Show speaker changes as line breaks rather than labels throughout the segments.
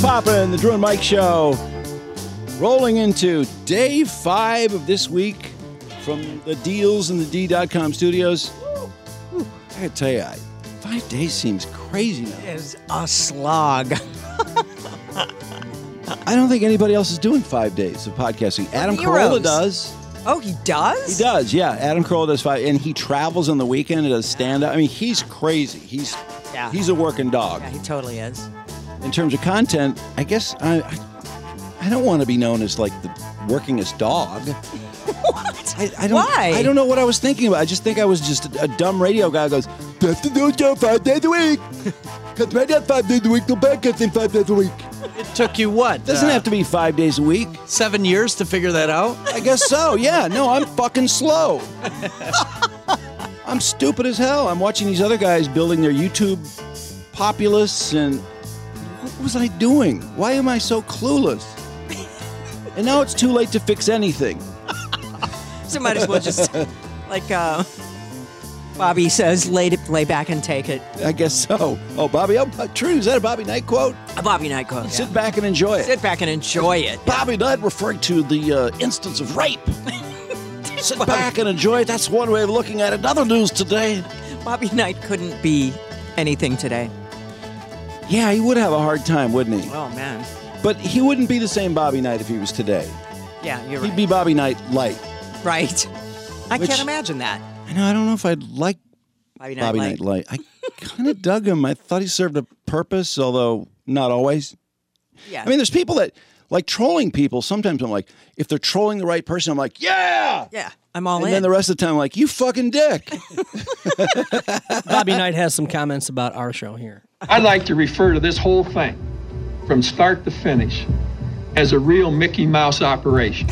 poppin'? The Drew and Mike Show. Rolling into day five of this week from the Deals and the D.com studios. Whew, I gotta tell you, five days seems crazy now.
is a slog.
I don't think anybody else is doing five days of podcasting. Adam
Heroes.
Carolla does.
Oh, he does?
He does, yeah. Adam Carolla does five, and he travels on the weekend and does stand up. I mean, he's crazy. He's
Yeah.
he's a working dog.
Yeah, he totally is.
in terms of content, I guess I I, I don't want to be known as like the workingest dog.
What?
I, I don't,
Why?
I don't know what I was thinking about. I just think I was just a, a dumb radio guy who goes, that's the new show five days a week. Because right now, five days a week, the podcasting five days a week.
It took you what? uh,
Doesn't have to be five days a week.
seven years to figure that out.
I guess so, yeah. No, I'm fucking slow. I'm stupid as hell. I'm watching these other guys building their YouTube populace, and what was I doing? Why am I so clueless? And now it's too late to fix anything.
So might as well just, like uh, Bobby says, lay, lay back and take it.
I guess so. Oh, Bobby, oh, true. Is that a Bobby Knight quote?
A Bobby Knight quote. yeah.
Sit back and enjoy it.
Sit back and enjoy it.
Bobby Knight referred to the uh, instance of rape. Sit back and enjoy it. That's one way of looking at it. Another news today.
Bobby Knight couldn't be anything today.
Yeah, he would have a hard time, wouldn't he?
Oh, man.
But he wouldn't be the same Bobby Knight if he was today.
Yeah, you're
He'd
right.
be Bobby Knight light.
right. I
Which-
can't imagine that.
I know. I don't know if I'd like
Bobby Knight.
Bobby
like-
Knight light. I kind of dug him. I thought he served a purpose, although not always.
Yeah.
I mean, there's people that like trolling people. Sometimes I'm like, if they're trolling the right person, I'm like, yeah.
yeah, I'm all
And
in.
then the rest of the time, I'm like, you fucking dick.
Bobby Knight has some comments about our show here.
I'd like to refer to this whole thing from start to finish as a real Mickey Mouse operation.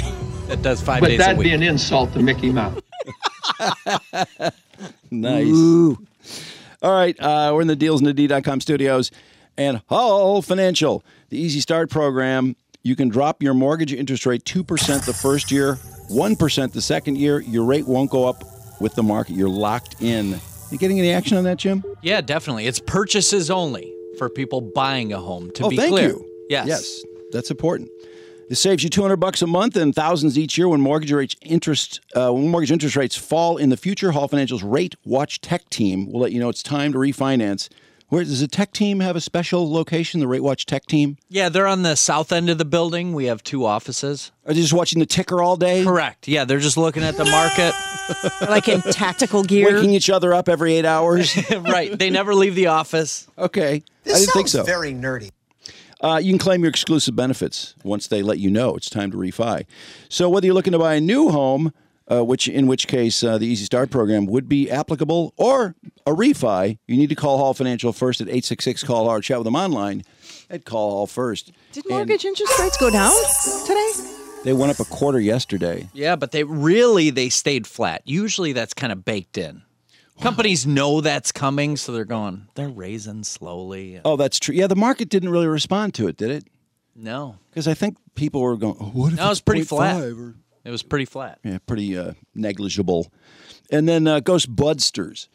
It does five
But
days a
that'd
week.
be an insult to Mickey Mouse.
nice. All right, uh, we're in the Deals and the D.com studios and Hull Financial, the Easy Start program. You can drop your mortgage interest rate 2% the first year, 1% the second year. Your rate won't go up with the market. You're locked in. You getting any action on that, Jim?
yeah, definitely. It's purchases only for people buying a home. To
oh,
be
thank
clear.
you.
Yes.
Yes, that's important. It saves you 200 bucks a month and thousands each year when mortgage rates interest uh, when mortgage interest rates fall in the future. Hall Financial's Rate Watch Tech Team will let you know it's time to refinance. Where does the tech team have a special location? The Rate Watch Tech Team?
Yeah, they're on the south end of the building. We have two offices.
Are they just watching the ticker all day,
Correct. Yeah, they're just looking at the market.
like in tactical gear.
waking each other up every eight hours?
right. They never leave the office.
okay, I didn't think so.
Very nerdy.
Uh, you can claim your exclusive benefits once they let you know it's time to refi. So whether you're looking to buy a new home, uh, which in which case uh, the Easy Start program would be applicable, or a refi, you need to call Hall Financial first at 866 call or chat with them online at call Hall first.
Did
And
mortgage interest rates go down today?
They went up a quarter yesterday.
Yeah, but they really they stayed flat. Usually that's kind of baked in. Companies know that's coming, so they're going. They're raising slowly.
Oh, that's true. Yeah, the market didn't really respond to it, did it?
No,
Because I think people were going, oh, "What if
No, it was
it's
pretty flat.
0.5 Or,
it was pretty flat.
yeah, pretty uh, negligible. And then uh, Ghost Budsters.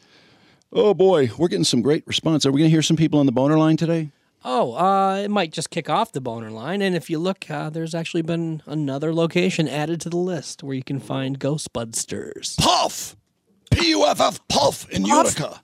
Oh boy, we're getting some great response. Are we going to hear some people on the boner line today?
Oh, uh, it might just kick off the boner line. And if you look, uh, there's actually been another location added to the list where you can find Ghostbusters.
Puff, P U F F Puff in Utica,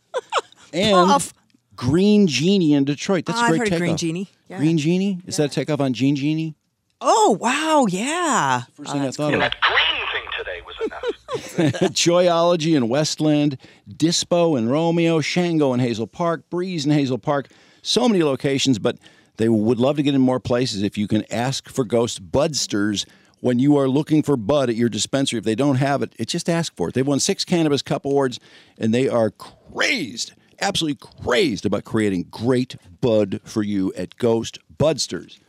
and Green Genie in Detroit. That's
Oh,
a
I've
great
heard of
takeoff.
Green Genie. Yeah.
Green Genie is that a takeoff on Gene Genie?
Oh, wow. Yeah. Oh,
First thing I thought
That green thing today was enough.
of. Joyology in Westland, Dispo and Romeo, Shango in Hazel Park, Breeze in Hazel Park. So many locations, but they would love to get in more places. If you can ask for Ghost Budsters when you are looking for Bud at your dispensary, if they don't have it, it just ask for it. They've won six Cannabis Cup Awards, and they are crazed, absolutely crazed about creating great Bud for you at Ghost Budsters.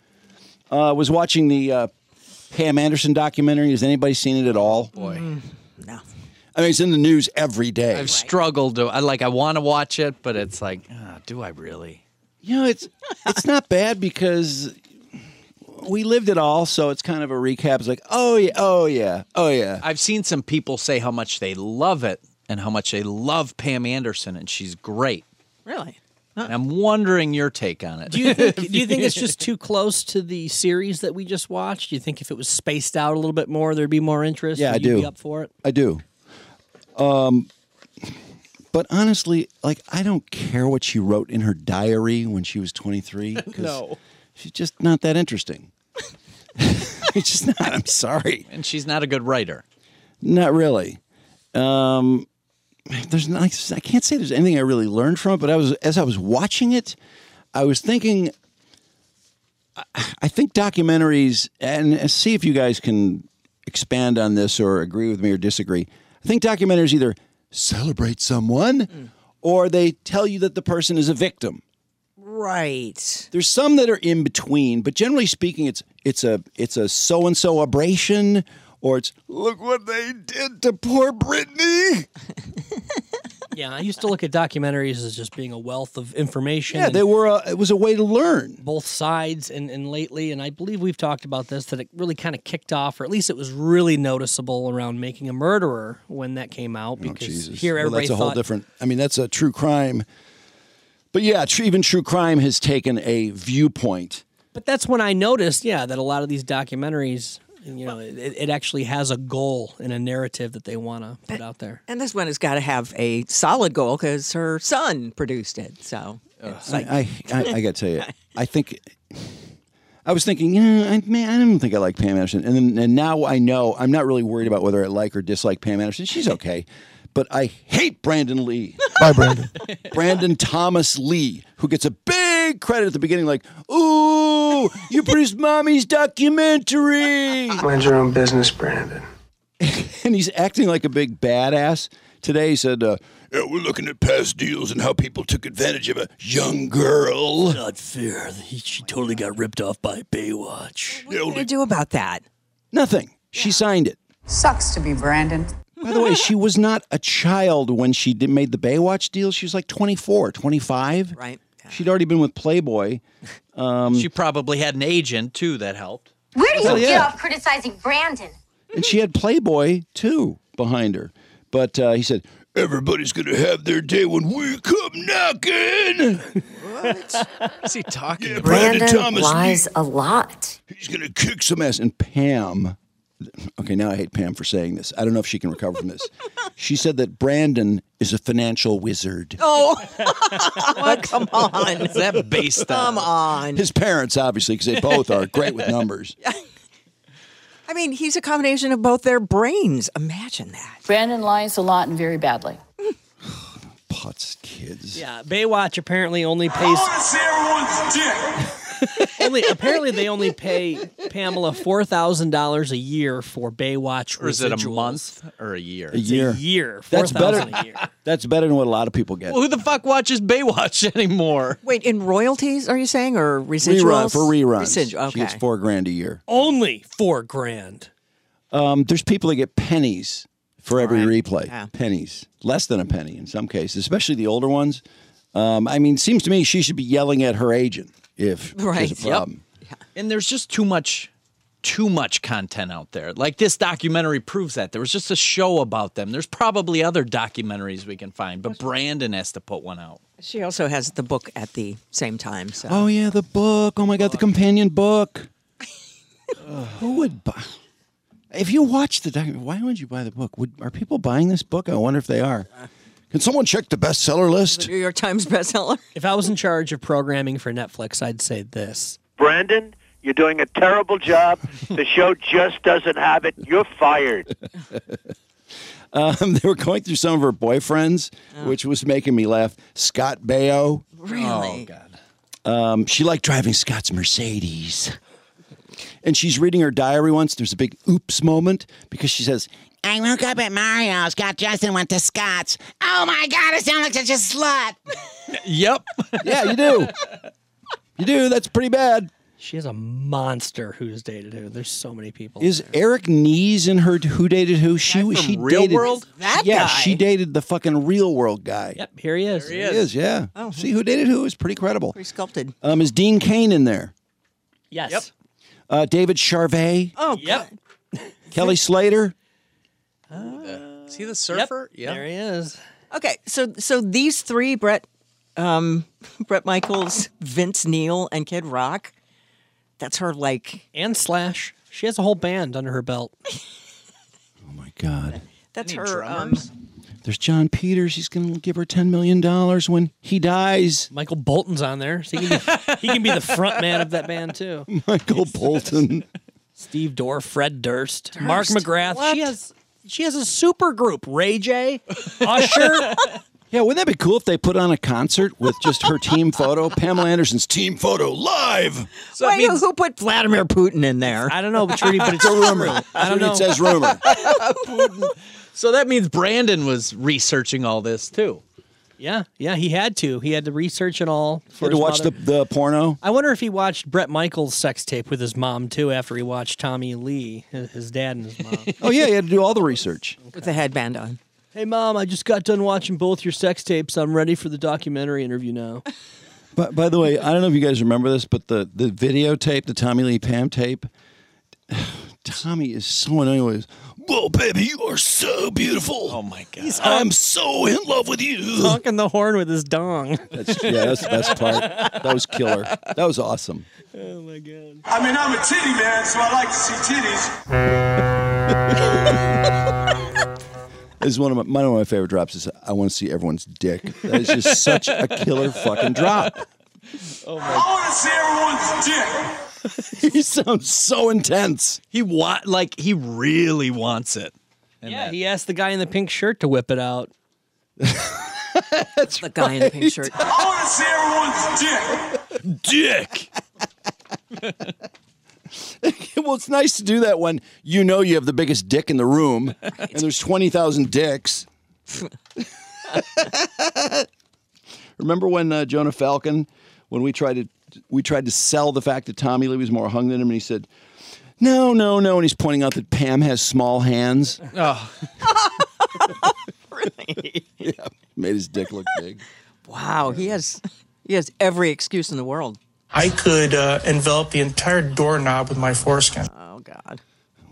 I was watching the uh, Pam Anderson documentary. Has anybody seen it at all? Boy.
No.
I mean, it's in the news every day.
I've struggled to I like I want to watch it, but it's like, ah, do I really?
you know, it's it's not bad because we lived it all, so it's kind of a recap. It's like, oh yeah, oh yeah, oh yeah.
I've seen some people say how much they love it and how much they love Pam Anderson and she's great.
Really?
And I'm wondering your take on it.
Do you think, do you think it's just too close to the series that we just watched? Do you think if it was spaced out a little bit more, there'd be more interest?
Yeah,
Would
I
you Be
do.
up for it?
I do. Um, but honestly, like I don't care what she wrote in her diary when she was 23. 'cause
No.
she's just not that interesting. it's just not. I'm sorry,
and she's not a good writer.
not really. Um, there's not. I can't say there's anything I really learned from it. But I was as I was watching it, I was thinking. I- I think documentaries, and see if you guys can expand on this or agree with me or disagree. I think documentaries either celebrate someone or they tell you that the person is a victim.
Right.
There's some that are in between, but generally speaking, it's it's a it's a so and so abrasion, or it's look what they did to poor Brittany.
Yeah, I used to look at documentaries as just being a wealth of information.
Yeah,
and
they were. A, it was a way to learn.
both sides and, and lately and i believe we've talked about this that it really kind of kicked off or at least it was really noticeable around making a murderer when that came out because here
Oh, Well,
everybody
that's a whole
thought
different. I mean, that's a true crime. But yeah, tr- even true crime has taken a viewpoint.
but that's when i noticed yeah that a lot of these documentaries you know it, it actually has a goal and a narrative that they want to put out there
And this one has got to have a solid goal because her son produced it. So it's like,
Uh, I, I, I got to tell you, I think I was thinking, yeah, I, man, I don't think I like Pam Anderson, and then and now I know I'm not really worried about whether I like or dislike Pam Anderson. She's okay, but I hate Brandon Lee. Bye, Brandon. Brandon Thomas Lee, who gets a big credit at the beginning, like, "Ooh, you produced Mommy's documentary,"
Mind your own business, Brandon.
and he's acting like a big badass. Today he said, uh, yeah, "We're looking at past deals and how people took advantage of a young girl."
not fair she totally got ripped off by baywatch
what are you going to do about that?
Nothing. She signed it.
Sucks to be Brandon.
By the way, she was not a child when she did, made the Baywatch deal. She was like 24, 25.
Right. Yeah.
She'd already been with Playboy. um,
she probably had an agent too that helped.
Where do you
Well,
get
yeah.
off criticizing Brandon?
And she had Playboy too behind her. But uh, he said, Everybody's going to have their day when we come knocking.
What's he talking about?
Brandon Thomas,
lies a lot.
he's going to kick some ass. And Pam, okay, now I hate Pam for saying this. I don't know if she can recover from this. she said that Brandon is a financial wizard.
Oh, come on.
Is that based on?
Come on.
His parents, obviously, because they both are great with numbers.
I mean, he's a combination of both their brains. Imagine that.
Brandon lies a lot and very badly.
Putz kids.
yeah baywatch apparently only pays
see everyone's dick.
only apparently they only pay Pamela four thousand dollars a year for Baywatch.
Or is it a
residuals.
month or a year?
A year.
Year.
That's better.
4,000 A year.
That's better than what a lot of people get.
Well, who the fuck watches Baywatch anymore?
Wait, in royalties, are you saying, or residuals?
Rerun for reruns.
Residu- okay.
She gets four grand a year.
Only four grand.
Um, there's people that get pennies for every replay.
Yeah.
Pennies, less than a penny in some cases, especially the older ones. Um, I mean, seems to me she should be yelling at her agent if
Right,
there's a
yep.
problem.
And there's just too much too much content out there. Like this documentary proves that. There was just a show about them. There's probably other documentaries we can find, but Brandon has to put one out.
She also has the book at the same time. So
Oh yeah, the book. Oh my god, the companion book. Who would buy? If you watch the doc, why would you buy the book? Would are people buying this book? I wonder if they are. Can someone check the bestseller list?
New York Times bestseller.
If I was in charge of programming for Netflix, I'd say this.
Brandon, you're doing a terrible job. The show just doesn't have it. You're fired.
Um, they were going through some of her boyfriends, which was making me laugh. Scott Baio. Oh,
Really?
God.
Um, she liked driving Scott's Mercedes. And she's reading her diary once. There's a big oops moment because she says, I woke up at Mario's, got dressed, and went to Scott's. Oh my God, I sound like such a slut.
Yep.
yeah, you do. You do. That's pretty bad.
She is a monster who's dated who. There's so many people.
Is Eric Knees in her Who Dated Who? She, she
Real
dated.
World?
That
yeah,
guy.
she dated the fucking real world guy.
yep, Oh, here he is.
He is, yeah. See, Who Dated Who is pretty credible.
Pretty sculpted.
Um, is Dean Kane in there?
Yes.
Uh, David Charvet,
Oh,
Yep.
Kelly Slater.
See the
Yep.
surfer?
There he is.
God. Okay, so so these three, Brett, um, Brett Michaels, Vince Neil, and Kid Rock. That's her like
and Slash. She has a whole band under her belt.
Oh my God.
that's
Any
her um,
drummers?
There's John Peters. He's going to give her $10 million when he dies.
Michael Bolton's on there. So he, can be, he can be the front man of that band too.
Michael Bolton.
Steve Dorr, Fred Durst, Mark
Durst,
McGrath.
what?
She has she has a super group. Ray J, Usher.
Yeah, wouldn't that be cool if they put on a concert with just her team photo? Pamela Anderson's team photo live.
So
Wait,
it means
who put Vladimir Putin in there?
I don't know, but Trudy, but it's a rumor. I don't
Judy,
know.
It says rumor.
so that means Brandon was researching all this too.
yeah, yeah, he had to. He had to research it all for
Had to
his
watch the,
mother.
the porno.
I wonder if he watched Brett Michaels' sex tape with his mom too after he watched Tommy Lee, his his dad and his mom.
Oh, yeah, you had to do all the research.
With the headband on.
hey mom, I just got done watching both your sex tapes. I'm ready for the documentary interview now.
But by the way, I don't know if you guys remember this, but the, the videotape, the Tommy Lee Pam tape, Tommy is so annoying. with his, Whoa, baby, you are so beautiful. Oh, my God. I'm so in love with you.
Honking the horn with his dong.
That's, yeah, that's the best part. That was killer. That was awesome.
oh my god.
I mean, I'm a titty man, so I like to see titties.
is one of my one of my favorite drops. Is I want to see everyone's dick. That is just such a killer fucking drop.
I want to see everyone's dick.
He sounds so intense.
He want like he really wants it.
Yeah, he asked the guy in the pink shirt to whip it out.
the guy in the pink shirt.
I want to see everyone's dick.
Dick.
Well, it's nice to do that when you know you have the biggest dick in the room, and there's twenty thousand dicks. Remember when uh, Jonah Falcon, when we tried to we tried to sell the fact that Tommy Lee was more hung than him, and he said, "No, no, no," and he's pointing out that Pam has small hands.
Oh,
Made his dick look big.
Wow, he has he has every excuse in the world.
I could uh, envelop the entire doorknob with my foreskin.
Oh God.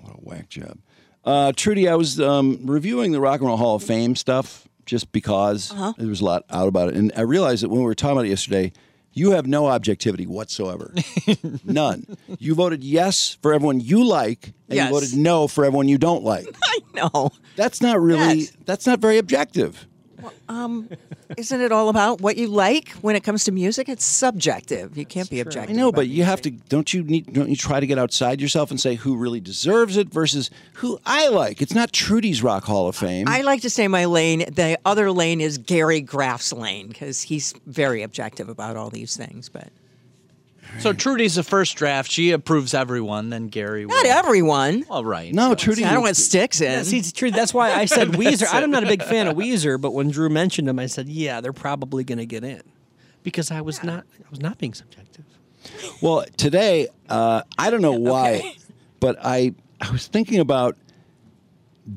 What a whack job. Uh, Trudy, I was um, reviewing the Rock and Roll Hall of Fame stuff just because
Uh-huh.
there was a lot out about it. And I realized that when we were talking about it yesterday, you have no objectivity whatsoever. None. You voted yes for everyone you like, and
Yes.
you voted no for everyone you don't like.
I know.
That's not really,
Yes.
that's not very objective.
Um, Isn't it all about what you like when it comes to music? It's subjective. You can't be objective.
I know, but you have to, don't you need, don't you try to get outside yourself and say who really deserves it versus who I like? It's not Trudy's Rock Hall of Fame.
I like to stay in my lane. The other lane is Gary Graff's lane because he's very objective about all these things. But
so Trudy's the first draft. She approves everyone. Then Gary.
not everyone.
All right.
no, Trudy.
I don't want sticks in.
Yeah, see, it's true. That's why I said Weezer. I'm not a big fan of Weezer, but when Drew mentioned him, I said, "Yeah, they're probably going to get in," because I was not. I was not being subjective.
Well, today, uh, I don't know why, but I, I was thinking about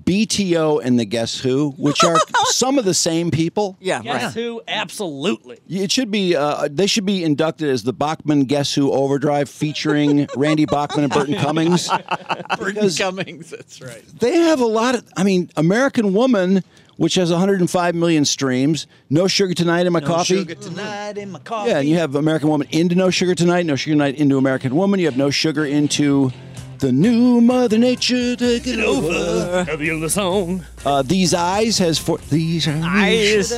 BTO and the Guess Who, which are some of the same people.
yeah, right.
who? Absolutely.
It should be uh, they should be inducted as the Bachman Guess Who Overdrive featuring Randy Bachman and Burton Cummings.
Burton
because-
Cummings. That's right.
They have a lot of. I mean, American Woman, which has 105 million streams. No Sugar Tonight in My Coffee.
Sugar tonight in my coffee.
Yeah, and you have American Woman into No Sugar Tonight, No Sugar Tonight into American Woman. You have No Sugar into the new Mother Nature taking over.
Have you the song?
Uh, These Eyes has four. These Eyes.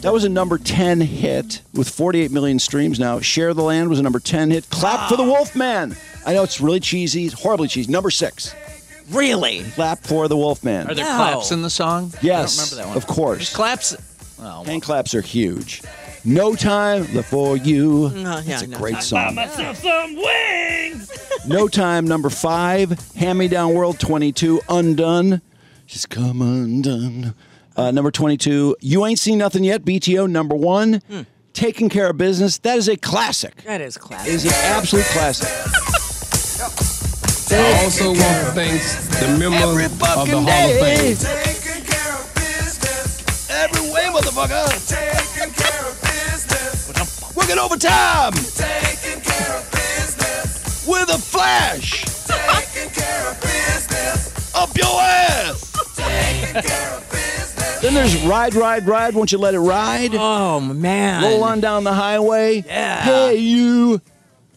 That was a number 10 hit with 48 million streams now. Share the Land was a number 10 hit. Clap for the Wolfman. I know it's really cheesy, it's horribly cheesy. Number six.
Really?
Clap for the Wolfman.
Are there
No.
claps in the song?
yes,
I don't remember that one.
of course.
Claps. Oh, well.
Hand claps are huge. No Time Left for
Oh,
You.
No, Oh, yeah,
That's a
no
great
time.
song.
Some wings.
No Time, number five. Hand Me Down World 22, Undone. Just come undone. Uh, number 22, You Ain't Seen Nothing Yet, BTO, number one.
Hmm.
Taking Care of Business. That is a classic.
That is classic.
Is an absolute classic.
I also want to thank the members
Every
of the
fucking
Hall of
day.
Fame.
Taking care of business.
Every way, motherfucker.
Taking care of business.
Working overtime
Taking care of business.
with a flash
Taking care of business.
up your ass.
Taking care of business.
The there's Ride, Ride, Ride, Won't You Let It Ride?
Oh man.
Roll on down the highway.
Yeah.
Hey, you.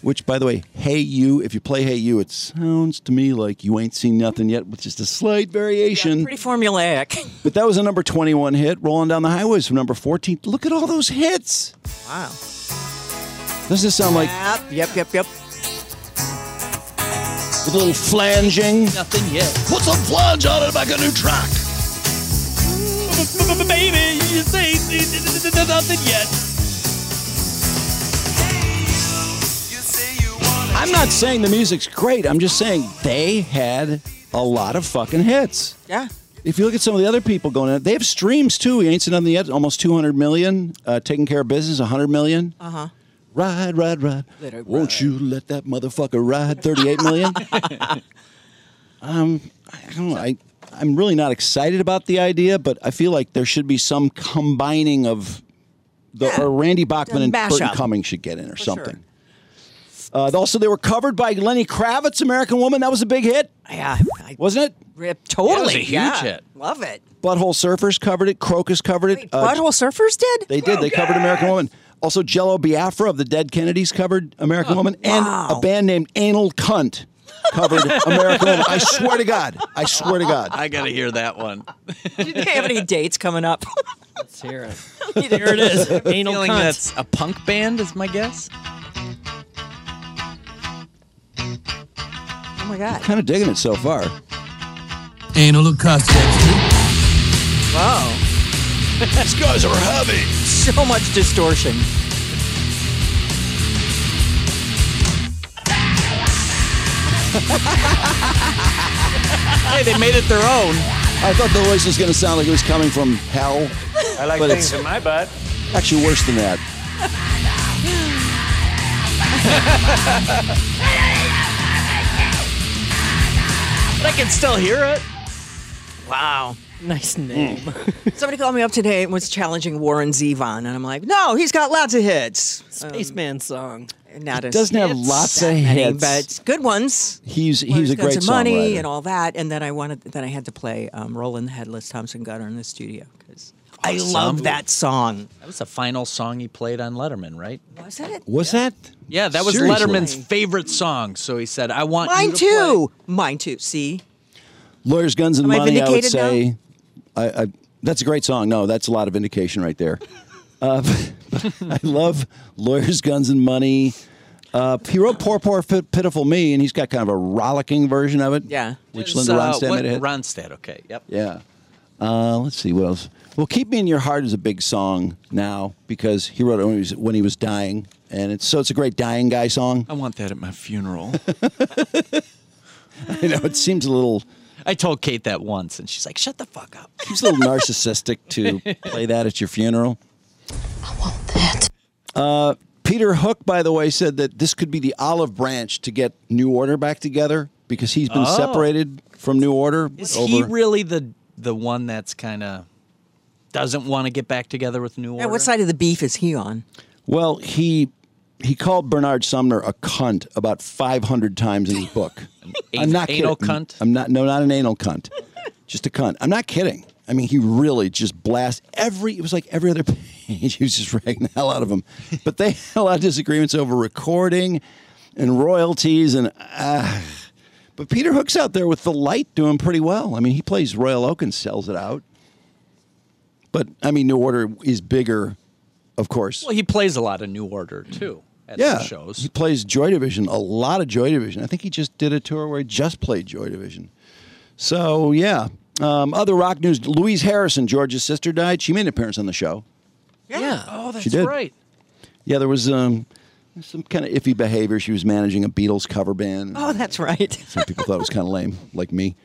Which, by the way, hey, you, if you play hey, you, it sounds to me like you ain't seen nothing yet with just a slight variation.
Pretty formulaic.
but that was a number 21 hit. Rolling down the highways from number 14. Look at all those hits.
Wow.
Doesn't this sound like
Yep, yep, yep, yep.
with a little flanging?
Nothing yet.
Put some flange on it, make a new track.
Baby, you say nothing yet.
I'm not saying the music's great. I'm just saying they had a lot of fucking hits.
Yeah.
If you look at some of the other people going in, they have streams too. We ain't seen nothing yet. Almost 200 million. Uh, taking care of business, 100 million. Uh
Uh-huh.
huh. Ride, ride, ride.
Let it
Won't
ride.
you let that motherfucker ride? 38 million. um, I don't know. I, I'm really not excited about the idea, but I feel like there should be some combining of the or Randy Bachman and Burton
mashup.
Cummings should get in or
sure.
something. Uh, also, they were covered by Lenny Kravitz, American Woman. That was a big hit,
Yeah. I
wasn't it?
ripped totally.
That was a huge
yeah.
hit.
Love it.
Butthole Surfers covered it. Crocus covered it.
Wait,
Uh,
Butthole Surfers did?
They did. They covered American Woman. Also, Jello Biafra of the Dead Kennedys covered American Woman, and
wow.
a band named Anal Cunt covered American Woman. I swear to God. I swear to God.
I gotta hear that one.
Do you think I have any dates coming up?
Let's hear it.
Here
It is anal
Feeling
cunt.
that's a punk band is my guess.
Oh my god.
kind of digging it so far.
Ain't no look
Whoa.
These guys are heavy.
So much distortion.
Hey, they made it their own.
I thought the voice was going to sound like it was coming from hell. I like but things in my butt. Actually, worse than that.
But I can still hear it.
Wow.
Nice name.
Somebody called me up today and was challenging Warren Zevon, and I'm like, no, he's got lots of hits.
Spaceman song.
Not as
doesn't have
hits,
lots of
that many,
hits.
but good ones.
He's
Well,
he's a
got
great
some money
songwriter.
and all that. And then I wanted, then I had to play um, "Rolling the Headless Thompson Gunner" in the studio because I love that song.
That was the final song he played on Letterman, right?
Was it?
was that?
Yeah, that was
Seriously?
Letterman's favorite song. So he said, "I want you
Mine
to
too. Mine too. See,
Lawyers, Guns, and
Am I
Money, I would
vindicated now?
say. I, I, that's a great song. No, that's a lot of indication right there. Uh, I love Lawyers, Guns, and Money. Uh, he wrote Poor, Poor, Pit- Pitiful Me, and he's got kind of a rollicking version of it.
Yeah.
Which
It's,
Linda
uh,
Ronstadt
what-
made a hit.
Ronstadt, okay, yep.
yeah. Uh, let's see what else. Well, Keep Me in Your Heart is a big song now because he wrote it when he was, when he was dying. And it's, so it's a great dying guy song.
I want that at my funeral.
You know, it seems a little
I told Kate that once, and she's like, "Shut the fuck up."
It's a little narcissistic to play that at your funeral. I want that. Uh, Peter Hook, by the way, said that this could be the olive branch to get New Order back together because he's been
Oh.
separated from New Order.
Is
over,
he really the the one that's kind of doesn't want to get back together with New Order?
yeah, what side of the beef is he on?
well, he he called Bernard Sumner a cunt about 500 times in his book. I'm not
anal
kidding.
cunt?
I'm not no, not an anal cunt. Just a cunt. I'm not kidding. I mean, he really just blast every. It was like every other page. He was just ragging the hell out of him. But they had a lot of disagreements over recording and royalties and. Uh, but Peter Hook's out there with the light doing pretty well. I mean, he plays Royal Oak and sells it out. But I mean, New Order is bigger, of course.
Well, he plays a lot of New Order too at
yeah,
the shows.
he plays Joy Division a lot of Joy Division. I think he just did a tour where he just played Joy Division. So yeah, um, other rock news: Louise Harrison, George's sister, died. She made an appearance on the show.
oh, that's
She did.
right.
Yeah, there was um, some kind of iffy behavior. She was managing a Beatles cover band.
Oh, that's right.
Some people thought it was kind of lame, like me.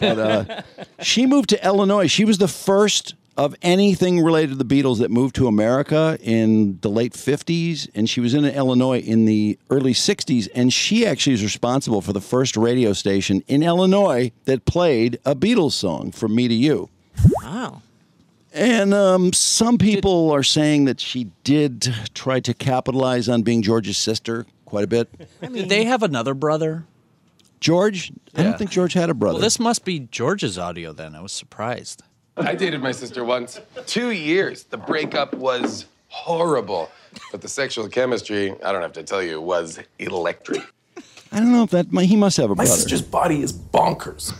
But uh, she moved to Illinois. She was the first of anything related to the Beatles that moved to America in the late 50s. And she was in Illinois in the early 60s. And she actually is responsible for the first radio station in Illinois that played a Beatles song, From Me to You.
Wow.
And um, some people are saying that she did try to capitalize on being George's sister quite a bit.
Did they have another brother?
George? I
Yeah.
don't think George had a brother.
Well, this must be George's audio then. I was surprised.
I dated my sister once, two years. The breakup was horrible, but the sexual chemistry, I don't have to tell you, was electric.
I don't know if that my, he must have a
My
brother.
sister's body is bonkers.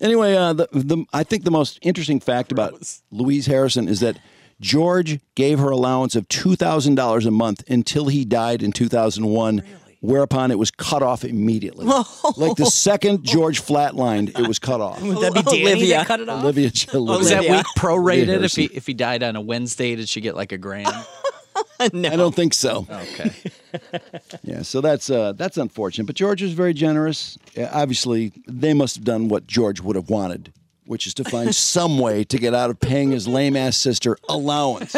Anyway, uh, the, the I think the most interesting fact about Louise Harrison is that George gave her allowance of two thousand dollars a month until he died in two thousand one. Whereupon it was cut off immediately. Like the second George flatlined, it was cut off.
Would that be Danny that Olivia. cut it off?
Olivia.
Was Oh, that
Olivia
week prorated? If
Harrison.
he if he died on a Wednesday, did she get like a grand?
I don't think so.
Okay.
Yeah, so that's uh, that's unfortunate. But George was very generous. Uh, obviously, they must have done what George would have wanted, which is to find some way to get out of paying his lame ass sister allowance.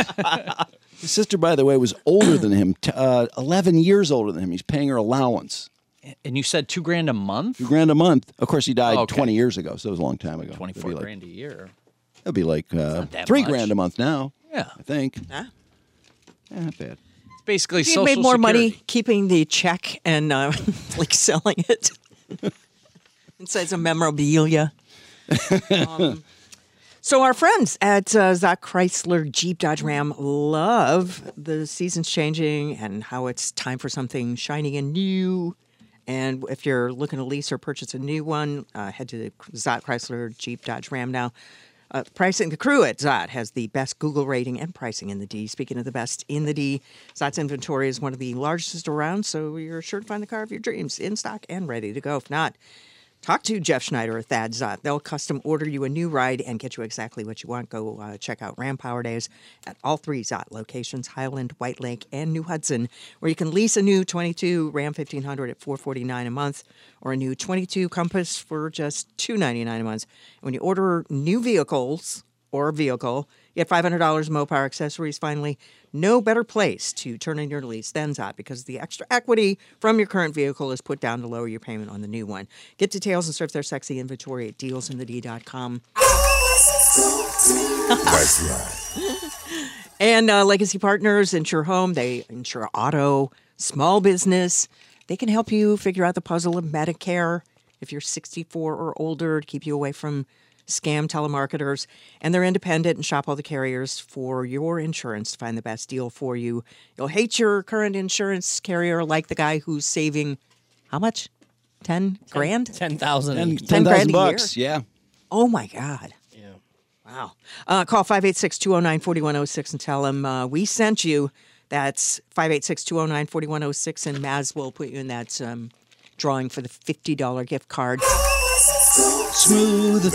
his sister, by the way, was older than him, t- uh, eleven years older than him. He's paying her allowance,
And you said two grand a month,
two grand a month. Of course, he died
Oh, Okay.
twenty years ago, so it was a long time ago.
twenty four grand a year.
That'd be like uh,
that
three
much.
grand a month now.
Yeah,
I think.
Huh?
Yeah, not bad.
It's basically
He
social
made more
security.
money keeping the check and uh, like selling it. Inside some memorabilia. Um, so our friends at uh, Zach Chrysler Jeep Dodge Ram love the seasons changing and how it's time for something shiny and new. And if you're looking to lease or purchase a new one, uh, head to the Zott Chrysler Jeep Dodge Ram now. Uh, pricing the crew at Zott has the best Google rating and pricing in the D. Speaking of the best in the D, Zott's inventory is one of the largest around, so you're sure to find the car of your dreams in stock and ready to go. If not, talk to Jeff Schneider at Thad Zott. They'll custom order you a new ride and get you exactly what you want. Go uh, check out Ram Power Days at all three Zott locations, Highland, White Lake, and New Hudson, where you can lease a new 22 Ram 1500 at 449 a month or a new 22 Compass for just 299 a month. When you order new vehicles or a vehicle, you get $500 Mopar accessories finally. No better place to turn in your lease than Zott because the extra equity from your current vehicle is put down to lower your payment on the new one. Get details and search their sexy inventory at dealsinthedee.com. And uh, Legacy Partners insure home, they insure auto, small business. They can help you figure out the puzzle of Medicare if you're 64 or older to keep you away from scam telemarketers. And they're independent and shop all the carriers for your insurance to find the best deal for you. You'll hate your current insurance carrier like the guy who's saving how much? 10 grand?
Ten thousand.
Ten
Ten
ten thousand
grand a year.
bucks. Yeah.
Oh my God. Yeah. Wow. Uh, call 586 209 4106 and tell them uh, we sent you. That's 586 209 4106, and Maz will put you in that um, drawing for the $50 gift card.
Smooth.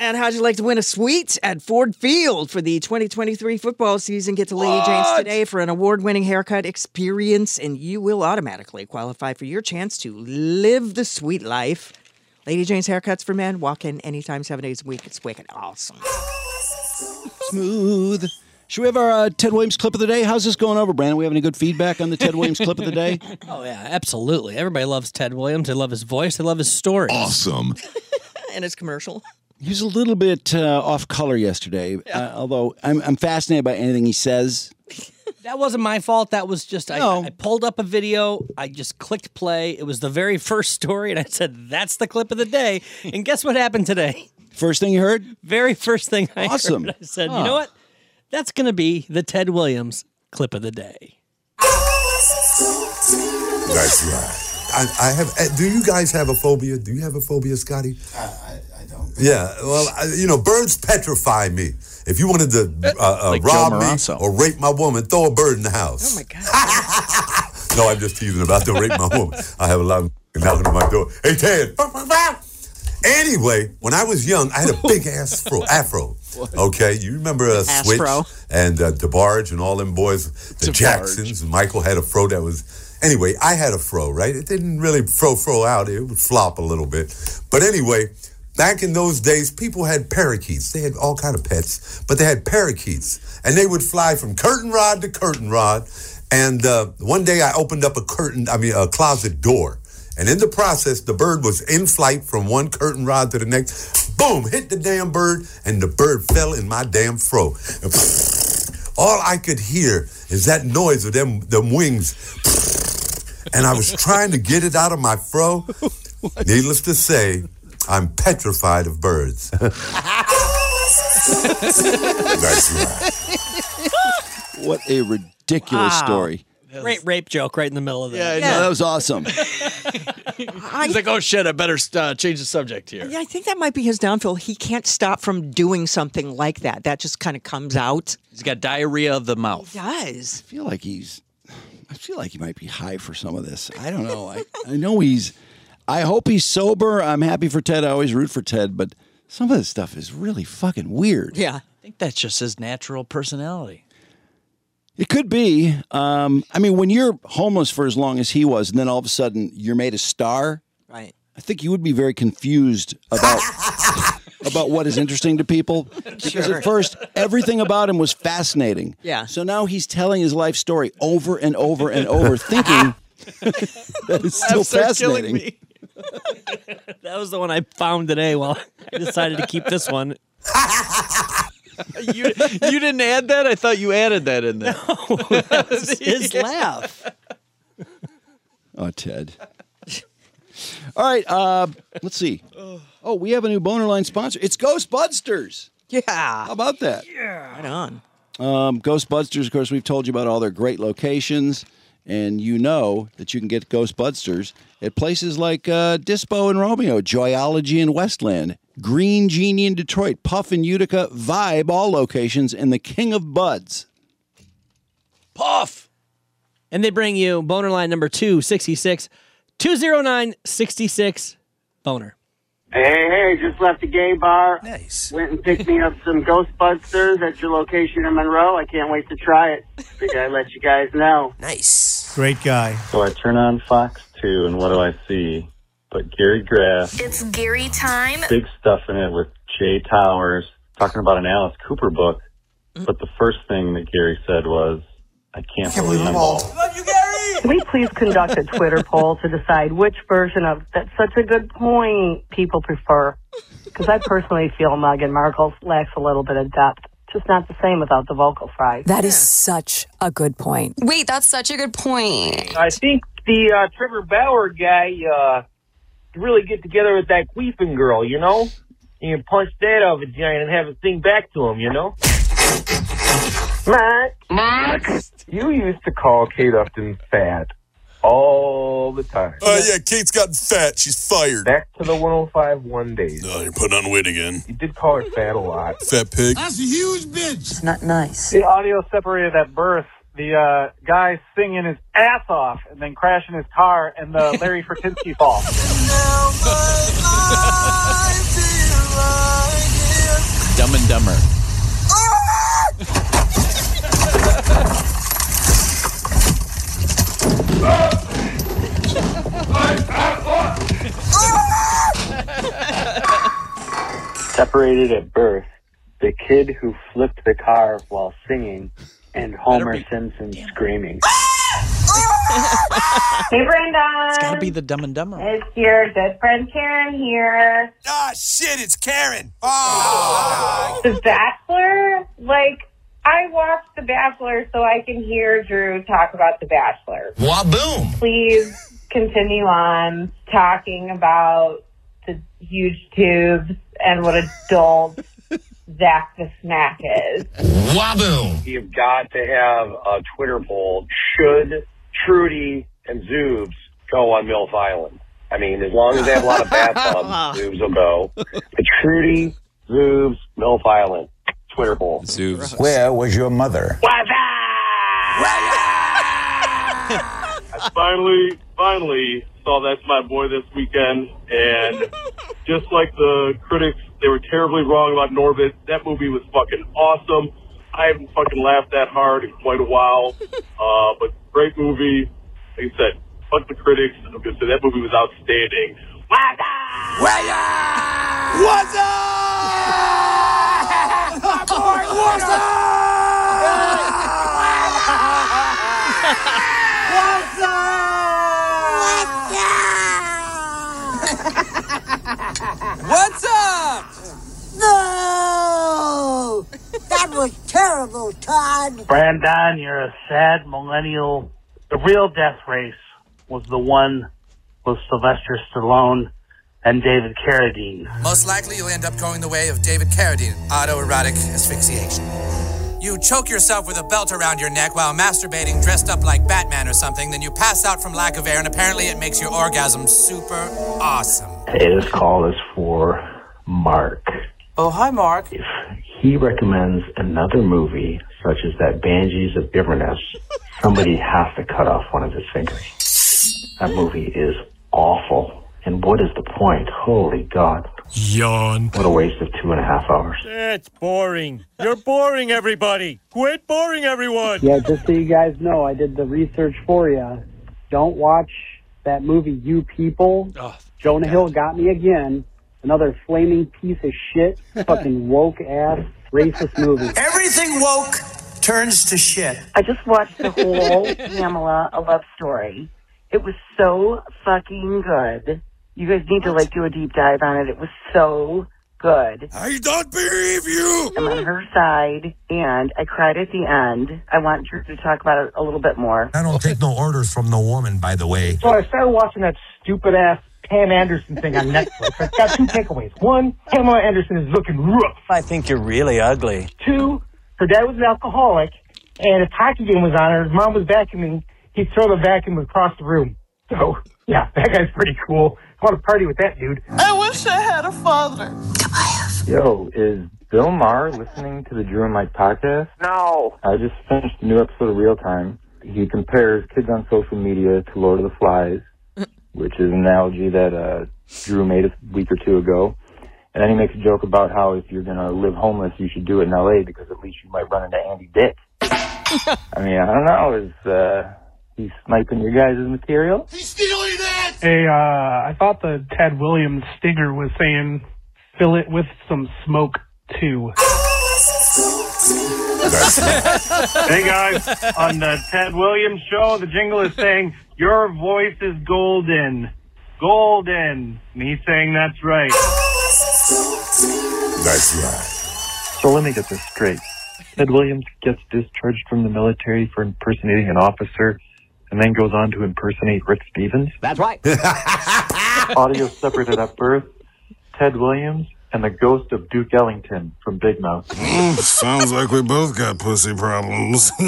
And how'd you like to win a suite at Ford Field for the 2023 football season? Get to Lady Jane's today for an award winning haircut experience, and you will automatically qualify for your chance to live the sweet life. Lady Jane's Haircuts for Men, walk in anytime, seven days a week. It's wicked awesome.
smooth. Should we have our uh, Ted Williams clip of the day? How's this going over, Brandon? We having any good feedback on the Ted Williams clip of the day?
Oh yeah, absolutely. Everybody loves Ted Williams. They love his voice. They love his stories.
Awesome.
and it's commercial.
He was a little bit uh, off color yesterday, uh, although I'm, I'm fascinated by anything he says.
That wasn't my fault. That was just I, I pulled up a video. I just clicked play. It was the very first story, and I said, "That's the clip of the day." And guess what happened today?
First thing you heard?
Very first thing I
Awesome.
heard. I said,
Huh.
"You know what? That's going to be the Ted Williams clip of the day."
Nice I, I have. uh, Do you guys have a phobia? Do you have a phobia, Scotty? I, I, don't. Yeah. Well, I, you know, birds petrify me. If you wanted to uh, uh,
like Joe
rob me
Marazzo.
or rape my woman, throw a bird in the house. Oh my god. no, I'm just teasing about the rape my woman. I have a lot of knocking on my door. Hey Ted. Anyway, when I was young, I had a big ass fro, afro. Okay, you remember uh, Switch
Afro.
and uh, DeBarge and all them boys, the
DeBarge.
Jacksons. Michael had a fro that was. Anyway, I had a fro, right? It didn't really fro fro out. It would flop a little bit. But anyway, back in those days, people had parakeets. They had all kind of pets, but they had parakeets, and they would fly from curtain rod to curtain rod. And uh, one day, I opened up a curtain. I mean, a closet door. And in the process, the bird was in flight from one curtain rod to the next. Boom, hit the damn bird, and the bird fell in my damn fro. And All I could hear is that noise of them, them wings. And I was trying to get it out of my fro. Needless to say, I'm petrified of birds. That's
What a ridiculous
Wow.
story.
Great rape joke right in the middle of that.
I know. Yeah. That was awesome.
He's like, oh shit, I better uh, change the subject here.
Yeah, I think that might be his downfall. He can't stop from doing something like that. That just kind of comes out.
He's got diarrhea of the mouth.
He does.
I feel like he's. I feel like he might be high for some of this. I don't know. I, I know he's. I hope he's sober. I'm happy for Ted. I always root for Ted, but some of this stuff is really fucking weird.
Yeah. I
think that's just his natural personality.
It could be. Um, I mean, when you're homeless for as long as he was, and then all of a sudden you're made a star,
Right.
I think you would be very confused about about what is interesting to people because
Sure.
at first everything about him was fascinating.
Yeah.
So now he's telling his life story over and over and over, thinking that it's still
Laughs are killing
fascinating.
me. that was the one I found today. Well, I decided to keep this one.
you, you didn't add that? I thought you added that in there.
His laugh.
Oh, Ted. All right. Uh, let's see. Oh, we have a new boner line sponsor. It's Ghostbusters.
Yeah.
How about that?
Right on.
Um, Ghostbusters, of course, we've told you about all their great locations, and you know that you can get Ghostbusters at places like uh, Dispo and Romeo, Joyology in Westland, Green Genie in Detroit, Puff in Utica, Vibe, all locations, and the King of Buds.
Puff.
And they bring you boner line number 266 209 66 oh boner.
Hey, hey, just left the gay bar. Nice. Went and picked me up some Ghostbusters at your location in Monroe. I can't wait to try it. Figured I'd let you guys know. Nice.
Great guy.
So I turn on Fox 2, and what do I see? But Gary Graff,
It's Gary time.
big stuff in it with Jay Towers, talking about an Alice Cooper book. But the first thing that Gary said was, I can't, believe I'm bald.
Can we please conduct a Twitter poll to decide which version of that's such a good point people prefer? Because I personally feel Meghan Markle lacks a little bit of depth. Just not the same without the vocal fry.
That is such a good point.
Wait, that's such a good point.
I think the uh, Trevor Bauer guy uh, really get together with that queefing girl, you know? And you punch that out of a giant and have it sing back to him, you know? Mark. Mark.
You used to call Kate Upton fat
Oh.
all the time.
Uh, yeah, Kate's gotten fat. She's fired.
Back to the 105 one days.
Oh, you're putting on weight again.
You did call her fat a lot.
Fat pig.
That's a huge bitch.
Not nice.
The audio separated at birth. The uh, guy singing his ass off and then crashing his car and the Larry Fertinsky fall.
Dumb and dumber.
Separated at birth, the kid who flipped the car while singing, and Homer Simpson screaming.
Hey, Brenda.
It's got to be the dumb and dumber.
It's your good friend Karen here.
Ah, shit, it's Karen. Ah.
Oh,
The Bachelor? Like, I watched The Bachelor so I can hear Drew talk about The Bachelor.
Waboom.
Please continue on talking about the huge tubes and what a dull Zach the Snack is.
Waboom.
You've got to have a Twitter poll. Should Trudy and Zoobs go on MILF Island? I mean, as long as they have a lot of bathtubs, Zoobs will go. But Trudy, Zoobs, MILF Island. Twitter poll. Zoobs.
Where was your mother?
I finally, finally saw That's My Boy this weekend, and just like the critics, they were terribly wrong about Norbit. That movie was fucking awesome. I haven't fucking laughed that hard in quite a while, uh, but great movie. Like I said, fuck the critics. I'm gonna say that movie was outstanding.
What's up? My boy, what's up? What's up?
No! That was terrible, Todd.
Brandon, you're a sad millennial. The real death race was the one with Sylvester Stallone
and David Carradine.
Most likely, you'll end up going the way of David Carradine, autoerotic asphyxiation. You choke yourself with a belt around your neck while masturbating dressed up like Batman or something, then you pass out from lack of air, and apparently it makes your orgasm super awesome.
Hey, this call is for Mark.
Oh, hi, Mark.
He recommends another movie, such as that Banshees of Iverness. Somebody has to cut off one of his fingers. That movie is awful. And what is the point? Holy God.
Yawn.
What a waste of two and a half hours.
That's boring. You're boring everybody. Quit boring everyone.
Yeah, just so you guys know, I did the research for you. Don't watch that movie, You People. Jonah Hill got me again. Another flaming piece of shit, fucking woke ass, racist movie.
Everything woke turns to shit.
I just watched the whole Pamela, a love story. It was so fucking good. You guys need to like do a deep dive on it. It was so good.
I don't believe you.
I'm on her side, and I cried at the end. I want Drew to talk about it a little bit more.
I don't take no orders from no woman, by the way.
So I started watching that stupid ass Pam Anderson thing on Netflix. I've got two takeaways. One, Pamela Anderson is looking rough.
I think you're really ugly.
Two, her dad was an alcoholic, and his hockey game was on, and his mom was vacuuming. He'd throw the vacuum across the room. So, yeah, that guy's pretty cool. I want to party with that dude.
I wish I had a father.
Yo, is Bill Maher listening to the Drew and Mike podcast?
No.
I just finished a new episode of Real Time. He compares kids on social media to Lord of the Flies, which is an analogy that uh, Drew made a week or two ago. And then he makes a joke about how if you're going to live homeless, you should do it in LA because at least you might run into Andy Dick. I mean, I don't know. Is uh, he sniping your guys' material?
He's stealing that!
Hey, uh, I thought the Ted Williams stinger was saying fill it with some smoke too.
hey guys, on the Ted Williams show, the jingle is saying, Your voice is golden. Golden. Me saying that's right.
That's right.
So let me get this straight. Ted Williams gets discharged from the military for impersonating an officer and then goes on to impersonate Rick Stevens.
That's right.
Audio separated at birth. Ted Williams and the ghost of Duke Ellington from Big Mouth.
Mm, sounds like we both got pussy problems.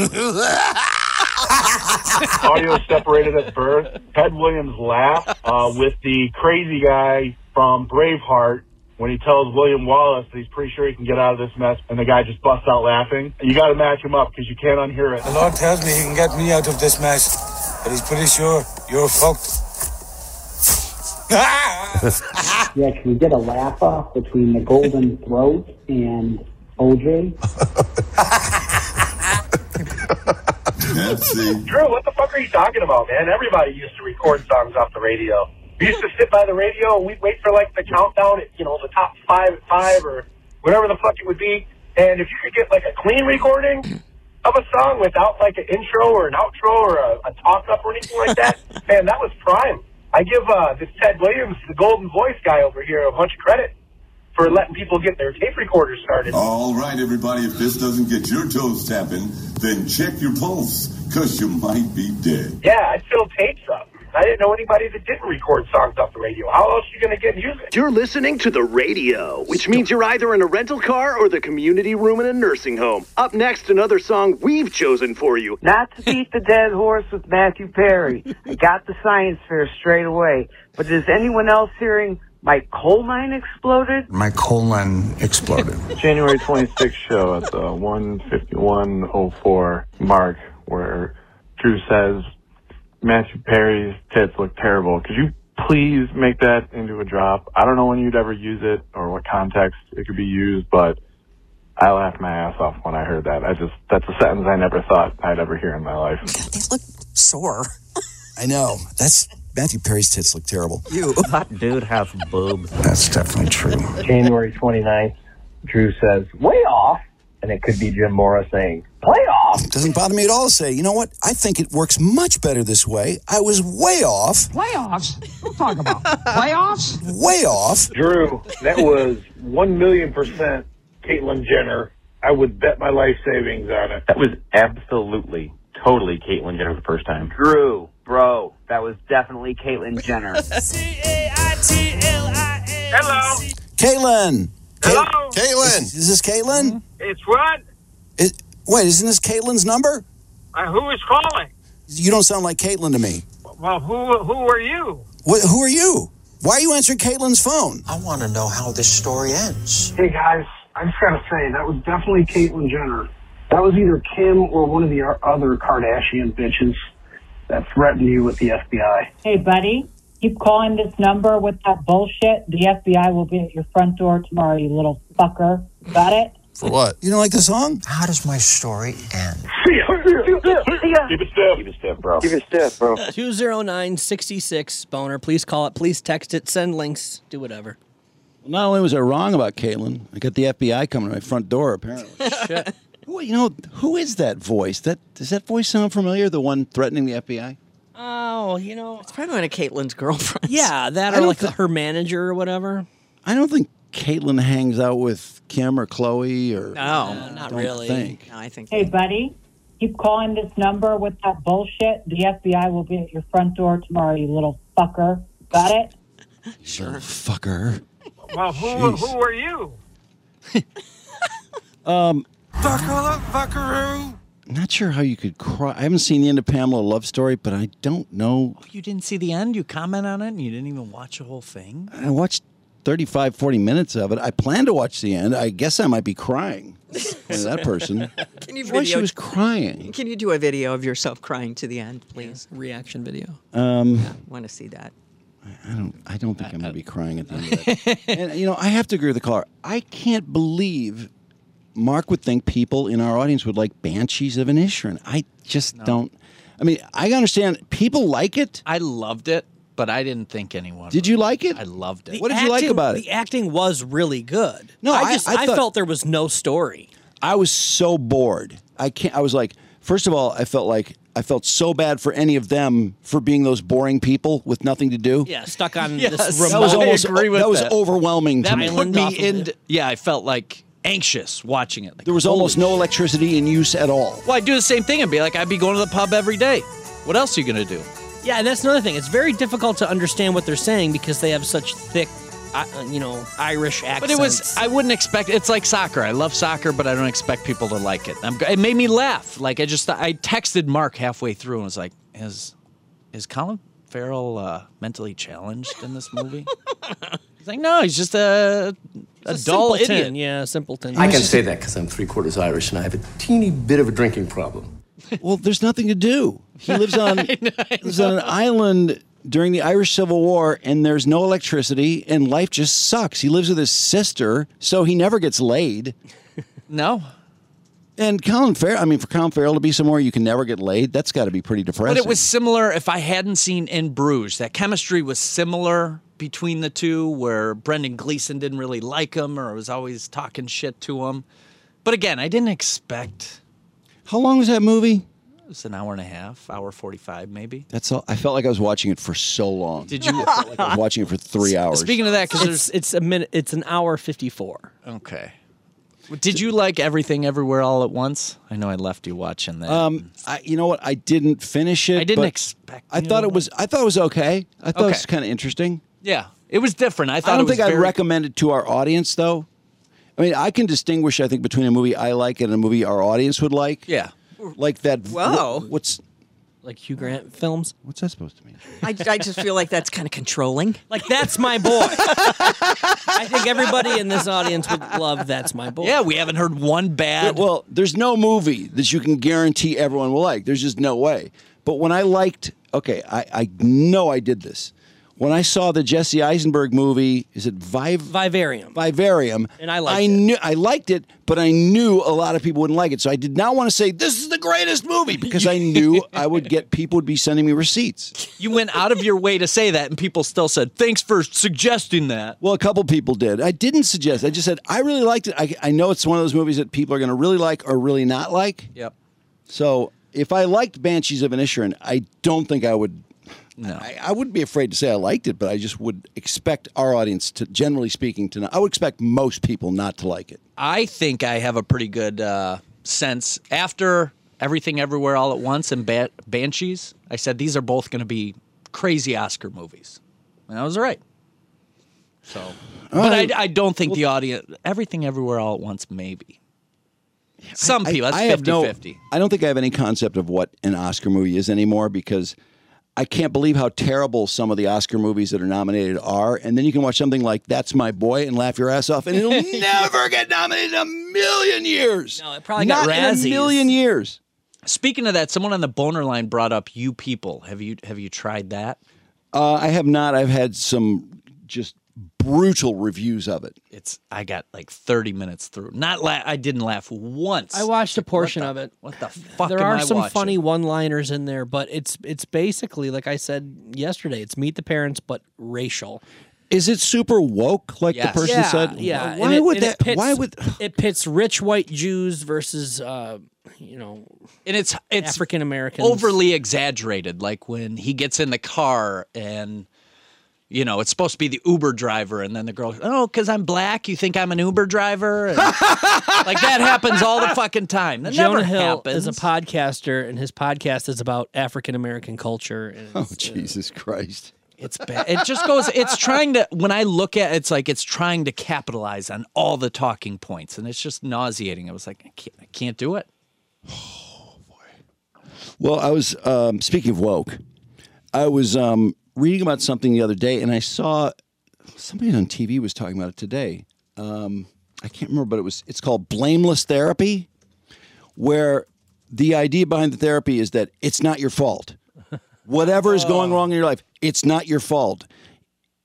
Audio separated at birth. Ted Williams laugh uh, with the crazy guy from Braveheart when he tells William Wallace that he's pretty sure he can get out of this mess, and the guy just busts out laughing. You got to match him up because you can't unhear it.
The Lord tells me he can get me out of this mess, but he's pretty sure you're fucked.
Yeah, can we get a laugh off between the Golden Throat and OJ?
Drew, what the fuck are you talking about, man? Everybody used to record songs off the radio. We used to sit by the radio and we'd wait for like the countdown at, you know, the top five at five or whatever the fuck it would be. And if you could get like a clean recording of a song without like an intro or an outro or a, a talk up or anything like that, man, that was prime. I give uh, this Ted Williams, the golden voice guy over here, a bunch of credit for letting people get their tape recorders started.
All right, everybody, if this doesn't get your toes tapping, then check your pulse, because you might be dead.
Yeah, I filled tapes up. I didn't know anybody that didn't record songs off the radio. How else are you going to get music?
You're listening to the radio, which means you're either in a rental car or the community room in a nursing home. Up next, another song we've chosen for you.
Not to beat the dead horse with Matthew Perry. I got the science fair straight away. But is anyone else hearing my coal mine exploded?
My colon exploded.
January 26th show at the 15104 mark where Drew says Matthew Perry's tits look terrible. Could you please make that into a drop? I don't know when you'd ever use it or what context it could be used, but I laughed my ass off when I heard that. I just, that's a sentence I never thought I'd ever hear in my life.
They look sore.
I know. That's Matthew Perry's tits look terrible.
You.
Hot dude has boobs. That's definitely true.
January 29th,
Drew says,
playoff, and it could be Jim Mora saying, playoff.
Doesn't bother me at all to say, you know what? I think it works much better this way. I was way off,
Playoffs? What are talking about? Playoffs?
way off.
Drew, that was 1 million percent Caitlyn Jenner. I would bet my life savings on it.
That was absolutely, totally Caitlyn Jenner the first time.
Drew,
Bro, that was definitely Caitlyn Jenner.
Hello.
Caitlin.
Hello. Mm-hmm.
Caitlin. Is, is this Caitlin?
It's Rod.
It, wait, isn't this Caitlin's number?
Uh, who is calling?
You don't sound like Caitlin to me.
Well, who who are you?
What, who are you? Why are you answering Caitlin's phone?
I want to know how this story ends.
Hey guys, I just gotta say that was definitely Caitlyn Jenner. That was either Kim or one of the other Kardashian bitches that threatened you with the FBI.
Hey, buddy, keep calling this number with that bullshit. The FBI will be at your front door tomorrow, you little fucker. Got it?
For what? You don't like the song?
How does my story end?
Keep it stiff.
Keep it stiff, bro.
Give it stiff, bro.
209 66 oh Boner. Please call it. Please text it. Send links. Do whatever.
Not only was I wrong about Caitlin, I got the FBI coming to my front door. Apparently,
Shit.
Who- you know who is that voice? That does that voice sound familiar? The one threatening the FBI?
Oh, you know.
It's probably one of Caitlin's girlfriends.
Yeah, that
I
or
don't
like
thi-
her manager or whatever.
I don't think Caitlin hangs out with Kim or Chloe or.
No, not
don't
really.
think.
No, I think.
Hey, buddy, keep calling this number with that bullshit. The FBI will be at your front door tomorrow, you little fucker. Got it?
Sure. Fucker.
Well, who
Jeez.
who are you?
Um,
Buckle up, buckaroo.
not sure how you could cry. I haven't seen the end of Pamela Love Story, but I don't know.
You didn't see the end. You comment on it, and you didn't even watch the whole thing.
I watched 35, 40 minutes of it. I plan to watch the end. I guess I might be crying. Well, that person.
Can you
Why
video?
she was crying.
Can you do a video of yourself crying to the end, please?
Reaction video.
Um,
Want to see that?
I don't. I don't think I'm going to
Uh,
be crying at the end of that. and you know, I have to agree with the caller. I can't believe Mark would think people in our audience would like Banshees of Inisherin. I just don't. I mean, I understand people like it.
I loved it, but I didn't think anyone.
Did you like it?
I loved it.
What did you like about it?
The acting was really good.
No, I-
just
I thought-
felt there was no story.
I was so bored. I can't. I was like, first of all, I felt like I felt so bad for any of them for being those boring people with nothing to do.
Yeah, stuck on
Yes,
this
I
remote.
That was almost.
agree with
that was
that.
overwhelming to
That
me.
put
Island off of
me in.
it.
Yeah, I felt like anxious watching it. Like,
There was
holy
almost no electricity in use at all.
Well, I'd do the same thing and be like, I'd be going to the pub every day. What else are you going to do?
Yeah, and that's another thing. It's very difficult to understand what they're saying because they have such thick, uh, you know, Irish accents.
But it was, I wouldn't expect, it's like soccer. I love soccer, but I don't expect people to like it. I'm, it made me laugh. Like, I just, I texted Mark halfway through and was like, is, is Colin Farrell uh, mentally challenged in this movie? he's like, no, he's just a, a, dull
simpleton.
idiot.
Yeah, simpleton.
I can say that because I'm three quarters Irish and I have a teeny bit of a drinking problem.
Well, there's nothing to do. He lives on lives on an island during the Irish Civil War, and there's no electricity, and life just sucks. He lives with his sister, so he never gets laid.
No.
And Colin Farrell, I mean, for Colin Farrell to be somewhere you can never get laid, that's got to be pretty depressing.
But it was similar if I hadn't seen In Bruges. That chemistry was similar between the two, where Brendan Gleeson didn't really like him or was always talking shit to him. But again, I didn't expect.
How long was that movie?
It was an hour and a half, hour 45 maybe.
That's all. I felt like I was watching it for so long.
Did you?
I felt like I was watching it for three hours.
Speaking of that, because
it's,
there's.
it's a minute. It's an hour fifty-four.
Okay. Did you like everything everywhere all at once? I know I left you watching that.
Um, I, you know what? I didn't finish it.
I didn't
but
expect
I
you
thought
to
it was. I thought it was okay. I thought it
Okay.
was kind of interesting.
yeah, it was different. I
I,
thought
don't
it was
think I'd
very-
recommend it to our audience, though. I mean, I can distinguish. I think between a movie I like and a movie our audience would like.
Yeah.
Like that.
Whoa.
wh- What's
Like Hugh Grant films.
What's that supposed to mean?
I, I just feel like that's kind of controlling.
Like that's my boy. I think everybody in this audience would love that's my boy.
Yeah, we haven't heard one bad.
Yeah, well, there's no movie that you can guarantee everyone will like. There's just no way. But when I liked, okay, I, I know I did this. When I saw the Jesse Eisenberg movie, is it Vive?
Vivarium.
Vivarium,
And I liked
I
it.
knew I liked it, but I knew a lot of people wouldn't like it, so I did not want to say this is the greatest movie because I knew I would get people would be sending me receipts.
you went out of your way to say that, and people still said, thanks for suggesting that.
Well, a couple people did. I didn't suggest. I just said I really liked it. I, I know it's one of those movies that people are going to really like or really not like.
Yep.
So if I liked Banshees of Inisherin, I don't think I would.
No.
I, I wouldn't be afraid to say I liked it, but I just would expect our audience to, generally speaking, to not. I would expect most people not to like it.
I think I have a pretty good uh, sense after Everything Everywhere All at Once and ba- Banshees. I said these are both going to be crazy Oscar movies. And I was right. So, but
right.
I, I don't think the audience, Everything Everywhere All at Once, maybe. Some
I-
people, that's
I have
50
no-
50.
I don't think I have any concept of what an Oscar movie is anymore because I can't believe how terrible some of the Oscar movies that are nominated are. And then you can watch something like That's My Boy and laugh your ass off, and it'll never get nominated in a million years.
No, it
probably
Not
got
in a
Razzies.
million years.
Speaking of that, someone on the boner line brought up You People. Have you have you tried that?
Uh, I have not. I've had some just brutal reviews of it.
It's I got like 30 minutes through. Not la- I didn't laugh once.
I watched a portion of it.
What the fuck
There
am
are
I
some
watching?
funny one-liners in there, but it's it's basically like I said yesterday. It's meet the parents, but racial.
Is it super woke? Like
Yes.
the person
yeah,
said. Oh
Yeah.
Why
and it-
would
and it
that? why
pits-
would?
it pits rich white Jews versus uh, you know,
and it's it's
African Americans
overly exaggerated. Like when he gets in the car and you know it's supposed to be the Uber driver, and then the girl, oh, because I'm black, you think I'm an Uber driver? And, like that happens all the fucking time. That
Jonah
never
Hill
happens.
is a podcaster, and his podcast is about African American culture. And uh,
Oh Jesus Christ!
it's
bad. It just goes. It's trying to. When I look at, it, it's like it's trying to capitalize on all the talking points, and it's just nauseating. I was like, I can't, I can't do it.
Well, I was um, speaking of woke. I was um, reading about something the other day, and I saw somebody on TV was talking about it today. Um, I can't remember, but it was it's called blameless therapy, where the idea behind the therapy is that it's not your fault. Whatever is going wrong in your life, it's not your fault.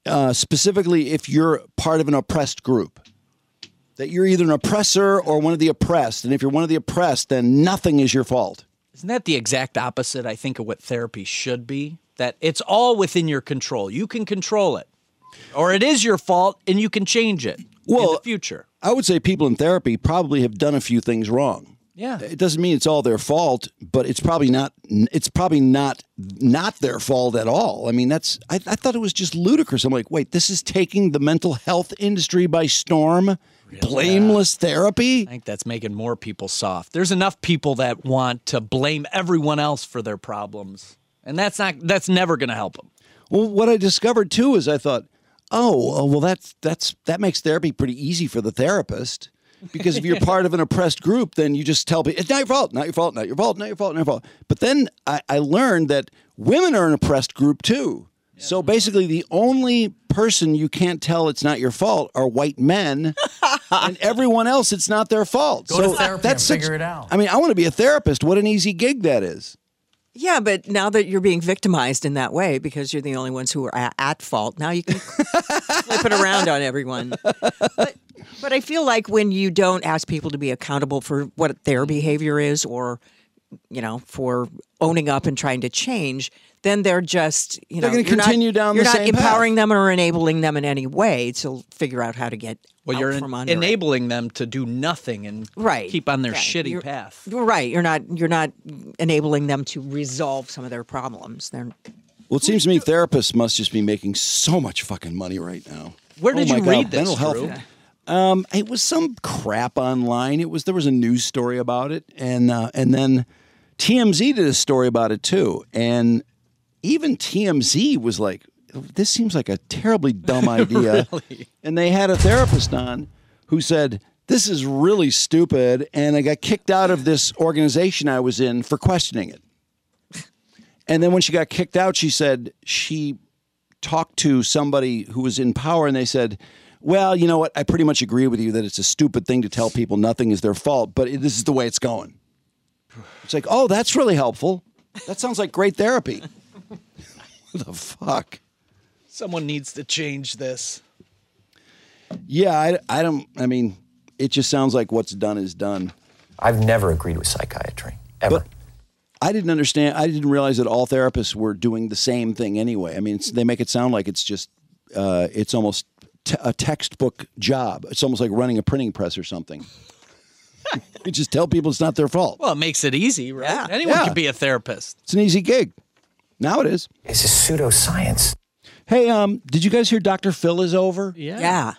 Uh, specifically, if you're part of an oppressed group, that you're either an oppressor or one of the oppressed, and if you're one of the oppressed, then nothing is your fault.
Isn't that the exact opposite? I think of what therapy should be. That it's all within your control. You can control it, or it is your fault, and you can change it in the future.
I would say people in therapy probably have done a few things wrong.
Yeah.
It doesn't mean it's all their fault, but it's probably not. It's probably not not their fault at all. I mean, that's. I, I thought it was just ludicrous. I'm like, wait, this is taking the mental health industry by storm. Blameless therapy.
I think that's making more people soft. There's enough people that want to blame everyone else for their problems, and that's not. That's never going to help them.
Well, what I discovered too is I thought, oh, oh, well, that's that's that makes therapy pretty easy for the therapist because if you're part of an oppressed group, then you just tell people it's not your fault, not your fault, not your fault, not your fault, not your fault. But then I, I learned that women are an oppressed group too. So basically, the only person you can't tell it's not your fault are white men, and everyone else it's not their fault.
Go to
so
therapy
that's such-
and figure it out.
I mean, I want to be a therapist. What an easy gig that is.
Yeah, but now that you're being victimized in that way because you're the only ones who are at, at fault, now you can flip it around on everyone. But, but I feel like when you don't ask people to be accountable for what their behavior is or, you know, for owning up and trying to change, then they're just, you
They're
know,
gonna
you're not-
continue down
You're
the
not
same path.
empowering them or enabling them in any way to figure out how to get
Well,
out
you're
from under it.
enabling them to do nothing and
right
keep on their
right.
shitty
You're-
path.
you're right you're not you're not enabling them to resolve some of their problems they're
Well, it seems to me therapists must just be making so much fucking money right now.
Where did
Oh my
you read this,
Mental health.
Drew?
Um, it was some crap online. It was there was a news story about it, and uh, and then TMZ did a story about it too. And even TMZ was like, "This seems like a terribly dumb idea." And they had a therapist on who said, "This is really stupid," and I got kicked out of this organization I was in for questioning it. And then when she got kicked out, she said she talked to somebody who was in power and they said, Well, you know what? I pretty much agree with you that it's a stupid thing to tell people nothing is their fault, but it, this is the way it's going. It's like, Oh, that's really helpful. That sounds like great therapy. what the fuck?
Someone needs to change this.
Yeah, I, I don't, I mean, it just sounds like what's done is done.
I've never agreed with psychiatry,
ever. I didn't understand. I didn't realize that all therapists were doing the same thing anyway. I mean, it's, they make it sound like it's just, uh, it's almost t- a textbook job. It's almost like running a printing press or something. you just tell people it's not their fault.
Well, it makes it easy, right? Anyone
Yeah.
can be a therapist.
It's an easy gig. Now it is.
This is pseudoscience.
Hey, um, did you guys hear Dr. Phil is over?
Yeah.
yeah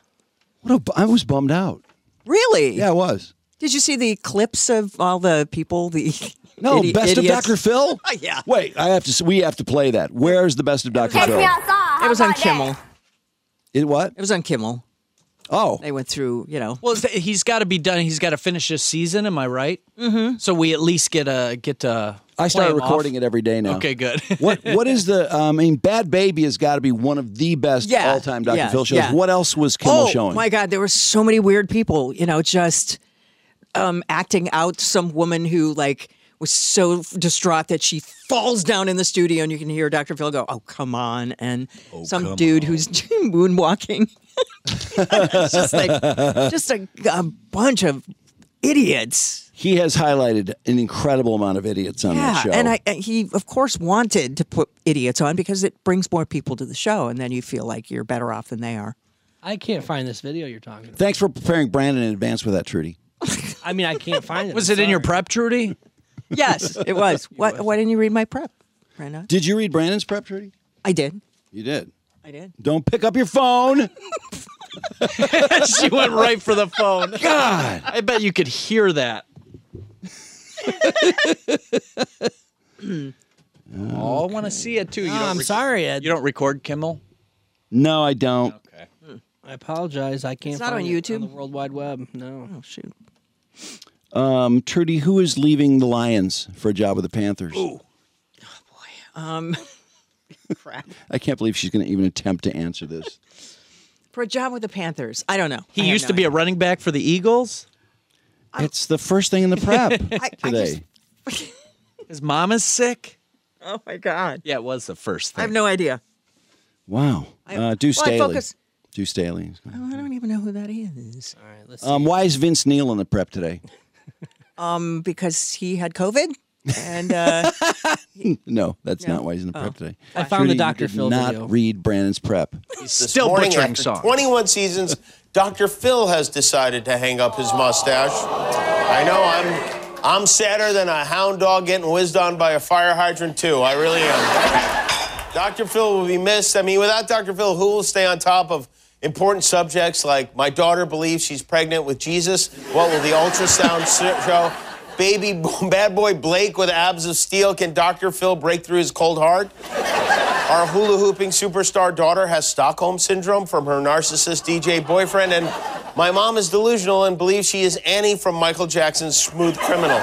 What a bu- I was bummed out.
really
Yeah, I was.
did you see the clips of all the people the
No,
Idi-
best of
idiots.
Dr. Phil.
Oh, yeah.
Wait, I have to. s- We have to play that. Where's the best of Dr. Phil?
It was on Kimmel.
It what?
It was on Kimmel.
Oh,
they went through. You know,
Well, is that- he's got to be done. He's got to finish his season. Am I right? Mm-hmm. So we at least get a get a.
I start recording it every day now.
Okay, good.
what What is the? um, I mean, Bad Baby has got to be one of the best
Yeah,
all time Dr.
yeah,
Phil shows.
yeah.
What else was Kimmel
oh,
showing?
my God, there were so many weird people, you know, just um, acting out some woman who, like, was so distraught that she falls down in the studio, and you can hear Dr. Phil go, Oh, come on. And
Oh,
some
come
dude who's moonwalking. It's just like, just a, um, a bunch of idiots.
He has highlighted an incredible amount of idiots on
yeah.
that show.
And I, and he, of course, wanted to put idiots on because it brings more people to the show, and then you feel like you're better off than they are.
I can't find this video you're talking about.
Thanks for preparing Brandon in advance with that, Trudy.
I mean, I can't find it.
Was it in your prep, Trudy?
Yes, it was. What, why didn't you read my prep, Brenda?
Did you read Brandon's prep, Trudy?
I did.
You did.
I did.
Don't pick up your phone.
she went right for the phone.
God.
I bet you could hear that. Oh, I want to see it too. You
No,
don't
I'm
sorry, Ed. You don't record Kimmel?
No, I don't.
I apologize. I can't.
It's not
find
on
it
YouTube?
the World Wide Web. No.
Oh shoot.
Um, Trudy, who is leaving the Lions for a job with the Panthers?
Oh, Um, crap.
I can't believe she's going to even attempt to answer this.
For a job with the Panthers, I don't know.
He used to be a running back for the Eagles.
it's the first thing in the prep
I
today.
His mom is sick.
Oh my God.
Yeah, it was the first
I
thing.
have no idea.
Wow.
I-
uh, Deuce
well, I
Staley.
focus-
Deuce Staley.
Oh, I don't even know who that is. All right, let's.
Um, why is Vince Neal in the prep today?
Um, because he had COVID, and uh,
no, that's
No.
not why he's in the
Oh.
prep today.
I found
Trudy,
the
you
Dr.
did
Phil
not
video.
read Brandon's prep.
This
Still
morning,
butchering
after
songs.
21 seasons, Dr. Phil has decided to hang up his mustache. I know I'm I'm sadder than a hound dog getting whizzed on by a fire hydrant too. I really am. Dr. Phil will be missed. I mean, without Dr. Phil, who will stay on top of important subjects like my daughter believes she's pregnant with Jesus? What will the ultrasound ser- show? Baby bad boy Blake with abs of steel. Can Dr. Phil break through his cold heart? Our hula hooping superstar daughter has Stockholm syndrome from her narcissist DJ boyfriend, and my mom is delusional and believes she is Annie from Michael Jackson's Smooth Criminal.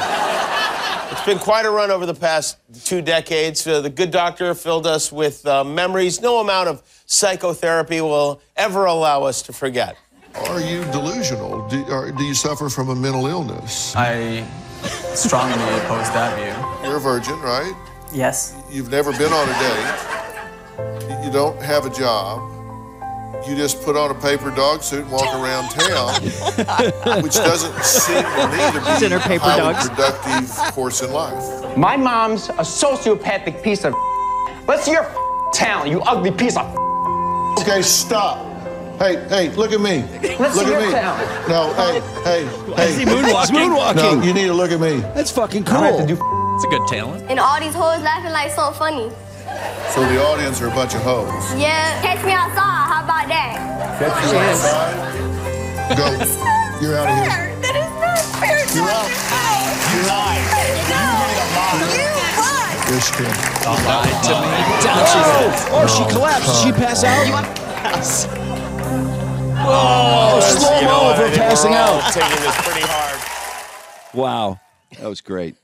It's been quite a run over the past two decades. Uh, the good doctor filled us with uh, memories no amount of psychotherapy will ever allow us to forget.
Are you delusional? Do, or do you suffer from a mental illness?
I strongly oppose that view.
You're a virgin, right?
Yes.
You've never been on a date. You don't have a job. You just put on a paper dog suit and walk around town, which doesn't seem to me to be
She's in her paper
a highly
dogs.
productive course in life.
My mom's a sociopathic piece of.
Let's see your talent, you ugly piece of. Okay, stop. Hey, hey, look at me. Let's look see at your me. talent. No, hey, hey, hey. Is he moonwalking? He's No, moonwalking. you need to look at me.
That's fucking
cool.
It's a good talent.
And all these hoes laughing like so funny.
So the audience are a bunch of hoes.
Yeah, catch me outside. How about that?
That's you outside. Go. You're out of here.
That is not fair.
You're out. You lied. Yes, you did.
Oh, oh, she collapsed. Did she pass out? Oh, slow
You know
mo
what,
of
I
her
think
passing
we're all
out.
Taking this pretty hard.
Wow, that was great.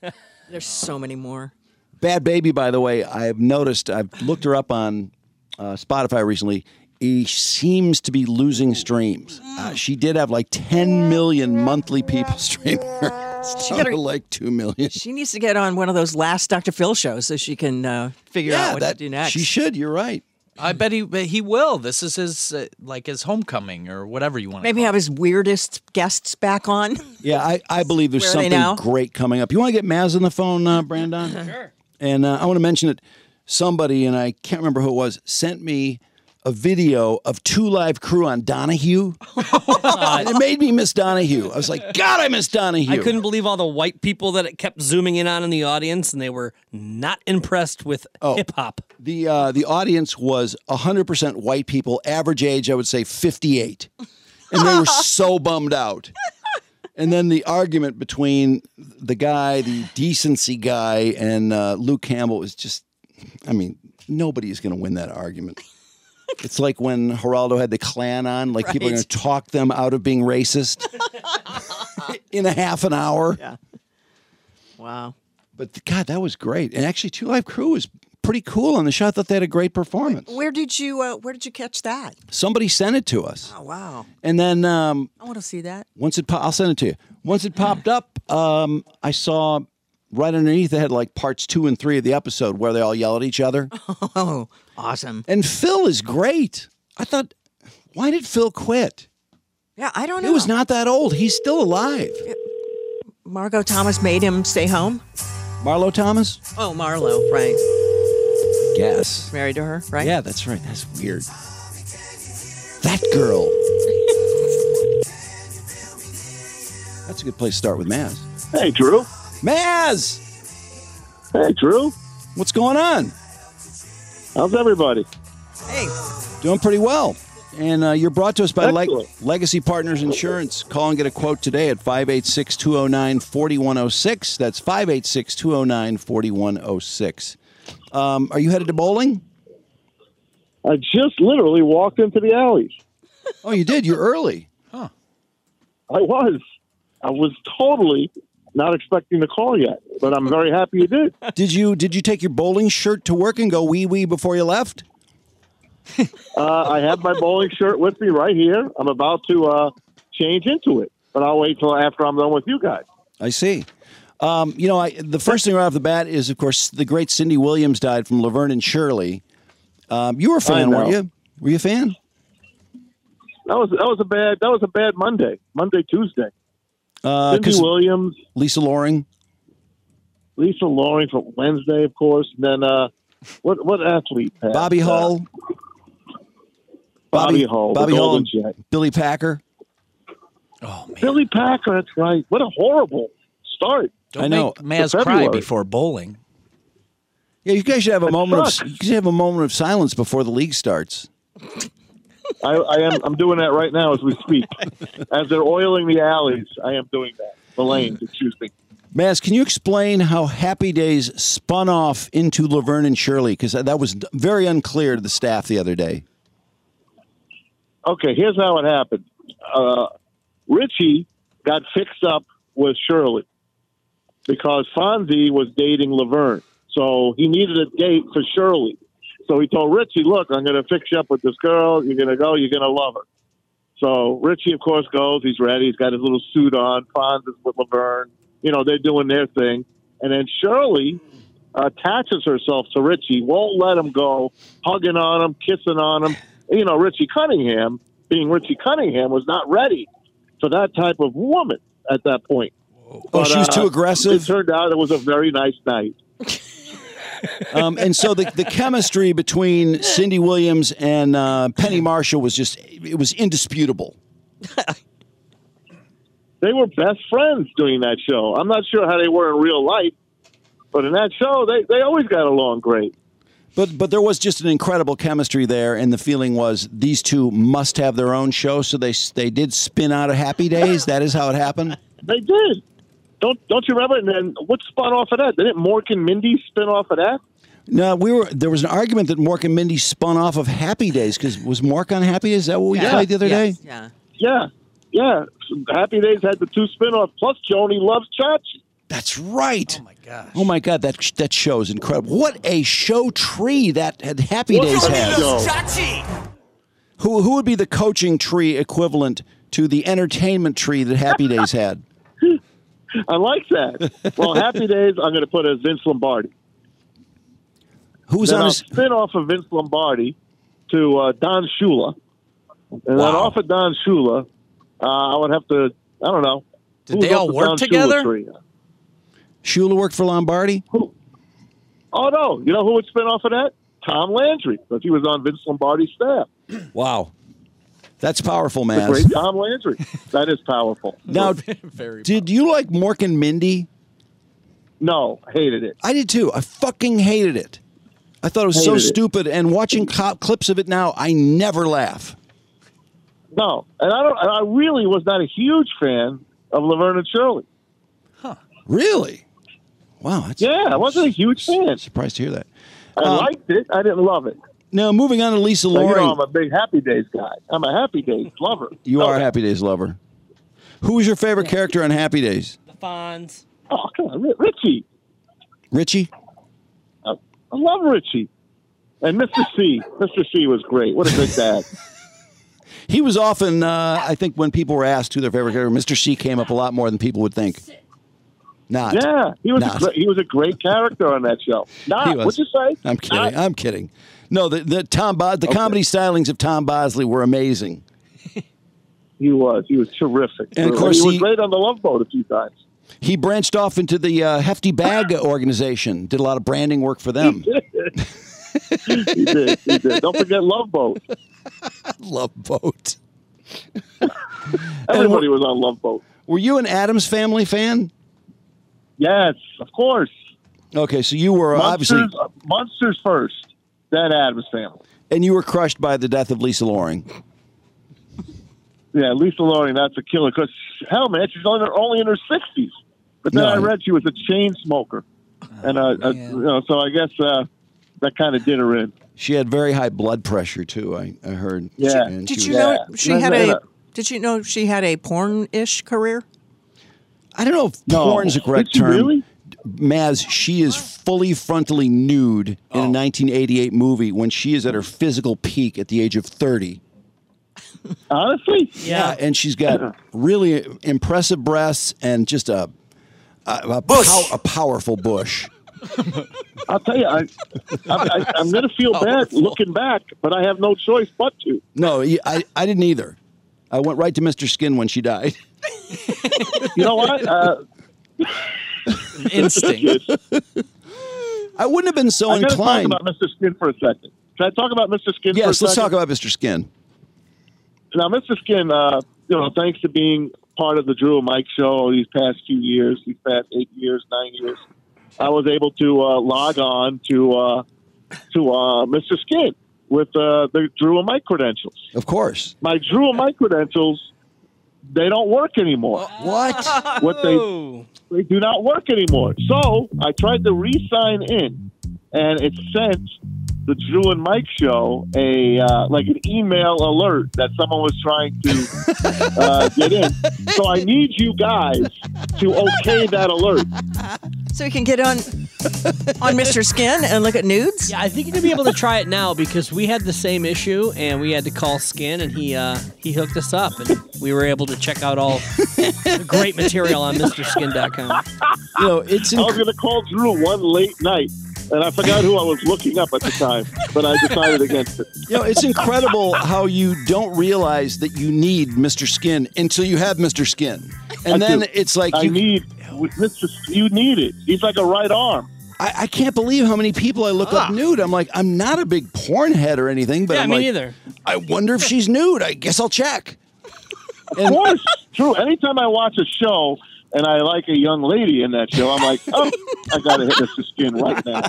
there's so many more.
Bad Baby, by the way, I've noticed, I've looked her up on uh, Spotify recently. He seems to be losing streams. Uh, she did have like 10 million monthly people stream her. It's
She
down
got
to
her-
like 2 million.
She needs to get on one of those last Dr. Phil shows so she can uh, figure
Yeah,
out what
that-
to do next.
she
should. You're right.
I bet he but he will. This is his uh, like his homecoming or whatever you want.
Maybe have his weirdest guests back on.
Yeah, I, I believe there's
Where are they
something
now?
great coming up. You want to get Maz on the phone, uh, Brandon? sure. And uh, I want to mention it. Somebody, and I can't remember who it was, sent me a video of two live crew on Donahue.
Oh
and it made me miss Donahue. I was like, God, I miss Donahue.
I couldn't believe all the white people that it kept zooming in on in the audience, and they were not impressed with
Oh.
hip hop.
The uh, the audience was 100% white people, average age, I would say 58. And they were so bummed out. And then the argument between the guy, the decency guy, and uh, Luke Campbell is just, I mean, nobody is going to win that argument. It's like when Geraldo had the Klan on, like people are
Right.
going to talk them out of being racist in a half an hour.
Yeah. Wow.
But God, that was great. And actually, Two Live Crew was pretty cool on the show. I thought they had a great performance.
Where did you uh, Where did you catch that?
Somebody sent it to us.
Oh wow!
And then um,
I want to see that.
once it, po- I'll send it to you. Once it popped up, um, I saw right underneath it had like parts two and three of the episode where they all yell at each other.
Oh, awesome!
And Phil is great. I thought, why did Phil quit?
Yeah, I don't
He
know.
was not that old. He's still alive.
Margot Thomas made him stay home.
Marlo Thomas?
Oh, Marlo, right?
Yes.
Married to her, right?
Yeah, that's right. That's weird. That girl. that's a good place to start with Maz.
Hey, Drew.
Maz!
Hey, Drew.
What's going on?
How's everybody?
Hey.
Doing pretty well. And uh, you're brought to us by Leg-
Excellent.
Legacy Partners Insurance. Call and get a quote today at 586 209 4106. That's 586 209 4106. Um, Are you headed to bowling?
I just literally walked into the alleys.
Oh, you did? You're early.
I was. I was totally not expecting the call yet, but I'm very happy you did.
Did you did you take your bowling shirt to work and go wee wee before you left?
Uh, I have my bowling shirt with me right here. I'm about to uh, change into it, but I'll wait till after I'm done with you guys.
I see. Um, you know, I, the first thing right off the bat is, of course, the great Cindy Williams died from Laverne and Shirley. Um, you were a fan,
know.
weren't you? Were you a fan?
That was that was a bad that was a bad Monday, Monday Tuesday.
Uh,
Cindy
'cause
Williams,
Lisa Loring.
Lisa Loring for Wednesday, of course. And then uh, what what athlete? passed?
Bobby
Uh,
Hull.
Bobby Hull, the
Bobby Hull.
Golden
and Billy Packer.
Billy Packer. That's right. What a horrible start.
Don't make Maz
For
cry
February.
before bowling.
Yeah, you guys should have a
That
moment. Of,
sucks.
you should have a moment of silence before the league starts.
I, I am. I'm doing that right now as we speak. as they're oiling the alleys, I am doing that. The lanes,
Mm.
excuse me.
Maz, can you explain how Happy Days spun off into Laverne and Shirley? Because that was very unclear to the staff the other day.
Okay, here's how it happened. Uh, Richie got fixed up with Shirley because Fonzie was dating Laverne, so he needed a date for Shirley. So he told Richie, "Look, I'm going to fix you up with this girl. You're going to go. You're going to love her." So Richie, of course, goes. He's ready. He's got his little suit on. Fonz is with Laverne. You know, they're doing their thing. And then Shirley attaches herself to Richie, won't let him go, hugging on him, kissing on him. You know, Richie Cunningham, being Richie Cunningham, was not ready for that type of woman at that point. Oh,
she was too aggressive?
It turned out it was a very nice night.
Um, and so the, the chemistry between Cindy Williams and uh, Penny Marshall was just it was indisputable.
They were best friends doing that show. I'm not sure how they were in real life, but in that show, they, they always got along great.
But but there was just an incredible chemistry there, and the feeling was these two must have their own show. So they they did spin out of Happy Days. That is how it happened.
They did. Don't don't you remember? And then what spun off of that? Didn't Mork and Mindy spin off of that?
No, we were there was an argument that Mork and Mindy spun off of Happy Days because was Mork on Happy Days? Is that what we played the other day?
Yeah.
Yeah. Yeah. Happy Days had the two spin offs plus Joni Loves Chachi.
That's right. Oh my god! Oh my god! That that show is incredible. What a show tree that had Happy Days had. Who who would be the coaching tree equivalent to the entertainment tree that Happy Days had?
I like that. well, Happy Days I'm gonna put as Vince Lombardi.
Who's
then
on
I'll
his-
spin off of Vince Lombardi to uh, Don Shula. And then
Wow.
off of Don Shula, uh, I would have to I don't know.
Did
Who's
they
up
all
the
work
Don Shula
together?
tree?
Shula worked for Lombardi.
Oh no! You know who would spin off of that? Tom Landry, because he was on Vince Lombardi's staff.
Wow, that's powerful,
The
man.
great Tom Landry. that is powerful.
Now, did you like Mork and Mindy?
No, hated it.
I did too. I fucking hated it. I thought it was so
Hated it.
stupid. And watching cl- clips of it now, I never laugh.
No, and I don't. And I really was not a huge fan of Laverne and Shirley.
Really? Wow. That's,
yeah, I wasn't a huge fan.
Surprised to hear that.
I
Um,
liked it. I didn't love it.
Now, moving on to Lisa
So, you
Loring.
know, I'm a big Happy Days guy. I'm a Happy Days lover.
You are a Happy Days lover. Who was your favorite character on Happy Days?
The Fonz.
Oh, come on, Ri- Richie.
Richie?
I, I love Richie. And Mr. C. Mr. C was great. What a good dad.
He was often, uh, I think, when people were asked who their favorite character, Mr. C came up a lot more than people would think. Not.
yeah, he was a
Not.
great, he was a great character on that show. Nah,
He was.
what'd you say?
I'm kidding. I'm kidding. No, the, the Tom Bod, the comedy stylings of Tom Bosley were amazing.
He was. He was terrific.
And of course,
he
he,
was great on the Love Boat a few times.
he branched off into the uh, Hefty Bag organization. Did a lot of branding work for them.
he did. He did. Don't forget Love Boat.
Love Boat.
Everybody was on Love Boat.
Were you an Adams Family fan?
Yes, of course.
Okay, so you were uh, obviously,
Monsters, Monsters first, then Adam's Family.
and you were crushed by the death of Lisa Loring.
Yeah, Lisa Loring, that's a killer. Because, hell, man, she's only, only in her 60s. But then
No.
I read she was a chain smoker.
Oh,
and uh, uh, you know, so I guess uh, that kind of did her in.
She had very high blood pressure too. I, I heard.
Yeah.
And
Did
she
you
was-
know
Yeah.
She had a. Did you know she had a porn-ish career?
I don't know if
No.
porn's the correct
Did she
term.
really?
Maz, she is fully frontally nude in
Oh.
a 1988 movie when she is at her physical peak at the age of 30.
Honestly?
Yeah. and she's got really impressive breasts and just a a, a,
Bush.
pow- a powerful bush.
I'll tell you, I, I, I, I'm going to feel bad looking back, but I have no choice but to.
No, y- I, I didn't either. I went right to Mr. Skin when she died.
You know what? Uh,
Instinct. I wouldn't have been so
I gotta
inclined.
talk about Mr. Skin for a second. Can I talk about Mr. Skin for a
yes,
second?
let's talk about Mr. Skin.
now, Mr. Skin, uh, you know, thanks to being part of the Drew and Mike show these past few years, these past eight years, nine years, I was able to uh, log on to uh, to uh, Mr. Skin with uh, the Drew and Mike credentials.
Of course,
my Drew and Mike credentials they don't work anymore.
What?
What they they do not work anymore. So I tried to re-sign in, and it sent the Drew and Mike show a uh, like an email alert that someone was trying to uh, get in. So I need you guys to okay that alert.
So you can get on on Mr. Skin and look at nudes.
Yeah, I think you're gonna be able to try it now because we had the same issue and we had to call Skin and he uh, he hooked us up and we were able to check out all the great material on MrSkin.com.
You know, it's
I was going to call Drew one late night, and I forgot who I was looking up at the time, but I decided against it.
You know, it's incredible how you don't realize that you need Mr. Skin until you have Mr. Skin. And
I
then
do.
it's like
I
you
need Mr. You need it. He's like a right arm.
I, I can't believe how many people I look up nude. I'm like, I'm not a big porn head or anything, but
Ah. Yeah,
I'm
me
like,
neither.
I wonder if she's nude. I guess I'll check.
Of course, Drew. Anytime I watch a show and I like a young lady in that show, I'm like, oh, I gotta hit Mr. Skin right now.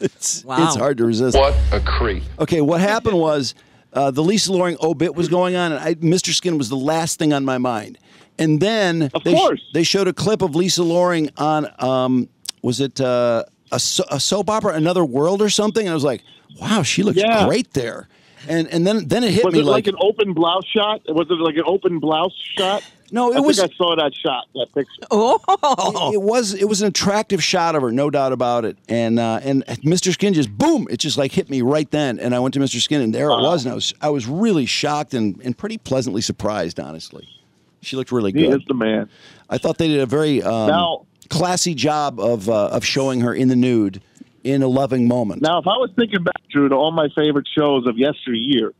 It's, it's hard to resist.
What
a creep. Okay, what happened was uh, the Lisa Loring obit was going on, and I, Mr. Skin was the last thing on my mind. And then they, sh- they showed a clip of Lisa Loring on, um, was it uh, a, so- a soap opera, Another World or something? And I was like, wow, she looks
Yeah.
great there. And and then then it hit
was
me
it like, an open blouse shot? Was it like an open blouse shot?
No, it
I
was-
Think I saw that shot, that picture.
Oh, it, it was it was an attractive shot of her, no doubt about it. And uh, and Mr. Skin just boom, it just like hit me right then. And I went to Mr. Skin, and there it was. And I was I was really shocked and, and pretty pleasantly surprised, honestly. She looked really
He
good.
is the man.
I thought they did a very um,
Now-
classy job of uh, of showing her in the nude in a loving moment.
Now, if I was thinking back, Drew, to all my favorite shows of yesteryear,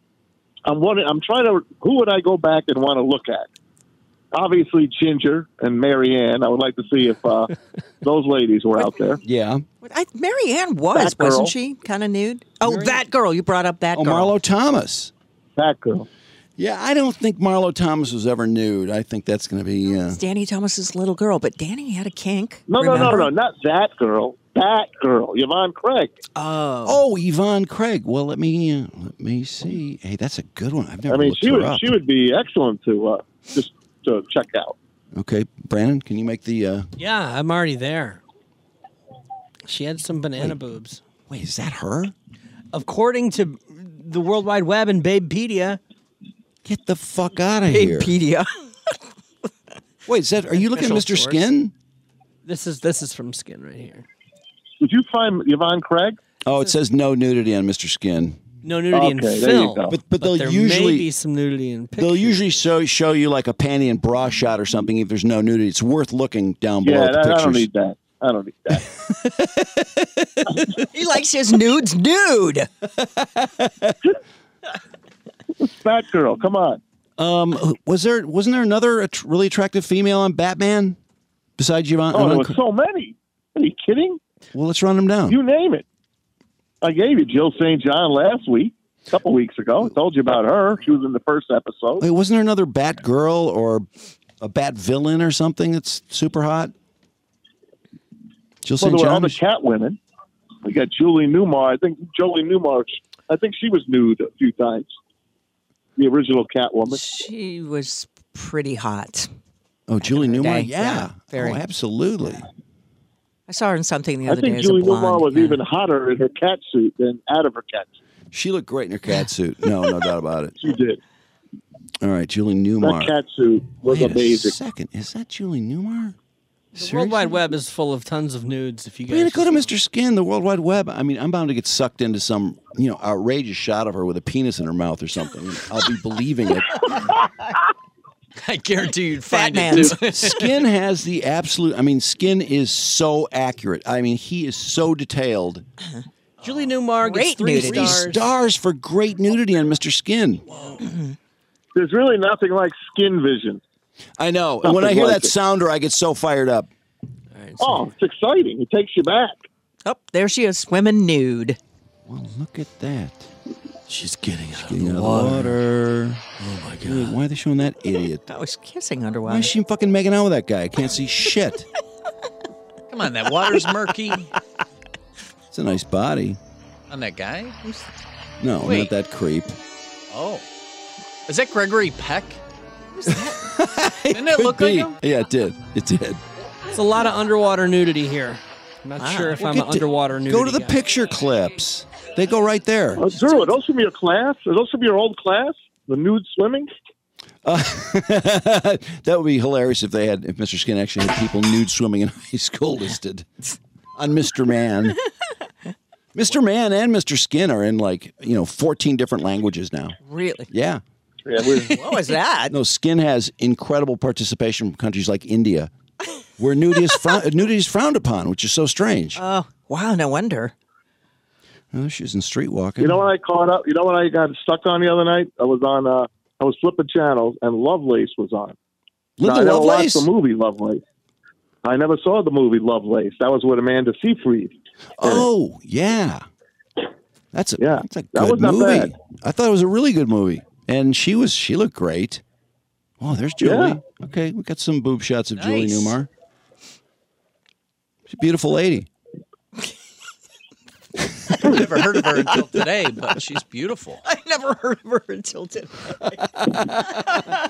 I'm wondering, I'm trying to who would I go back and want to look at? Obviously, Ginger and Marianne. I would like to see if uh, those ladies were out there.
Yeah.
I, Mary Ann was,
That girl.
wasn't she? Kind of nude. Oh, that girl. You brought up that
Oh,
girl.
Marlo Thomas.
That girl.
Yeah, I don't think Marlo Thomas was ever nude. I think that's going to be. Uh,
It's Danny Thomas's little girl, but Danny had a kink.
No, no,
remember?
no, no, not that girl. That girl, Yvonne Craig.
Oh, Yvonne Craig. Well, let me uh, let me see. Hey, that's a good one. I've never.
I mean,
looked
she
her
would
up.
she would be excellent to uh, just to check out.
Okay, Brandon, can you make the? Uh,
Yeah, I'm already there. She had some banana boobs.
Wait, is that her?
According to the World Wide Web and Babepedia.
Get the fuck out of here.
Babepedia.
Wait, is that? Are you looking at Mr.
Official source.
Skin?
This is this is from Skin right here.
Did you find Yvonne Craig?
Oh, it says no nudity on Mr. Skin.
No nudity in film,
Okay, there you go. But- but they'll
there
usually-
may be some nudity in
They'll usually show show you like a panty and bra shot or something if there's no nudity. It's worth looking down below
Yeah,
at the
that- I
pictures.
don't need that. I don't need that.
He likes his nudes nude.
Fat girl, come on.
Um, was there wasn't there another att- really attractive female on Batman besides Yvonne?
Oh, there
Yvonne
was
Cra-
so many. Are you kidding?
Well, let's run them down.
You name it. I gave you Jill St. John last week, a couple weeks ago. I told you about her. She was in the first episode.
Wait, wasn't there another Bat girl or a Bat villain or something that's super hot? Jill
well,
St.
there were all
John.
the cat women. We got Julie Newmar. I think Julie Newmar. I think she was nude a few times. The original Catwoman.
She was pretty hot.
Oh, Julie Newmar.
day,
Yeah.
yeah, very.
Oh, absolutely.
I saw her in something the
I
other day.
think
as a
Julie
blonde.
Newmar was even hotter in her cat suit than out of her cat suit.
She looked great in her cat suit. No, no doubt about it.
She did.
All right, Julie Newmar.
That cat suit was
Wait
amazing.
A second, is that Julie Newmar?
The World Wide Web is full of tons of nudes. If you
Way to
guys,
go to Mr. Skin, the World Wide Web. I mean, I'm bound to get sucked into some, you know, outrageous shot of her with a penis in her mouth or something. I'll be believing it.
I guarantee you'd find it too.
Dude, Skin has the absolute. I mean, Skin is so accurate. I mean, he is so detailed.
Julie Newmar gets
Great
Uh-huh. three
nudity. Three
stars.
stars for great nudity on Mr. Skin.
There's really nothing like skin vision.
I know. And when I hear that sounder, I get so fired up.
oh, it's exciting. It takes you back.
Oh, there she is, swimming nude.
Well, look at that.
She's getting out,
Getting out of the water. Oh my god! Why are they showing that idiot?
I was kissing underwater.
Why is she fucking making out with that guy? I can't see shit.
Come on, that water's murky.
It's a nice body.
on that guy? Who's-
No,
Wait.
not that creep.
Oh. Is that Gregory Peck? Didn't it look like him?
Yeah, it did. It did.
It's a lot of underwater nudity here. I'm not sure if I'm an underwater nudity.
Go Ah, to the
guy.
picture clips. They go right there.
Oh, Drew, are those from your class? Are those from your old class? The nude swimming?
Uh, that would be hilarious if they had if Mr. Skin actually had people nude swimming in high school listed on Mr. Man. Mr. Man and Mr. Skin are in like you know 14 different languages now.
Really?
Yeah.
Yeah, we're,
What was that?
No, Skin has incredible participation from countries like India, where nudity is, frou- nudity is frowned upon, which is so strange.
Oh, wow. No wonder.
Oh, she's in street walking.
You know what I caught up? You know what I got stuck on the other night? I was on. Uh, I was flipping channels, and Lovelace was on.
Linda
Now, I never
Lovelace?
watched the movie Lovelace. I never saw the movie Lovelace. That was with Amanda Seyfried.
Oh yeah, that's a yeah. That's a good
that was not
movie.
bad.
I thought it was a really good movie, and she was she looked great. Oh, there's Julie. Okay, we got some boob shots of Julie
Nice.
Newmar. She's a beautiful lady.
I've never heard of her until today, but she's beautiful.
I never heard of her until today.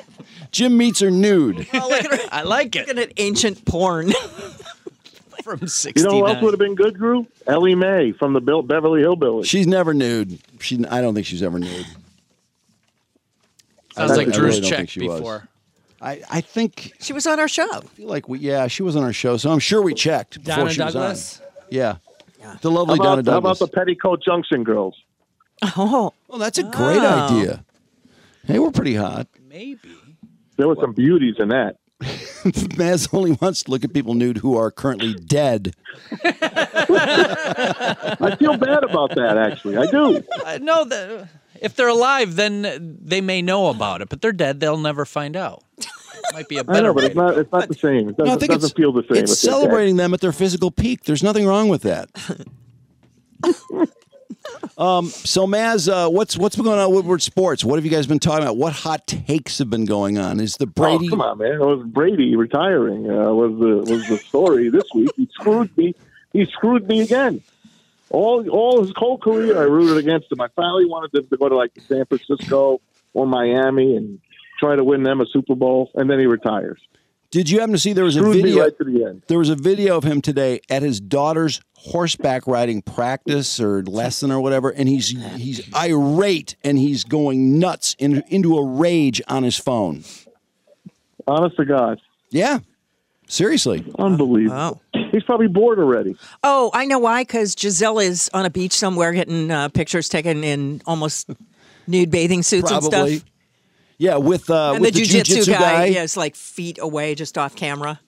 Jim meets her nude.
I like it.
Looking at ancient porn.
From
You
69.
know what else would have been good, Drew? Ellie Mae from the Bill- Beverly Hillbillies.
She's never nude. She I don't think she's ever nude. I
Sounds
really-
like
I really
Drew's
don't think
checked
she was.
before.
I, I think
she was on our show. I
feel like we yeah she was on our show, so I'm sure we checked before
Donna
she was on.
Douglas.
Yeah. The lovely
how about,
Donna
how about
Douglas.
the Petticoat Junction girls?
Oh,
well, that's a Great idea. Hey, we're pretty hot.
There were some beauties in that.
Maz only wants to look at people nude who are currently dead.
I feel bad about that, actually. I do.
Uh, no, the, if they're alive, then they may know about it, but they're dead, they'll never find out. Might be a
I
better
know, but
way.
it's not, it's not the same. It doesn't,
No, I think
doesn't
it's,
feel the same.
it's
if they're dead.
celebrating them at their physical peak. There's nothing wrong with that. um, so, Maz, uh, what's what's been going on with Woodward Sports? What have you guys been talking about? What hot takes have been going on? Is the Brady?
Oh, come on, man! It was Brady retiring. Uh, was the was the story this week? He screwed me. He screwed me again. All all his whole career, I rooted against him. I finally wanted him to go to like San Francisco or Miami and try to win them a Super Bowl, and then he retires.
Did you happen to see there was a
Screwed me
video?
right to the end.
There was a video of him today at his daughter's horseback riding practice or lesson or whatever, and he's he's irate and he's going nuts in, into a rage on his phone.
Honest to God.
Yeah, seriously,
unbelievable. He's probably bored already.
Oh, I know why. Because Giselle is on a beach somewhere getting uh, pictures taken in almost nude bathing suits and
probably.
stuff.
Yeah, with uh,
and
with
the jujitsu guy,
guy.
yeah, is like feet away, just off camera.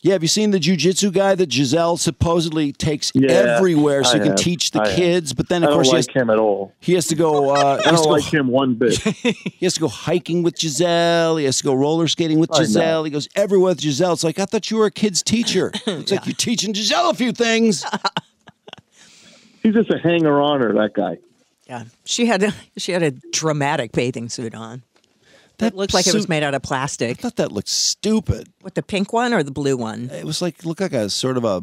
Yeah, have you seen the jujitsu guy that Giselle supposedly takes
Yeah,
everywhere so
I
you can
have.
teach the
I have.
kids? But then,
I
of
don't
course,
like
he has,
him at all.
He has to go. Uh,
I don't like him one bit.
he has to go hiking with Giselle. He has to go roller skating with
I know.
Giselle. He goes everywhere with Giselle. It's like I thought you were a kid's teacher. It's like you're teaching Giselle a few things.
He's just a hanger oner, that guy.
Yeah, she had a, she had a dramatic bathing suit on. That looked like it was
suit-
made out of plastic. I
thought that looked stupid.
What the pink one or the blue one?
It was like looked like a sort of a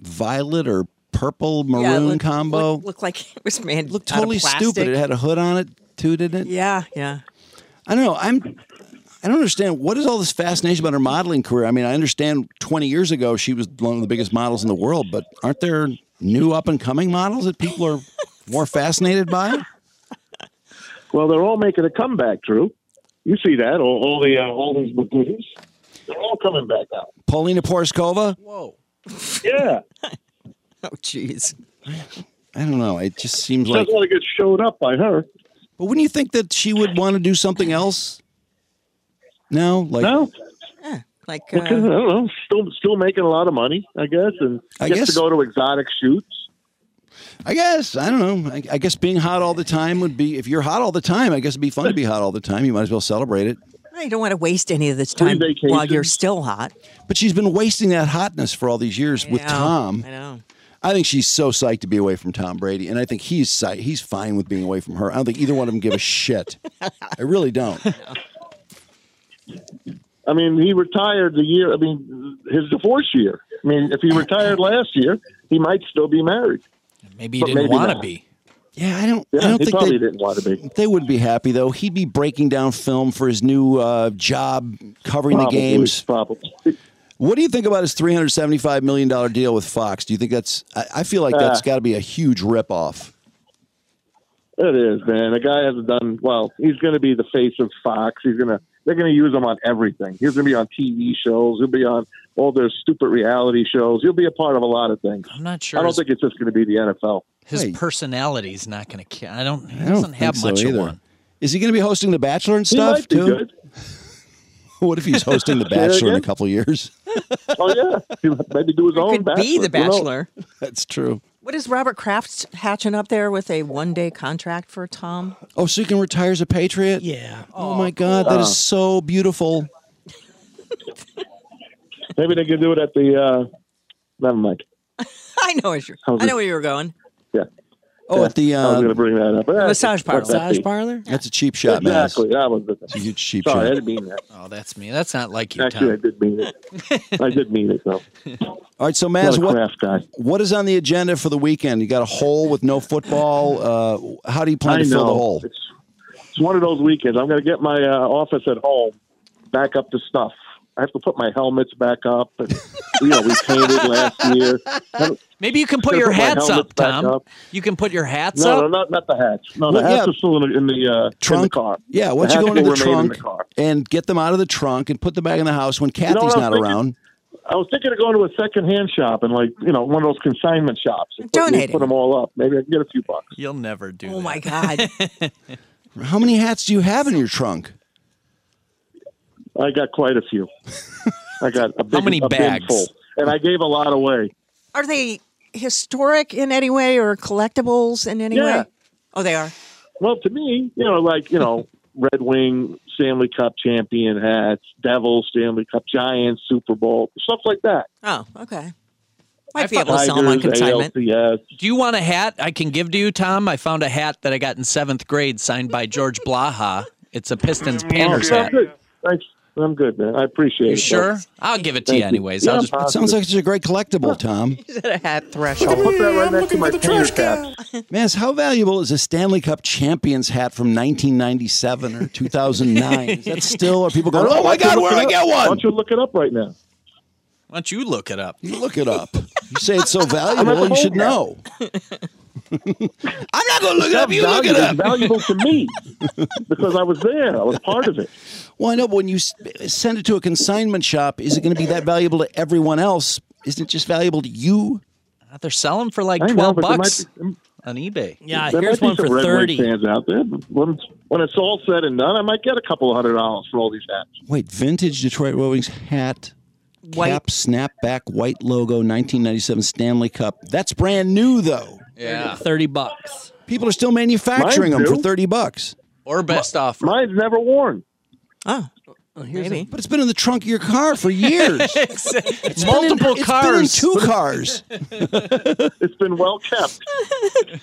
violet or purple maroon
Yeah, it looked-
combo.
Looked, looked like it was made
looked
out of
totally
plastic.
stupid. It had a hood on it too, didn't it?
Yeah, yeah.
I don't know. I'm. I don't understand what is all this fascination about her modeling career. I mean, I understand 20 years ago she was one of the biggest models in the world, but aren't there new up and coming models that people are more fascinated by?
Well, they're all making a comeback, Drew. You see that? All, all the uh, all these goodies. They're all coming back out.
Paulina Porskova.
Whoa. Yeah.
oh, jeez.
I don't know. It just seems
Doesn't
like.
want to get showed up by her.
But wouldn't you think that she would want to do something else? No, like
no.
Like
Well, 'cause, I don't know. Still, still making a lot of money, I guess, and
I
gets
guess-
to go to exotic shoots.
I guess I don't know. I, I guess being hot all the time would be if you're hot all the time. I guess it'd be fun to be hot all the time. You might as well celebrate it.
You don't want to waste any of this time while you're
vacations.
still hot.
But she's been wasting that hotness for all these years with
I know,
Tom.
I know.
I think she's so psyched to be away from Tom Brady, and I think he's psyched, he's fine with being away from her. I don't think either one of them give a shit. I really don't.
I mean, he retired the year. I mean, his divorce year. I mean, if he retired last year, he might still be married.
Maybe he
But
didn't
maybe
want to
not.
be.
Yeah, I don't.
Yeah,
I don't
he
think
probably
they,
didn't want to be.
They would be happy though. He'd be breaking down film for his new uh, job, covering
Probably,
the games.
Probably.
What do you think about his three hundred seventy-five million dollar deal with Fox? Do you think that's? I, I feel like that's
Ah.
got to be a huge ripoff.
It is, man. The guy hasn't done well. He's going to be the face of Fox. He's going to they're going to use him on everything. He's going to be on TV shows. He'll be on all their stupid reality shows. He'll be a part of a lot of things.
I'm not sure
I don't
his-
think it's just going to be the NFL.
His personality's not going to. I don't. He
I
doesn't
don't
have
think so
much
either.
of one.
Is he going to be hosting The Bachelor and
He
stuff
might be
too?
good.
What if he's hosting The
Say that
Bachelor in a
again?
couple years?
oh yeah, he might do his own.
could be
Bachelor. Who
the
knows?
Bachelor.
That's true.
What is Robert Kraft hatching up there with a one-day contract for Tom?
Oh, so you can retire as a Patriot?
Yeah.
Oh, my God, that
Oh.
is so beautiful.
Maybe they could do it at the. Uh, never mind.
I know where you're,
I was
I know
just-
where you were going.
Yeah.
Oh, at the
I was
uh,
going to bring that up. but that's-
massage parlor.
fuck that
Massage
thing.
parlor?
That's a cheap shot, man.
Exactly. That was
It's a huge cheap
Sorry, I
shot.
didn't mean that.
Oh, that's me. That's not like you,
Actually, I
Tom.
did mean it. I did mean it though.
All right, so Maz,
What a
what,
craft guy.
what is on the agenda for the weekend? You got a hole with no football. Uh, how do you plan
I
to fill
know.
the hole?
It's, it's one of those weekends. I'm going to get my uh, office at home back up to stuff. I have to put my helmets back up. And, you know, we painted last year.
Maybe you can put
Should've
your
put my
hats
helmets
up,
back
Tom.
up.
You can put your hats
No, no,
up.
not, not the hats. No, the
Well,
hats
yeah.
are still in the, in the, uh, in the
Trunk?
car.
Yeah,
The
why don't you
hats
go into
will
the
remain in
trunk
car.
and get them out of the trunk and put them back in the house when
know
Kathy's
what I
not
was thinking?
around?
I was thinking of going to a secondhand shop and, like, you know, one of those consignment shops. and put-
Donate
Put them all up. Maybe I can get a few bucks.
You'll never do.
Oh my God!
How many hats do you have in your trunk?
I got quite a few. I got a big,
many
a bin
bags?
full. And I gave a lot away.
Are they historic in any way or collectibles in any
Yeah.
way? Oh, they are.
Well, to me, you know, like you know, Red Wing Stanley Cup champion hats, Devils Stanley Cup, Giants Super Bowl stuff like that.
Oh, okay. Might
I
be able to
Tigers,
sell them on consignment.
ALCS.
Do you want a hat I can give to you, Tom? I found a hat that I got in seventh grade signed by George Blaha. It's a Pistons
Oh,
Panthers
sounds
hat.
good. Thanks. I'm good, man. I appreciate it.
You sure? I'll give it to
Thank
you anyways. I'll just
it sounds like it's a great collectible, Tom.
He's at a hat
I'll
threshold.
put that right next to my trash cap.
Mass, how valuable is a Stanley Cup champions hat from 1997 or 2009? Is that still, are people going, oh my God, where did I get
Why
one?
don't you look it up right now?
Why don't you look it up?
You look it up. You say it's so
I'm at
valuable, you
home
should
now.
know. I'm not going to look it up. You look it
Valuable-
up.
valuable to me because I was there. I was part of it.
Well, I know, but when you s- send it to a consignment shop, is it going to be that valuable to everyone else? Isn't it just valuable to you?
Uh, They're selling for like
I know,
12
but there might
bucks
be-
on eBay.
Uh,
there might be some Red Wing fans out there. but When it's, when it's all said and done, I might get a couple of hundred dollars for all these hats.
Wait, vintage Detroit Red Wings hat,
White.
cap, snapback, white logo, 1997 Stanley Cup. That's brand new though.
Yeah.
30 bucks.
People are still manufacturing
Mine
them for
do.
30 bucks.
Or best offer.
Mine's never worn.
Oh.
Maybe.
But it's been in the trunk of your car for years. It's been in-
Multiple cars.
It's been in two cars.
It's been well kept.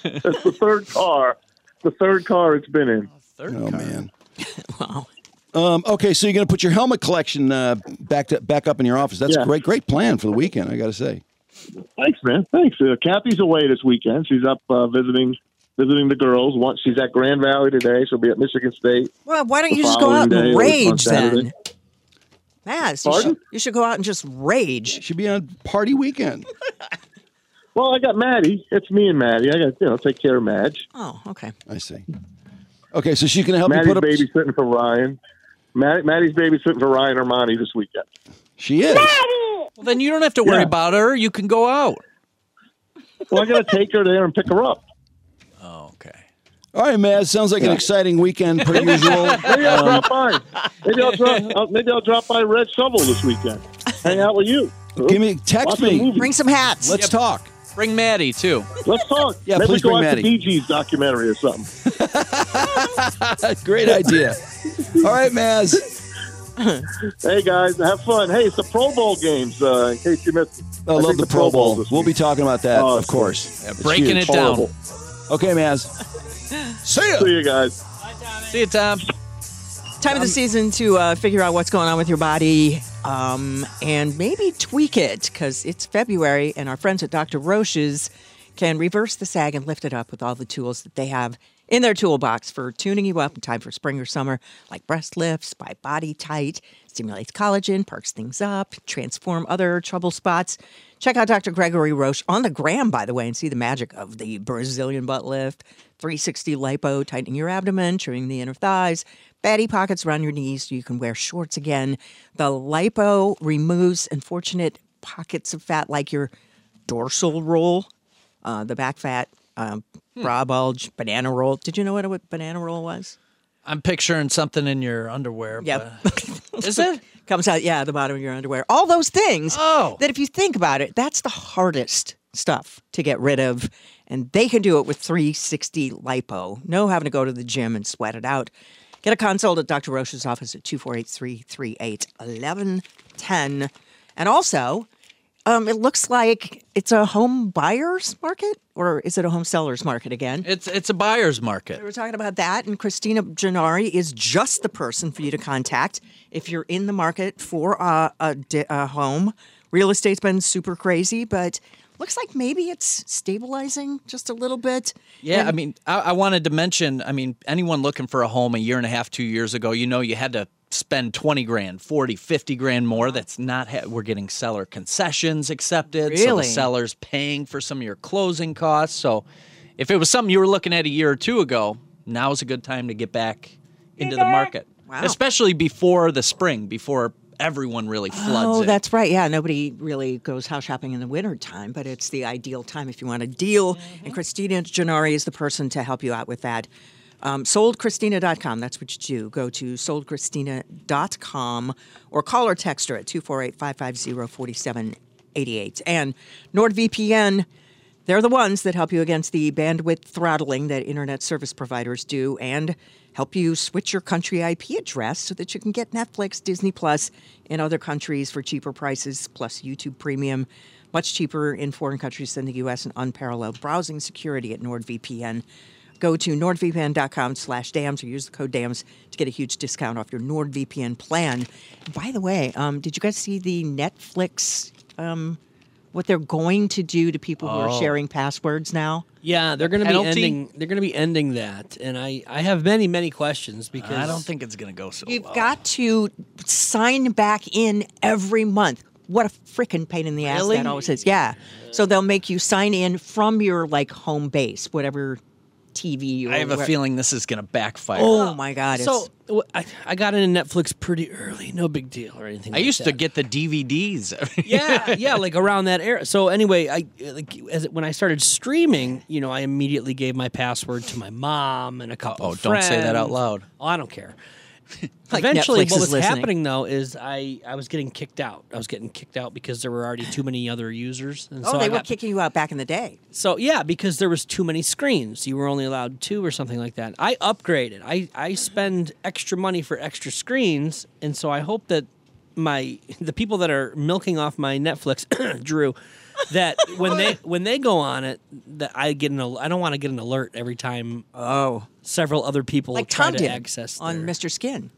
That's the third car. The third car it's been in.
oh man. wow. Um, okay, so you're going to put your helmet collection uh, back to, back up in your office. That's a
Yeah.
great, great plan for the weekend. I got to say.
Thanks, man. Thanks. Uh, Kathy's away this weekend. She's up uh, visiting visiting the girls. Once she's at Grand Valley today, she'll be at Michigan State.
Well, why don't
the
you just go
following
out
day,
and
or
rage
on Saturday.
then? Mass, you
Pardon?
should, you should go out and just rage.
Should be on party weekend.
Well, I got Maddie. It's me and Maddie. I got you know take care of Madge.
Oh, okay.
I see. Okay, so she's going to help
Maddie's
you put up.
babysitting for Ryan. Maddie, Maddie's babysitting for Ryan Armani this weekend.
She is.
Well, then you don't have to worry
Yeah.
about her. You can go out.
Well, I got to take her there and pick her up.
Oh,
All right, man. Sounds like an
Yeah.
exciting weekend, per usual.
Maybe I'll
Um,
drop by. Maybe I'll drop. I'll, maybe I'll drop by Red Shovel this weekend. Hang out with you.
Give me text
Watch a
me.
movie.
Bring some hats.
Let's talk.
Bring Maddie, too.
Let's talk.
Yeah,
maybe
please
go
bring
watch
Maddie.
the Bee Gees documentary or something.
Great idea. All right, Maz.
Hey guys, have fun. Hey, it's the Pro Bowl games. Uh, in case you missed, it.
I love
think
the Pro Bowl.
this
We'll be talking about that,
Oh,
of
it's-
course.
Yeah,
It's
breaking
huge.
it down.
Horrible. Okay, Maz. See ya.
See you guys.
See you, Tom.
Time of the season to uh, figure out what's going on with your body um, and maybe tweak it because it's February and our friends at Dr. Roche's can reverse the sag and lift it up with all the tools that they have in their toolbox for tuning you up in time for spring or summer, like breast lifts by body tight, stimulates collagen, perks things up, transform other trouble spots. Check out Dr. Gregory Roche on the gram, by the way, and see the magic of the Brazilian butt lift, 360 lipo, tightening your abdomen, trimming the inner thighs, fatty pockets around your knees so you can wear shorts again. The lipo removes unfortunate pockets of fat like your dorsal roll, uh, the back fat, um, bra bulge, banana roll. Did you know what a banana roll was?
I'm picturing something in your underwear.
Yep.
but- Is it? Oh.
Comes out, yeah, the bottom of your underwear. All those things that, if you think about it, that's the hardest stuff to get rid of. And they can do it with 360 lipo. No having to go to the gym and sweat it out. Get a consult at Dr. Roche's office at 248 338 1110. And also, um, it looks like it's a home buyer's market, or is it a home seller's market again?
It's it's a buyer's market.
We were talking about that, and Christina Gennari is just the person for you to contact if you're in the market for uh, a, di- a home. Real estate's been super crazy, but looks like maybe it's stabilizing just a little bit.
Yeah,
And-
I mean, I, I wanted to mention. I mean, anyone looking for a home a year and a half, two years ago, you know, you had to spend 20 grand, 40, 50 grand more. That's not, ha- we're getting seller concessions accepted. So the
Really?
seller's paying for some of your closing costs. So if it was something you were looking at a year or two ago, now is a good time to get back into the market.
Wow.
Especially before the spring, before everyone really floods
oh,
it.
that's right. Yeah, nobody really goes house shopping in the winter time, but it's the ideal time if you want to deal. And Christina Gennari is the person to help you out with that. Um, soldchristina.com, that's what you do. Go to soldchristina.com or call or text her at 248 550 4788. And NordVPN. They're the ones that help you against the bandwidth throttling that internet service providers do and help you switch your country IP address so that you can get Netflix, Disney Plus in other countries for cheaper prices plus YouTube Premium, much cheaper in foreign countries than the US and unparalleled browsing security at NordVPN. Go to nordvpn.com slash dams or use the code dams to get a huge discount off your NordVPN plan. By the way, um, did you guys see the Netflix, um, what they're going to do to people who
Oh.
are sharing passwords now?
Yeah, they're going to be
Penalty?
ending. They're going to be ending that, and I, I have many many questions because
I don't
think it's going to go so.
You've got to sign back in every month. What a freaking pain in the ass
Really?
that always is. Yeah. So they'll make you sign in from your like home base, whatever TV or
I have a
where-
feeling this is going to backfire.
Oh my god. it's-
So w- I, I got into Netflix pretty early, no big deal or anything.
I
like
used
that.
to get the DVDs.
yeah, yeah, like around that era. So anyway, I like as it- when I started streaming, you know, I immediately gave my password to my mom and a couple.
Oh,
of
don't say that out
friends.
loud.
Oh, I don't care.
Like
Eventually,
Netflix
what
is
was
listening.
happening though is I I was getting kicked out. I was getting kicked out because there were already too many other users. And
oh,
so
they
I
were
got-
kicking you out back in the day.
so yeah, because there was too many screens, you were only allowed two or something like that. I upgraded. I I spend extra money for extra screens, and so I hope that my the people that are milking off my Netflix, Drew, that when they when they go on it, that I get an al- I don't want to get an alert every time.
Oh,
several other people
Like
try
Tom
to
did
access
on Mr. Skin.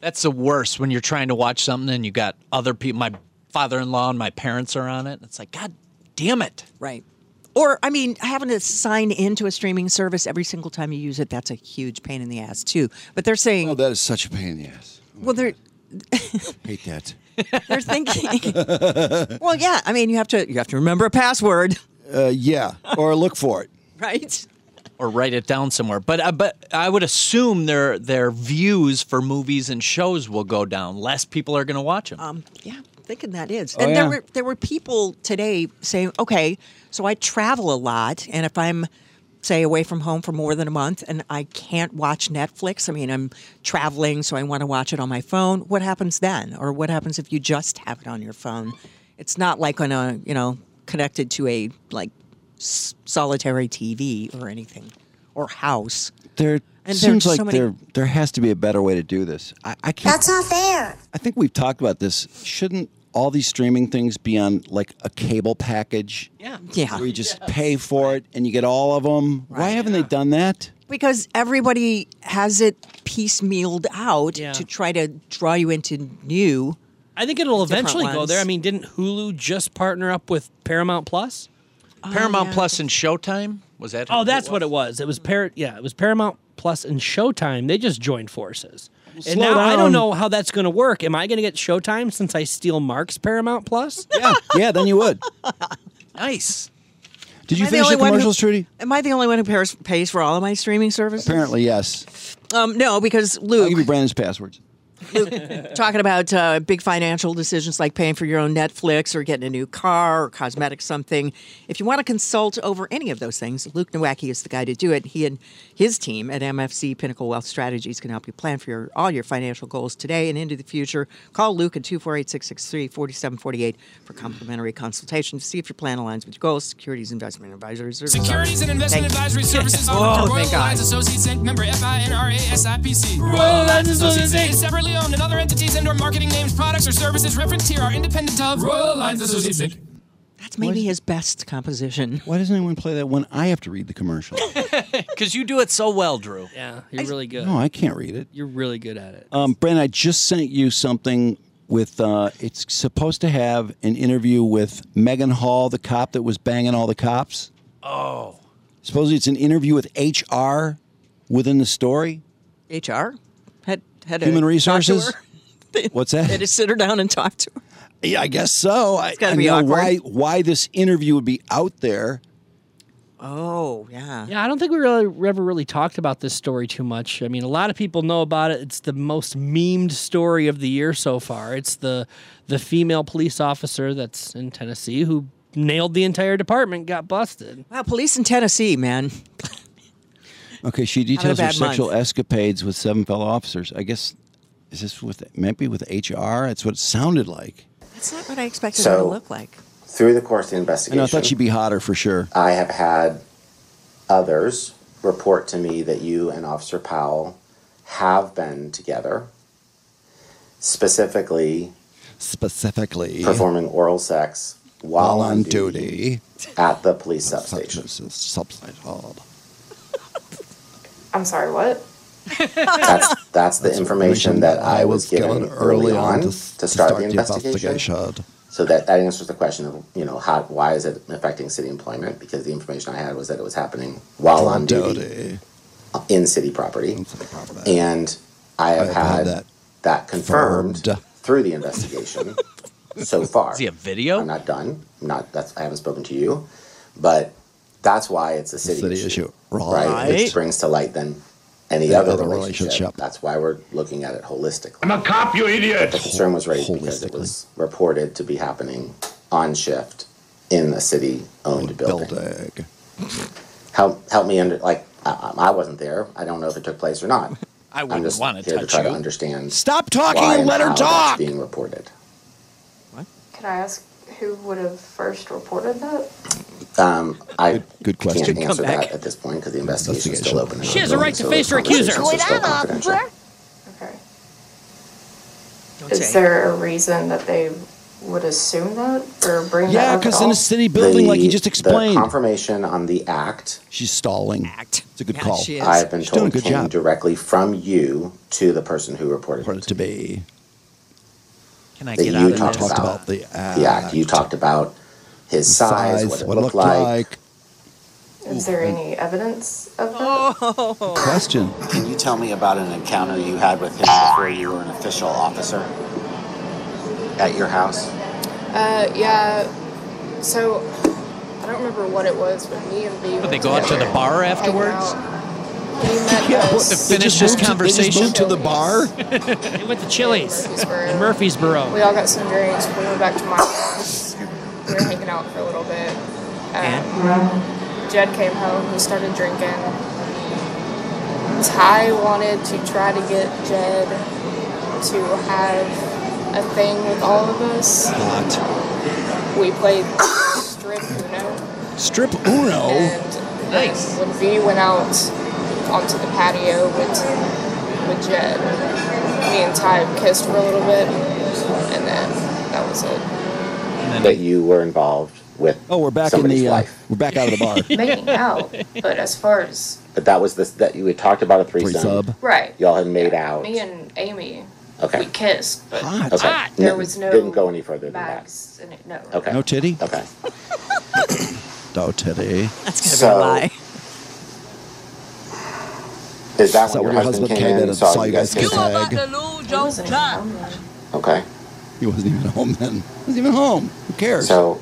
That's the worst when you're trying to watch something and you got other people. My father-in-law and my parents are on it. It's like, God damn it!
Right. Or I mean, having to sign into a streaming service every single time you use it, that's a huge pain in the ass too. But they're saying
Oh, that is such a pain in the ass.
well they're
Hate that.
they're thinking Well, yeah, I mean you have to you have to remember a password.
Uh, yeah, or look for it.
Right?
or write it down somewhere. But uh, but I would assume their their views for movies and shows will go down. Less people are going to watch them.
Um, yeah, thinking that is.
Oh,
and
yeah.
there were there were people today saying, okay, so I travel a lot, and if I'm say away from home for more than a month and I can't watch Netflix, I mean I'm traveling, so I want to watch it on my phone. What happens then, or what happens if you just have it on your phone? It's not like on a you know connected to a like s- solitary TV or anything or house.
There
And there's
seems like
so many-
there there has to be a better way to do this. I, I can't.
That's not fair.
I think we've talked about this. Shouldn't all these streaming things be on like a cable package?
Yeah. Yeah.
Where you just pay for it and you get all of them. Why haven't they done that?
Because everybody has it piecemealed out
Yeah.
to try to draw you into new.
I think it'll
Different
eventually go
ones.
there. I mean, didn't Hulu just partner up with Paramount Plus?
Paramount Plus and Showtime was that?
Oh, that's what it was. It was Par- yeah, it was Paramount Plus and Showtime. They just joined forces. and
slow
now I don't
down.
know how that's going to work. Am I going to get Showtime since I steal Mark's Paramount Plus?
Yeah, yeah. Then you would.
Nice.
Did you
Am
finish
I the
the
only one who-
commercials, Trudy?
Am I the only one who pairs, pays for all of my streaming services?
Apparently, yes.
Um, no, because
I'll give
Luke,
you Brandon's passwords.
talking about uh, big financial decisions like paying for your own Netflix or getting a new car or cosmetic something, if you want to consult over any of those things, Luke Nowacki is the guy to do it. He and his team at MFC Pinnacle Wealth Strategies can help you plan for your, all your financial goals today and into the future. Call Luke at 248 663 4748 for complimentary consultation to see if your plan aligns with your goals. Securities Investment Advisory Services.
Securities and investment
Thank you.
advisory services
Oh,
offered through Royal
thank God.
Alliance Associates Inc. Member FINRA SIPC.
Royal Alliance Associates, Inc.
is separately owned, and other entities and/or marketing names, products, or services referenced here are independent of Royal Alliance Associates Inc.
That's maybe his best composition.
Why doesn't anyone play that when I have to read the commercial?
Because you do it so well, Drew.
Yeah, you're really good.
No, I can't read it.
You're really good at it.
Um, Brandon, I just sent you something with. Uh, it's supposed to have an interview with Megan Hall, the cop that was banging all the cops.
Oh,
Supposedly, it's an interview with HR within the story.
HR? Had, had a
Human
talk to
resources?
her?
What's that?
Had to sit her down and talk to her.
Yeah, I guess so. I,
It's gotta
I
be
know
awkward.
why why this interview would be out there.
Oh, yeah.
Yeah, I don't think we really ever really talked about this story too much. I mean, a lot of people know about it. It's the most memed story of the year so far. It's the the female police officer that's in Tennessee who nailed the entire department, got busted.
Wow, police in Tennessee, man.
Okay, she
Having a
details her
bad month.
sexual escapades with seven fellow officers. I guess is this with maybe with HR? That's what it sounded like.
That's not what I expected
So-
her to look like.
Through the course of the
And
investigation,
I thought she'd be hotter for sure.
I have had others report to me that you and Officer Powell have been together, specifically
Specifically,
performing oral sex while,
While on
on duty, at the police substation.
substation.
I'm sorry, what?
That's that's the information that I was given early on to start the
the
investigation. So that that answers the question of you know how why is it affecting city employment? Because the information I had was that it was happening while on duty, in city property, and I have had, that, confirmed through the investigation so far. Is he a
video?
I'm not done. I'm not that's I haven't spoken to you, but that's why it's a city,
city
issue,
issue.
right? Which
Right.
brings to light then any
Any
other,
other
relationship.
relationship.
That's why we're looking at it holistically.
I'm a cop, you idiot!
The concern was raised because it was reported to be happening on shift in a city-owned building. Help, help me under like I, Um, I- I wasn't there. I don't know if it took place or not.
I
I'm
wouldn't
just
want to
here to
touch
try
you.
to understand.
Stop
talking
why
and let her
how that's
talk!
Being reported.
Could I ask who would have first reported that?
Um, I
good question.
can't
Come
answer
back.
that at this point because the investigation is still open.
She has a right to
So
face her
the conversations
accuser.
are still confidential.
Okay.
Don't
Is
say.
there a reason that they would assume that or bring that
Yeah,
up at
because in
all?
a city building, like you just explained,
The confirmation on the act.
She's stalling.
Act.
It's a good call.
I've been
She's doing a
told
good
came
job.
directly from you to the person who reported it
to be.
Can I
that
get out
you
of
talked
this?
about,
the act.
the act. You talked about his size,
size,
what it
what it
looked
looked
like.
Is there any evidence of that?
Oh. Question.
Can you tell me about an encounter you had with him before you were an official officer at your house?
Uh, yeah. So, I don't remember what it was, but me and B.
Did they go out to the bar afterwards?
Yeah,
what- To finish this conversation?
to the bar.
they went to Chili's, in
Murfreesboro. We
Murfreesboro.
all got some drinks. We went back to my house. We were hanging out for a little bit. Um, Jed came home. He started drinking. Ty wanted to try to get Jed to have a thing with all of us. We played strip Uno.
Strip Uno.
And nice. When V went out onto the patio with with Jed, me and Ty kissed for a little bit, and then that was it.
That you were involved with.
Oh, we're back in
somebody's
the. Uh,
wife.
we're back out of the bar.
Making out, but as far as
But that was this that you had talked about a threesome.
right,
Y'all had made out.
me and Amy
Okay.
kissed, but
Okay.
there
N-
was no
Didn't go any further than that.
bags in it. No,
Okay.
No titty.
Okay.
No titty.
That's
So- Is that
Is
when your husband came in and saw you guys kiss?
Oh,
Okay.
He wasn't even home then. Wasn't even home. Who cares?
So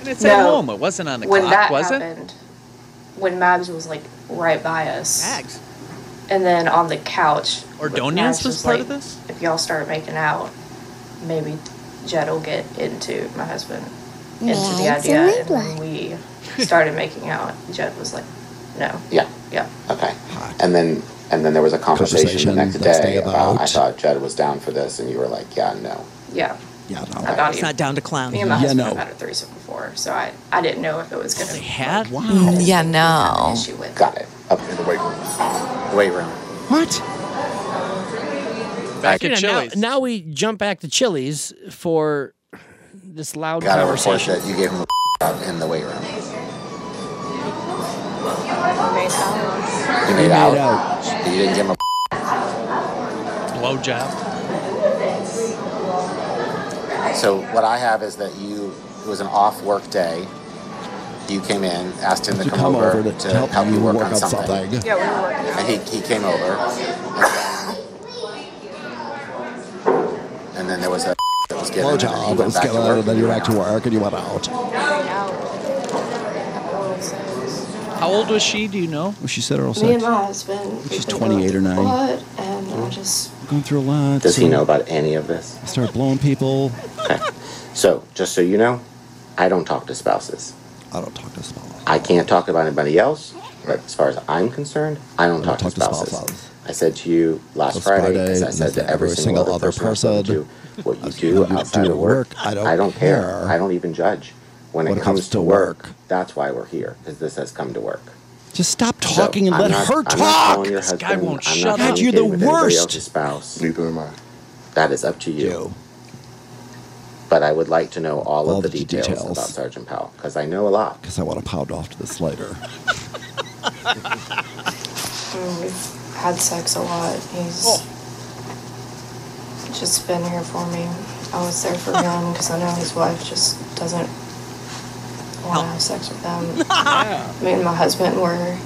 And it's at
No.
home. It wasn't on the
when
clock,
that
was it?
happened, when Mabs was like right by us, Mags, and then on the couch,
Ordonez
Mabs
was part
like,
of this?
If y'all start making out, maybe Jed will get into my husband into the
Mags
idea,
and
and when we started making out, Jed was like, "No,
yeah.
yeah."
Okay. And then and then there was a conversation, the next
next
day
day
about, I
about-
thought Jed was down for this, and you were like, yeah, no.
Yeah.
Yeah, no.
I thought
It's
he-
not down to clown.
Me and my
Yeah,
husband
no.
have had a threesome before, so I, I didn't know if it was gonna. They
had?
Wow.
Yeah, no.
Got it. Up in the weight room. Weight room.
What?
Back
Actually,
at
now-
Chili's.
Now, we jump back to Chili's for this loud
Got to report
conversation.
that you gave him a up in the weight room. You made out. You didn't give him a.
Blow job.
So what I have is that you. It was an off work day. You came in, asked him to
To
come,
come
over,
over to
to
help
help, you work, on something.
Yeah, we were working.
And he, he came over. And then there was a that was given. and then he
Blowjob.
went
Let's
back
get
to
out
work.
and then you're back to work and you went out.
How old was she? Do you know?
Well, she said her
Me and my husband.
She's 28 or 9.
Blood, and I just
Going through a lot.
Does he know about any of this?
Start blowing people.
So, just so you know, I don't talk to spouses.
I don't talk to spouses.
I can't talk about anybody else, but as far as I'm concerned, I don't, talk, to spouses. I said to you last
Last
Friday,
Friday,
as I
and
said to every single other person,
person,
I spoke to, what you do
what you
outside
do
of
at
work,
work, I don't
care.
care.
I don't even judge. When, it, comes, to work, that's why we're here, because this has come to work.
Just stop talking
So
and
I'm
let
not-
her
I'm not
talk.
calling your
This guy
husband.
won't
I'm
shut
not
up. You're the
communicating with anybody else's
worst.
Spouse. Neither am I. That is up to you. But I would like to know all, of the, details,
details.
about Sergeant Powell because I know a lot.
Because I want to pound off to this later.
mean, Mm, we've had sex a lot. He's just been here for me. I was there for him because I know his wife just doesn't want to have sex with them. Me and my husband were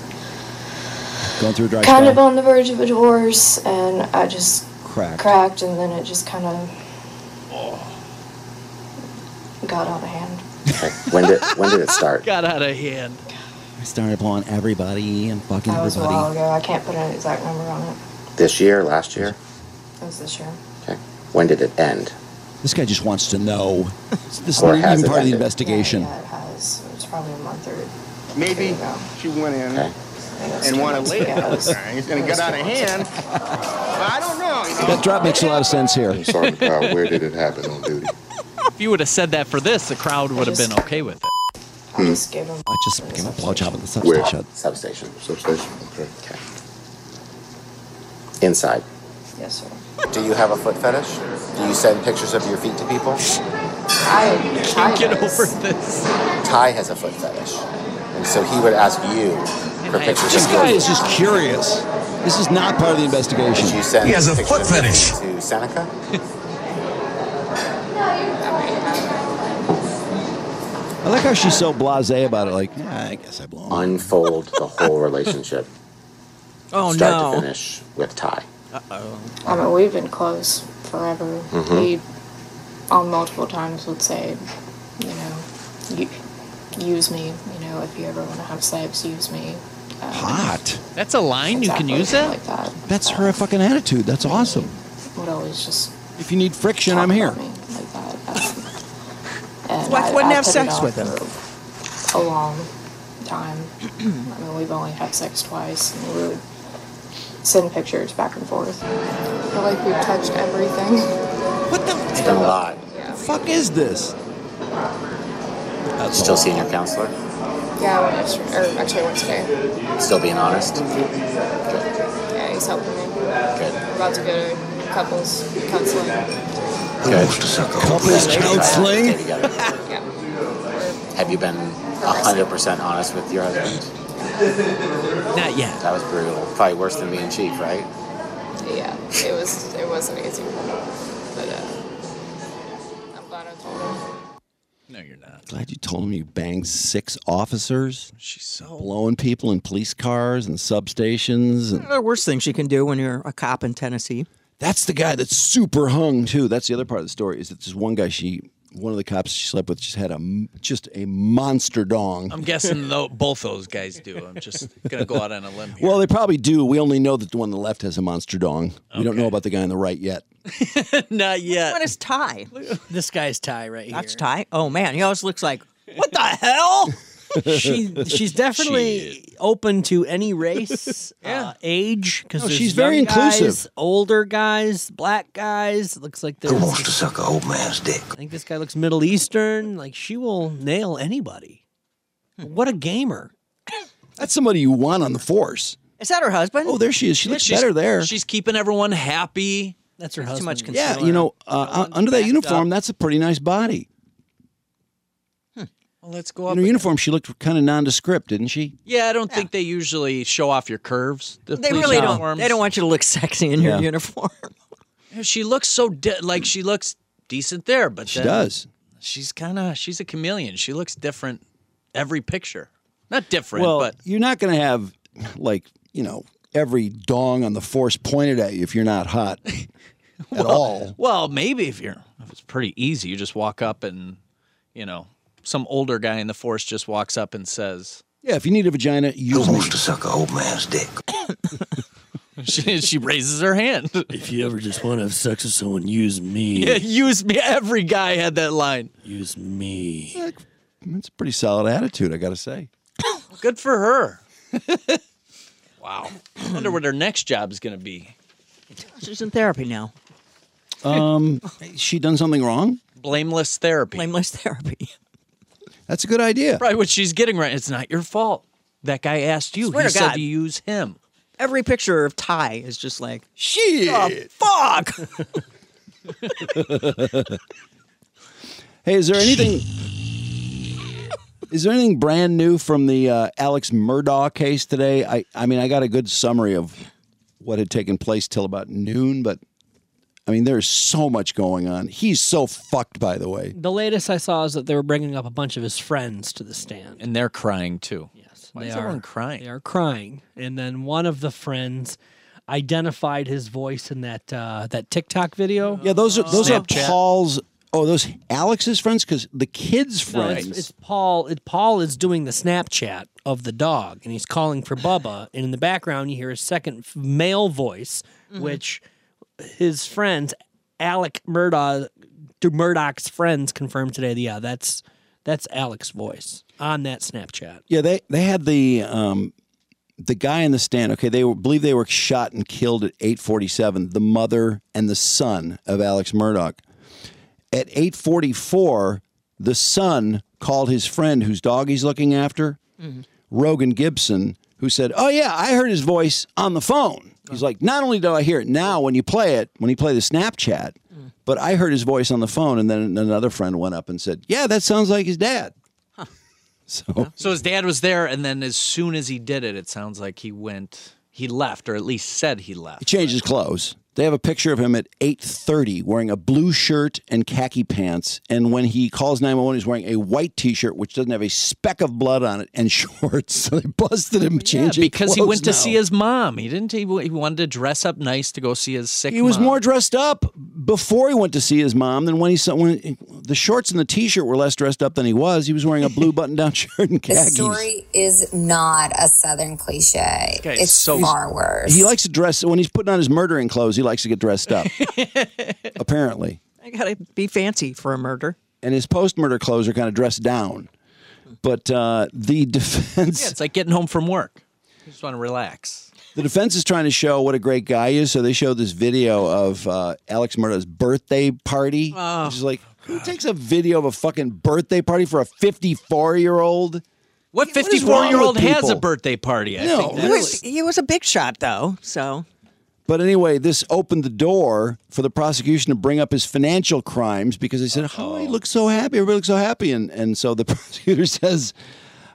Going through a dry
kind
spell.
of on the verge of a divorce, and I just
Cracked.
cracked, and then it just kind of got out of hand.
When did when did it start?
Got out of hand.
I started blowing everybody and fucking
That was a while
everybody.
ago. I can't put an exact number on it.
This year, last year?
It was this year.
When did it end?
This guy just wants to know. This this
Or
isn't
has it
even part of the
ended?
investigation.
Yeah, it has. It was probably a month or
Maybe she went in and wanted later.
Yeah, it was-
It's going to get out of hand. but I don't know. you know.
That drop makes a lot of sense here.
Sergeant
uh,
Powell, where did it happen on duty?
If you would have said that for this, the crowd would have been okay with it.
I just gave him.
I just gave a blowjob at the
Where?
substation.
Substation.
Substation. Okay.
Inside.
Yes, sir.
Do you have a foot fetish? Do you send pictures of your feet to people?
I tried
get
this.
over this. Ty has a foot fetish. And so he would ask you for pictures
This
of
guy
your
is just curious. This is not part of the investigation.
Did you send pictures of your feet To Seneca?
I like how she's so blasé about it. Like, yeah, I guess I blow.
Unfold the whole relationship,
Oh
start
no.
to finish, with Ty.
Uh oh.
I mean, we've been close forever.
Mhm.
He, on multiple times, would say, you know, you, use me. You know, if you ever want to have sex, use me.
Hot.
That's a line you can
Exactly,
use
something
that.
Like that
That's her fucking attitude. That's awesome.
would always just
If you need friction, I'm here.
like that. Um, and
Wife
I,
wouldn't
I
have
put it
sex
off
with him.
for A long time. I mean, we've only had sex twice, and we would send pictures back and forth.
I
feel like we've touched everything.
What the?
It's been a lot.
fuck is this?
Still seeing your counselor?
Yeah, I went yesterday, or actually went today.
Still being honest?
Yeah, he's helping me. We're about to go to couples counseling.
Good.
Couples counseling?
Have you been 100% honest with your husband?
Not yet.
That was brutal. Probably worse than being chief, right?
Yeah, it was it wasn't easy, but uh, I'm glad I told him.
Glad you told him you banged six officers. She's so blowing people in police cars and substations. And
The worst things you can do when you're a cop in Tennessee.
that's the guy that's super hung too. That's the other part of the story is that this one guy she, one of the cops she slept with, just had a m- just a monster dong.
I'm guessing though both those guys do. I'm just gonna go out on a limb.
Well, they probably do. We only know that the one on the left has a monster dong. We don't know about the guy on the right yet.
Not yet.
What is Ty?
This guy's Ty right here.
That's Ty. Oh man, he always looks like what the hell?
she she's definitely open to any race, uh, age. Because
No, she's very
Guys,
inclusive.
older guys, black guys. It looks like there's. Who wants to suck an old man's dick? I think this guy looks Middle Eastern. Like she will nail anybody.
Hmm.
What a gamer!
That's somebody you want on the force.
Is that her husband?
Oh, there she is. She
Yeah,
looks
she's-
better there.
She's keeping everyone happy.
That's her
husband. much
yeah, you know, uh, under that uniform, that's a pretty nice body.
Hmm.
Well, let's go up.
In her uniform, she looked kind of nondescript, didn't she?
Yeah, I don't think they usually show off your curves. The
They
police
really don't.
uniforms.
They don't want you to look sexy in your
Yeah.
uniform.
She looks so de- like she looks decent there, but
She
then
does.
She's kind of she's a chameleon. She looks different every picture. Not different,
well,
but
you're not going to have like you know every dong on the force pointed at you if you're not hot at all.
Well, maybe if you're if it's pretty easy, you just walk up and you know some older guy in the force just walks up and says,
Yeah, if you need a vagina, use me.
to suck an old man's dick. she, she raises her hand.
If you ever just want to have sex with someone, use me.
Yeah, use me. Every guy had that line.
Use me.
That's a pretty solid attitude, I got to say.
Good for her. wow. I wonder what her next job is going to be.
She's in therapy now.
Um, she done something wrong?
Blameless therapy.
Blameless therapy.
That's a good idea.
Probably what she's getting right. It's not your fault. That guy asked you.
Swear
he
to
said
God.
you use him.
Every picture of Ty is just like
shit.
fuck. Oh.
Hey, is there anything? Is there anything brand new from the uh, Alex Murdaugh case today? I, I mean, I got a good summary of what had taken place till about noon, but I mean, there's so much going on. He's so fucked, by the way.
The latest I saw is that they were bringing up a bunch of his friends to the stand.
And they're crying too.
Yes.
Why
they
is
are,
everyone crying?
They are crying. And then one of the friends identified his voice in that uh, that TikTok video.
Yeah, those are those
Snapchat.
are Paul's. Oh, those Alex's friends, because the kids'
No,
friends.
it's, it's Paul. It, Paul is doing the Snapchat of the dog, and he's calling for Bubba. and in the background, you hear a second f- male voice,
Mhm.
Mm-hmm.
which his friends, Alec Murdoch, Murdoch's friends, confirmed today. that, Yeah, that's that's Alec's voice on that Snapchat.
Yeah, they they had the um, the guy in the stand. Okay, they were, believe they were shot and killed at eight forty seven. The mother and the son of Alex Murdoch. At eight forty four, the son called his friend whose dog he's looking after,
Mm-hmm.
Rogan Gibson, who said, "Oh yeah, I heard his voice on the phone." He's like, "Not only do I hear it now when you play it, when you play the Snapchat, but I heard his voice on the phone." And then another friend went up and said, "Yeah, that sounds like his dad." So.
So his dad was there, and then as soon as he did it, it sounds like he went, he left, or at least said he left.
He changed his clothes. They have a picture of him at 8:30 wearing a blue shirt and khaki pants, and when he calls 911, he's wearing a white T-shirt which doesn't have a speck of blood on it and shorts. So they busted him changing
because he
clothes
went to
now.
see his mom. He didn't. He, he wanted to dress up nice to go see his sick.
He was
mom.
more dressed up before he went to see his mom than when he saw when the shorts and the T-shirt were less dressed up than he was. He was wearing a blue button-down shirt and
The
khakis.
story is not a Southern cliche. It's far worse.
He likes to dress when he's putting on his murdering clothes. He likes to get dressed up. apparently.
I gotta be fancy for a murder.
and his post-murder clothes are kind of dressed down. But uh, the defense,
Yeah, it's like getting home from work. You just want to relax.
the defense is trying to show what a great guy he is. So they show this video of uh, Alex Murdoch's birthday party.
Oh.
Which is like, who takes a video of a fucking birthday party for a 54-year-old?
What
is wrong
54-year-old
with
has
people?
a birthday party? I
No,
think
really.
that's-
He was a big shot, though. So. But anyway, this opened the door for the prosecution to bring up his financial crimes because they said, "How he looks so happy? Everybody looks so happy." And and so the prosecutor says,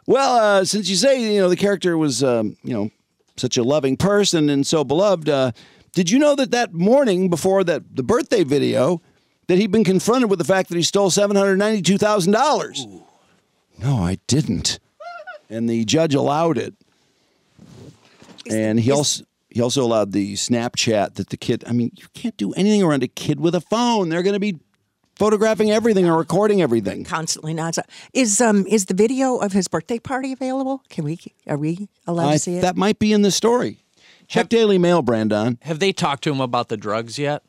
"Well, uh, since you say you know the character was um, you know such a loving person and so beloved, uh, did you know that that morning before that the birthday video?" That he'd been confronted with the fact that he stole seven hundred ninety-two thousand dollars. No, I didn't. And the judge allowed it. And he also he also allowed the Snapchat that the kid. I mean, you can't do anything around a kid with a phone. They're going to be photographing everything or recording everything.
Constantly nonstop. Is um is the video of his birthday party available? Can we are we allowed
I-
to see it?
That might be in the story. Check Daily Mail, Brandon.
Have they talked to him about the drugs yet?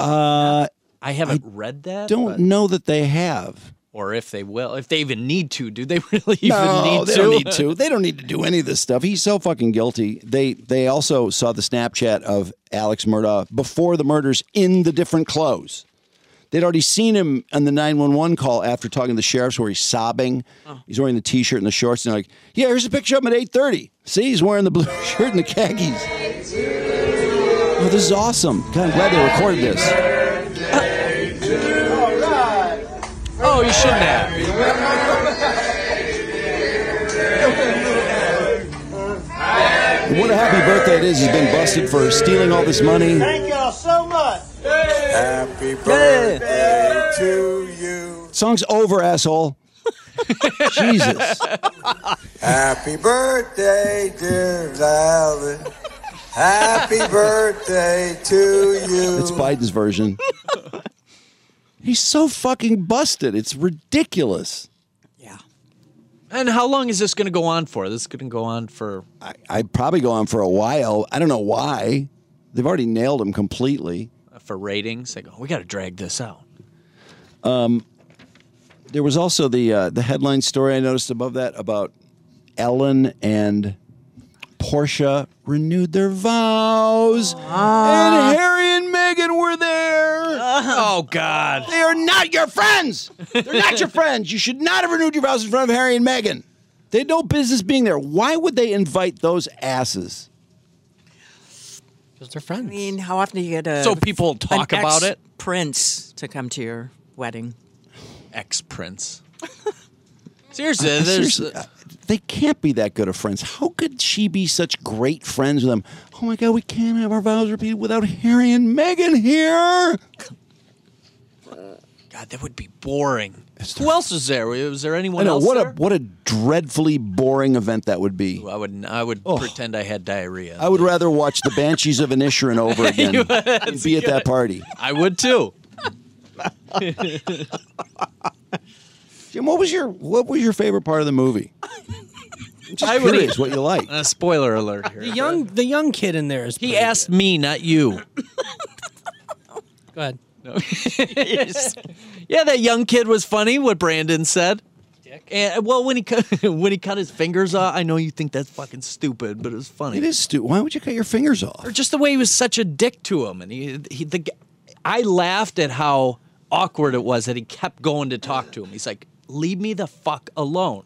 Uh,
I haven't read that.
don't
but-
know that they have.
Or if they will, if they even need to, do they really even
no,
need,
they
to?
don't need to. They don't need to do any of this stuff. He's so fucking guilty. They they also saw the Snapchat of Alex Murdaugh before the murders in the different clothes. They'd already seen him on the 911 call after talking to the sheriffs where he's sobbing.
Oh.
He's wearing the t-shirt and the shorts and they're like, "Yeah, here's a picture of him at 8:30. See, he's wearing the blue shirt and the khakis." Oh, this is awesome. God, I'm glad they recorded this.
Oh, you shouldn't have.
What a happy birthday it is. He's been busted for stealing all this money.
Thank y'all so much. Happy
birthday
to
Song's over, asshole. Jesus.
Happy birthday, dear Valen. Happy birthday to you.
It's Biden's version. He's so fucking busted. It's ridiculous.
And how long is this going to go on for? This is going to go on for
I probably go on for a while. I don't know why. They've already nailed him completely.
for ratings. They go, we got to drag this out.
Um, there was also the uh, the headline story I noticed above that about Ellen and Portia renewed their vows,
Ah.
and Harry and Meghan were there.
Oh God!
Uh-huh. They are not your friends. They're not your friends. You should not have renewed your vows in front of Harry and Meghan. They had no business being there. Why would they invite those asses?
Because they're friends.
I mean, how often do you get a
So people talk
an
about
ex
it?
Prince to come to your wedding.
Ex prince. Seriously,
I- I
there's-
Uh, seriously, I- they can't be that good of friends. How could she be such great friends with them? Oh my God, we can't have our vows repeated without Harry and Meghan here.
God, that would be boring. Who else was there? Was there anyone
I know
else?
what
there?
a what a dreadfully boring event that would be.
I would I would
Oh.
pretend I had diarrhea.
I would rather watch the Banshees of Inisherin over again
You-
and
that's
be at that
good.
party.
I would too.
Jim, what was your what was your favorite part of the movie? I'm just
I would-
curious what you like.
Uh, spoiler alert here.
The young, the young kid in there is.
He asked me, not you.
Go ahead.
yeah, that young kid was funny. What Brandon said. And, well, when he cut, when he cut his fingers off, I know you think that's fucking stupid, but it was funny.
It is stupid. Why would you cut your fingers off?
or just the way he was such a dick to him, and he, he the, g- I laughed at how awkward it was that he kept going to talk to him. He's like, "Leave me the fuck alone,"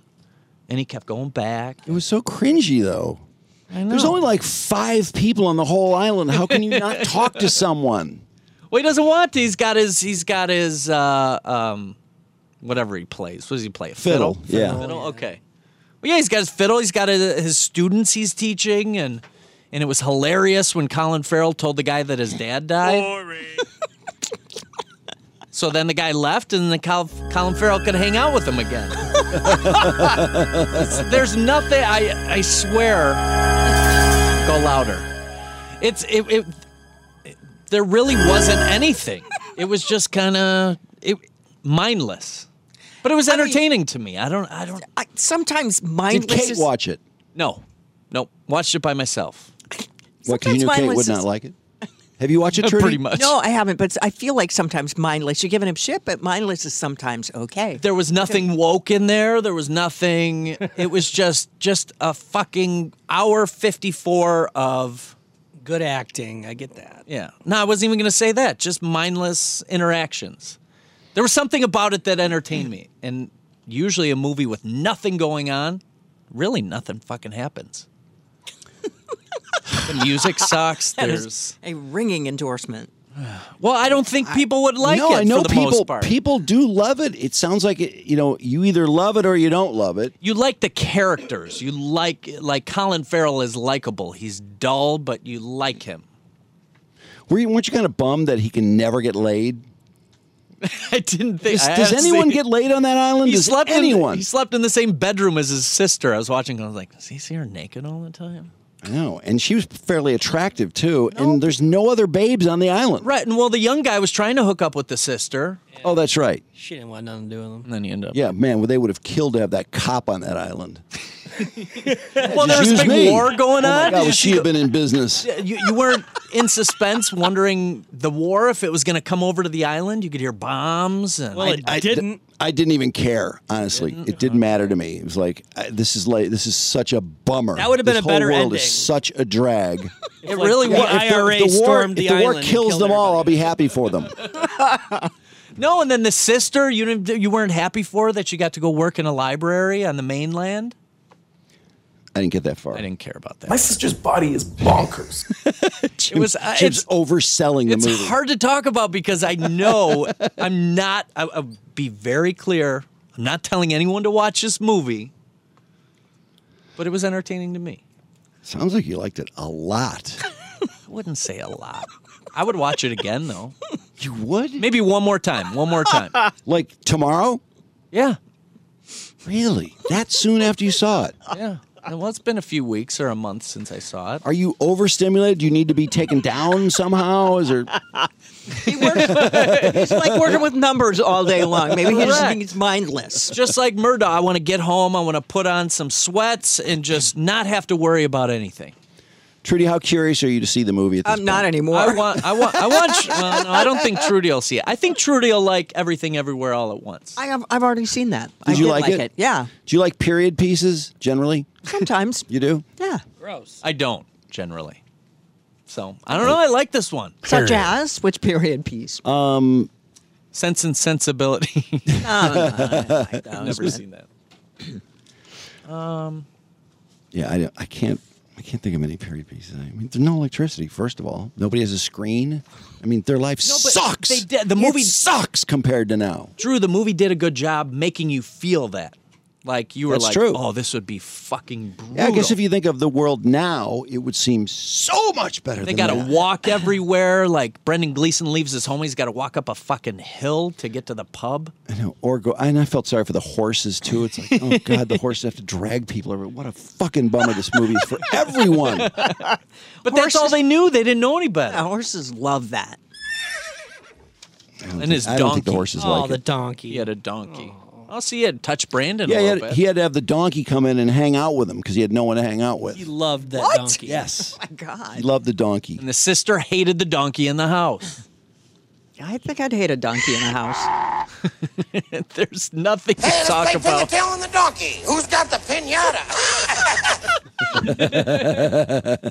and he kept going back.
It was so cringy though.
I
There's
know.
only like five people on the whole island. How can you not talk to someone?
Well, he doesn't want. To. He's got his. He's got his. Uh, um, whatever he plays. What does he play? A fiddle.
Fiddle, yeah.
Fiddle. Okay. Well, yeah, he's got his fiddle. He's got his, his students he's teaching, and and it was hilarious when Colin Farrell told the guy that his dad died. so then the guy left, and then Col- Colin Farrell could hang out with him again. It's- There's nothing. I I swear. Go louder. It's it, it there really wasn't anything. It was just kind of it mindless. But it was entertaining to me. I don't I don't
I, sometimes
Did
mindless. is-
it?
No. Nope. Watched it by myself.
What? Because you knew
Sometimes
Kate
mindless
would not
is-
like it. Have you watched it? Trudy?
Uh, Pretty much.
No, I haven't, but I feel like sometimes mindless. You're giving him shit, but mindless is sometimes okay.
There was nothing woke in there. There was nothing. It was just just a fucking hour 54 of
Good acting. I get that.
yeah. No, I wasn't even going to say that. Just mindless interactions. There was something about it that entertained me. And usually a movie with nothing going on, really nothing fucking happens. the music sucks.
That is
There's
a ringing endorsement.
Well, I don't think people would like
no,
it
I know
for the
people.
most part.
People do love it. It sounds like it. You know, you either love it or you don't love it.
you like the characters. You like like Colin Farrell is likable. He's dull, but you like him.
Were you, weren't you kind of bummed that he can never get laid?
I didn't think.
Does,
I
does
honestly-
anyone get laid on that island?
He
does
slept
anyone?
In, he slept in the same bedroom as his sister. I was watching. and I was like, does he see her naked all the time?
I know, and she was fairly attractive too. And there's no other babes on the island.
Right. And well, the young guy was trying to hook up with the sister.
Oh, that's right.
She didn't want nothing to do with him.
And then you end up.
Yeah, man, well, they would have killed to have that cop on that island.
Well, there
Just
was a
use
big
me.
war going
Oh my
on.
God,
Did
would
you
she
see-
have been in business?
Yeah, you, you weren't in suspense wondering the war if it was going to come over to the island. You could hear bombs and
I- I d- I didn't even care, honestly. It didn't matter to me. It was like I, this is like this is such a bummer.
That would have been
This
a better
whole world
ending.
Is such a drag.
It really
Yeah,
was.
if the- if the, war, if the war kills them all, I'll be happy for them.
No, and then the sister you didn't, you weren't happy for her that she got to go work in a library on the mainland.
I didn't get that far. I
didn't care about that.
My sister's body is bonkers.
It was uh,
Jim's
it's,
overselling the
it's
movie.
hard to talk about because I know I'm not. I, I'll be very clear. I'm not telling anyone to watch this movie, but it was entertaining to me.
Sounds like you liked it a lot.
I wouldn't say a lot. I would watch it again though.
You would?
Maybe one more time. One more time.
Like tomorrow?
Yeah.
Really? That soon after you saw it?
Yeah. Well, it's been a few weeks or a month since I saw it.
Are you overstimulated? Do you need to be taken down somehow? Is there?
He's like working with numbers all day long. Maybe he just
Correct.
thinks mindless.
Just like Murdaugh, I want to get home. I want to put on some sweats and just not have to worry about anything.
Trudy, how curious are you to see the movie? At
Um,
this
I'm not anymore.
I want, I want, I want. Well, no, I don't think Trudy will see it. I think Trudy will like everything, everywhere, all at once.
I have, I've already seen that. I
Did you
did
like it?
Yeah,
Do you like period pieces generally?
sometimes.
You do?
Yeah.
Gross.
I don't generally. So I don't know. I like this one.
Such as which period piece?
Um,
Sense and Sensibility.
No, no, no, I don't like those.
Never seen that. Um,
Yeah, I, I can't. I can't think of any period pieces. I mean, there's no electricity. First of all, nobody has a screen. I mean, their life
No, but
sucks.
they did- the movie-
it sucks compared to now.
Drew, the movie did a good job making you feel that. Like you were
That's
like,
true.
oh, this would be fucking brutal.
Yeah, I guess if you think of the world now, it would seem so much better.
They
than
got to
that.
walk everywhere. Like Brendan Gleeson leaves his home, he's got to walk up a fucking hill to get to the pub.
I know, or go. And I felt sorry for the horses too. It's like, oh god, the horses have to drag people. Over. What a fucking bummer this movie is for everyone.
But that's all they knew. They didn't know any better.
horses love that.
And his
I
donkey. Oh,
don't think the horses
Oh,
like it.
donkey. He had a donkey. Oh, see, he had touched Brandon
yeah,
a
he
little
had,
bit.
he had to have the donkey come in and hang out with him because he had no one to hang out with.
He loved that donkey. Yes.
Oh, my God.
He loved the donkey.
And the sister hated the donkey in the house.
I think I'd hate a donkey in the house.
There's nothing to
Hey,
talk
let's play
about.
pin the donkey. Who's got the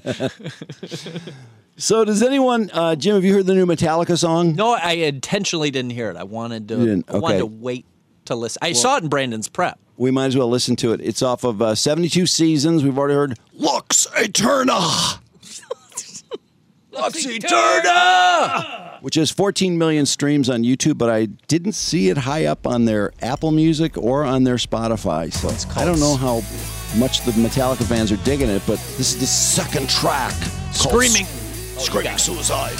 pinata?
so does anyone, uh, Jim? Have you heard the new Metallica song?
No, I intentionally didn't hear it. I wanted to.
You didn't?
I wanted
Okay.
to wait to listen. I saw it in Brandon's prep.
We might as well listen to it. It's off of uh, 72 seasons. We've already heard Lux Eterna,
Luxy
which has 14 million streams on YouTube, but I didn't see it high up on their Apple Music or on their Spotify. So I don't know how much the Metallica fans are digging it, but this is the second track. called
Screaming. Oh,
Screaming Suicide.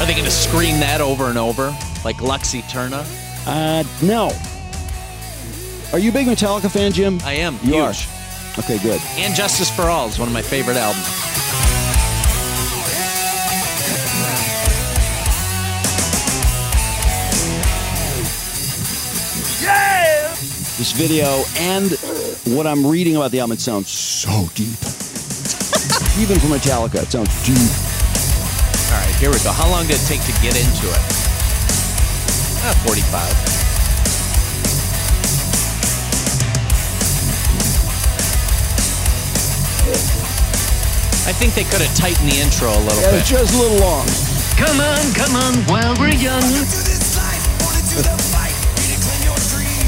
Are they going to scream that over and over like Lux Eterna?
Uh, no. Are you a big Metallica fan, Jim?
I am.
You
huge.
are. Okay, good.
And Justice for All is one of my favorite albums.
Yeah!
This video and what I'm reading about the album, it sounds so deep. Even for Metallica, it sounds deep.
All right, here we go. How long did it take to get into it? Ah, 45. I think they could have tightened the intro a little
Yeah,
bit.
it's just a little long.
Come on, come on, while we're young.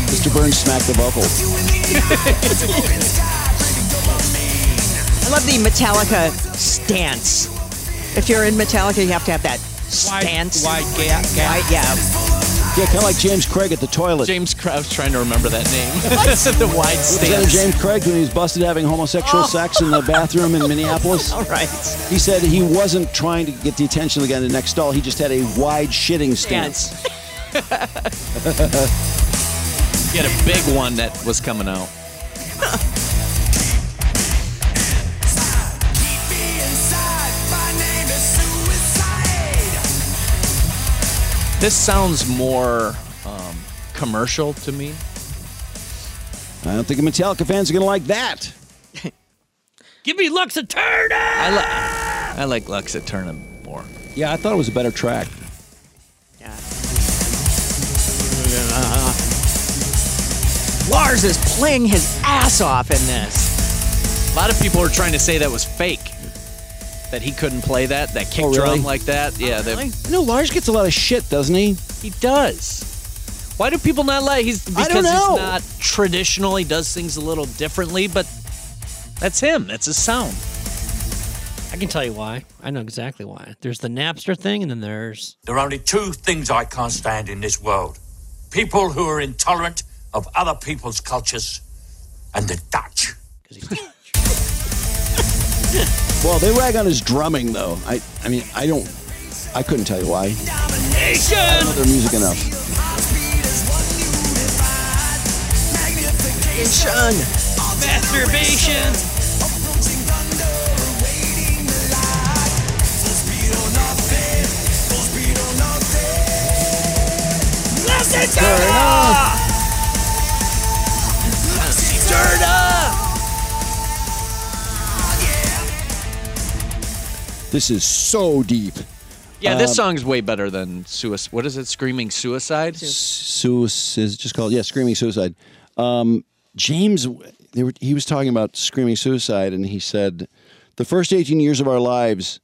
Mr. Burns smacked the vocals.
I love the Metallica stance. If you're in Metallica, you have to have that stance. Wide, gap. Wide, Uh, yeah.
Yeah, kind of like James Craig at the toilet.
James Craig, I was trying to remember that name. the wide
Lieutenant
stance. Oh.
James Craig, when he was busted having homosexual sex in the bathroom in Minneapolis, all
right,
he said he wasn't trying to get the attention of the guy in the next stall. He just had a wide shitting stance.
He had a big one that was coming out. This sounds more um, commercial to me.
I don't think the Metallica fans are going to like that.
Give me Lux Eterna. I
like. I like Lux Eterna more.
Yeah, I thought it was a better track.
Lars is playing his ass off in this.
A lot of people are trying to say that was fake, that he couldn't play that, that kick
Oh, really?
drum like that.
Oh,
Yeah, that-
I know Lars gets a lot of shit, doesn't he?
He does. Why do people not like? He's because
I don't know.
he's not traditional. He does things a little differently, but that's him. That's his sound.
I can tell you why. I know exactly why. There's the Napster thing, and then there's
There are only two things I can't stand in this world people who are intolerant of other people's cultures and the Dutch.
Well, they rag on his drumming, though. I, I mean, I don't, I couldn't tell you why. I don't know their music enough.
masturbation.
Turn up! Turn up!
This is so deep.
Yeah, this
Um,
song's way better than suicide. What is it? Screaming suicide.
Suicide is just called yeah, screaming suicide. Um, James, they were, he was talking about screaming suicide, and he said, the first eighteen years of our lives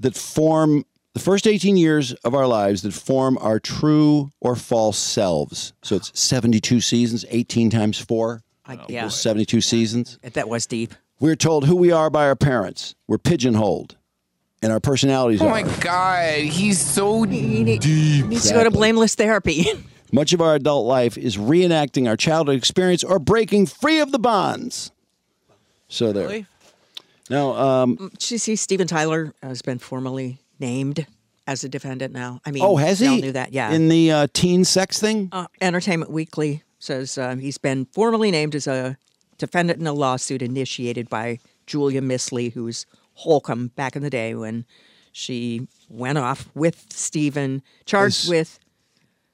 that form the first eighteen years of our lives that form our true or false selves. So it's seventy-two seasons, eighteen times four.
I, yeah.
equals seventy-two seasons.
That was deep.
We're told who we are by our parents. We're pigeonholed, and our personalities
Oh
are.
my god, he's so
deep. Needs to go to
Exactly.
blameless therapy.
Much of our adult life is reenacting our childhood experience or breaking free of the bonds. So there.
Really?
Now, um,
Did you see Steven Tyler has been formally named as a defendant now? I mean,
oh, has
we
he?
all knew that, yeah.
In the uh, teen sex thing?
uh, Entertainment Weekly says uh, he's been formally named as a defendant in a lawsuit initiated by Julia Misley, who was Holcomb back in the day when she went off with Stephen, charged with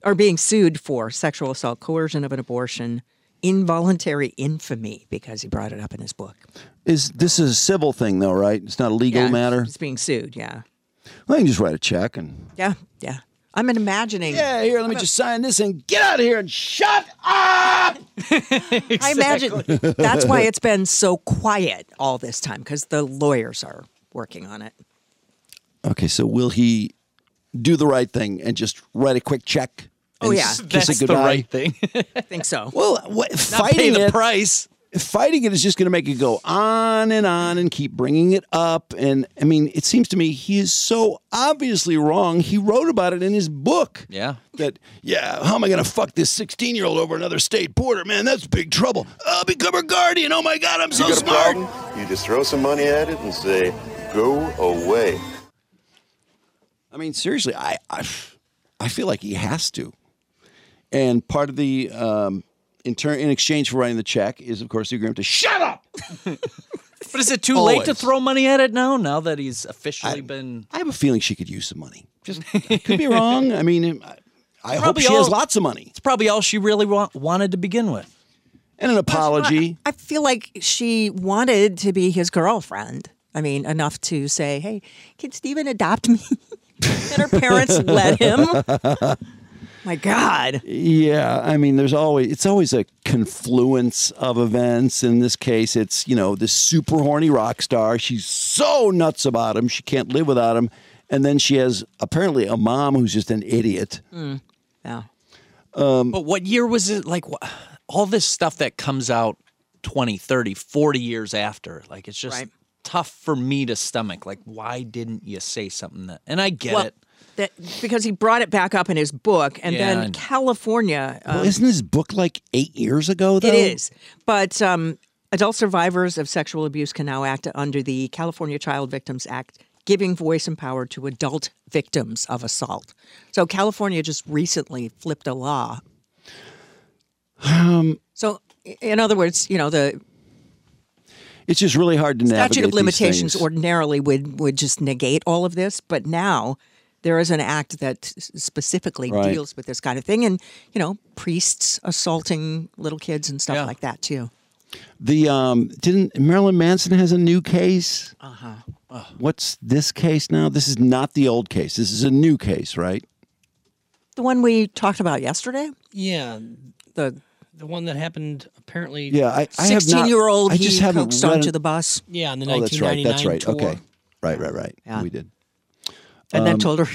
or being sued for sexual assault, coercion of an abortion, involuntary infamy, because he brought it up in his book.
Is this is a civil thing though, right? It's not a legal
Yeah,
matter.
It's being sued, yeah.
I can just write a check and
Yeah, yeah. I'm imagining.
Yeah, here, let me just sign this and get out of here and shut up.
I imagine
Exactly.
that's why it's been so quiet all this time because the lawyers are working on it.
Okay, so will he do the right thing and just write a quick check?
Oh,
and
yeah.
s- kiss
That's
it
the
goodbye?
right
thing.
I think so.
Well, what, fighting it, price. Fighting it is just going to make it go on and on and keep bringing it up. And I mean, it seems to me he is so obviously wrong. He wrote about it in his book.
Yeah.
That yeah, how am I going to fuck this sixteen-year-old over another state border? Man, that's big trouble. Uh, I'll become her guardian. Oh my God, I'm so
you got
smart.
a problem? You just throw some money at it and say, "Go away."
I mean, seriously, I, I, I feel like he has to. And part of the, um, in, turn, in exchange for writing the check, is of course the agreement to shut up.
But is it too late to
Always.
throw money at it now? Now that he's officially been
I have a feeling she could use some money. Just I could be wrong. I mean, I, I hope
Probably
she has
all-
lots of money
It's probably all she really wa- wanted to begin with.
and an apology.
I feel like she wanted to be his girlfriend. I mean, enough to say, hey, can Steven adopt me? and her parents let him. My God.
Yeah, I mean, there's always it's always a confluence of events. In this case, it's you know this super horny rock star. She's so nuts about him, she can't live without him, and then she has apparently a mom who's just an idiot.
Mm, yeah.
Um,
But what year was it? Like wh- all this stuff that comes out 20, 30, 40 years after. Like it's just
Right.
tough for me to stomach. Like, why didn't you say something that? And I get
Well,
it.
That, because he brought it back up in his book. And
Yeah, I
then
know.
California.
well,
um,
isn't his book like eight years ago? Though
It is. But um, adult survivors of sexual abuse can now act under the California Child Victims Act, giving voice and power to adult victims of assault. So California just recently flipped a law.
Um,
So, i- in other words, you know, the
it's just really hard to navigate.
statute of
these
limitations
things.
ordinarily would, would just negate all of this. But now there is an act that s- specifically
Right.
deals with this kind of thing. And, you know, priests assaulting little kids and stuff like that, too.
the um, didn't Marilyn Manson has a new case.
Uh huh.
What's this case now? This is not the old case. This is a new case, right?
The one we talked about yesterday?
Yeah.
The
the one that happened apparently.
Yeah, I, I have not. I just haven't read it.
Yeah, on the
oh, that's right.
1999
That's right.
tour.
Okay. Right. Right. Right. We did.
And then
Um,
told her,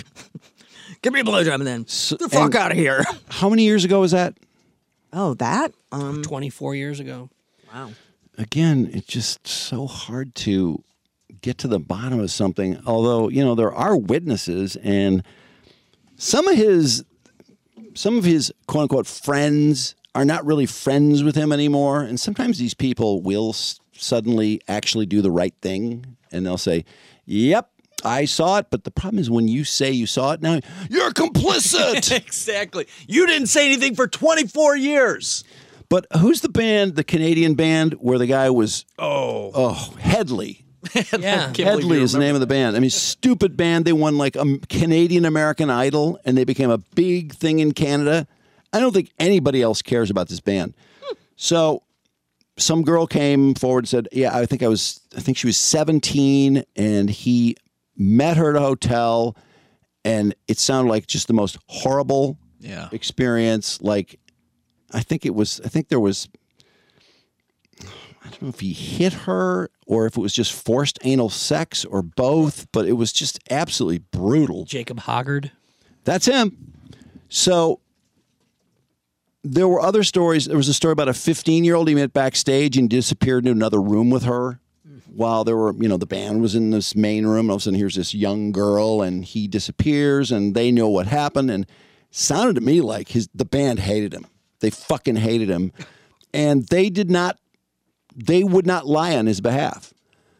give me a blowjob and then the
and-
fuck out of here.
How many years ago was that?
Oh, that? Um,
24 years ago.
Wow.
Again, it's just so hard to get to the bottom of something. Although you know there are witnesses, and some of his, some of his quote unquote friends are not really friends with him anymore. And sometimes these people will s- suddenly actually do the right thing, and they'll say, "Yep." I saw it, but the problem is when you say you saw it now, you're complicit.
exactly. You didn't say anything for 24 years.
But who's the band, the Canadian band, where the guy was? Oh, oh, Headley.
yeah.
Headley is the name of the band. I mean, stupid band. They won like a m- Canadian American Idol, and they became a big thing in Canada. I don't think anybody else cares about this band. So, some girl came forward and said, "Yeah, I think I was. I think she was 17, and he met her at a hotel, and it sounded like just the most horrible
Yeah.
experience. Like, I think it was, I think there was, I don't know if he hit her or if it was just forced anal sex or both, but it was just absolutely brutal.
Jacob Hoggard.
That's him. So there were other stories. There was a story about a 15 year old he met backstage and disappeared into another room with her while there were, you know, the band was in this main room. And all of a sudden, here's this young girl and he disappears and they know what happened. And sounded to me like his the band hated him. They fucking hated him, and they did not. They would not lie on his behalf.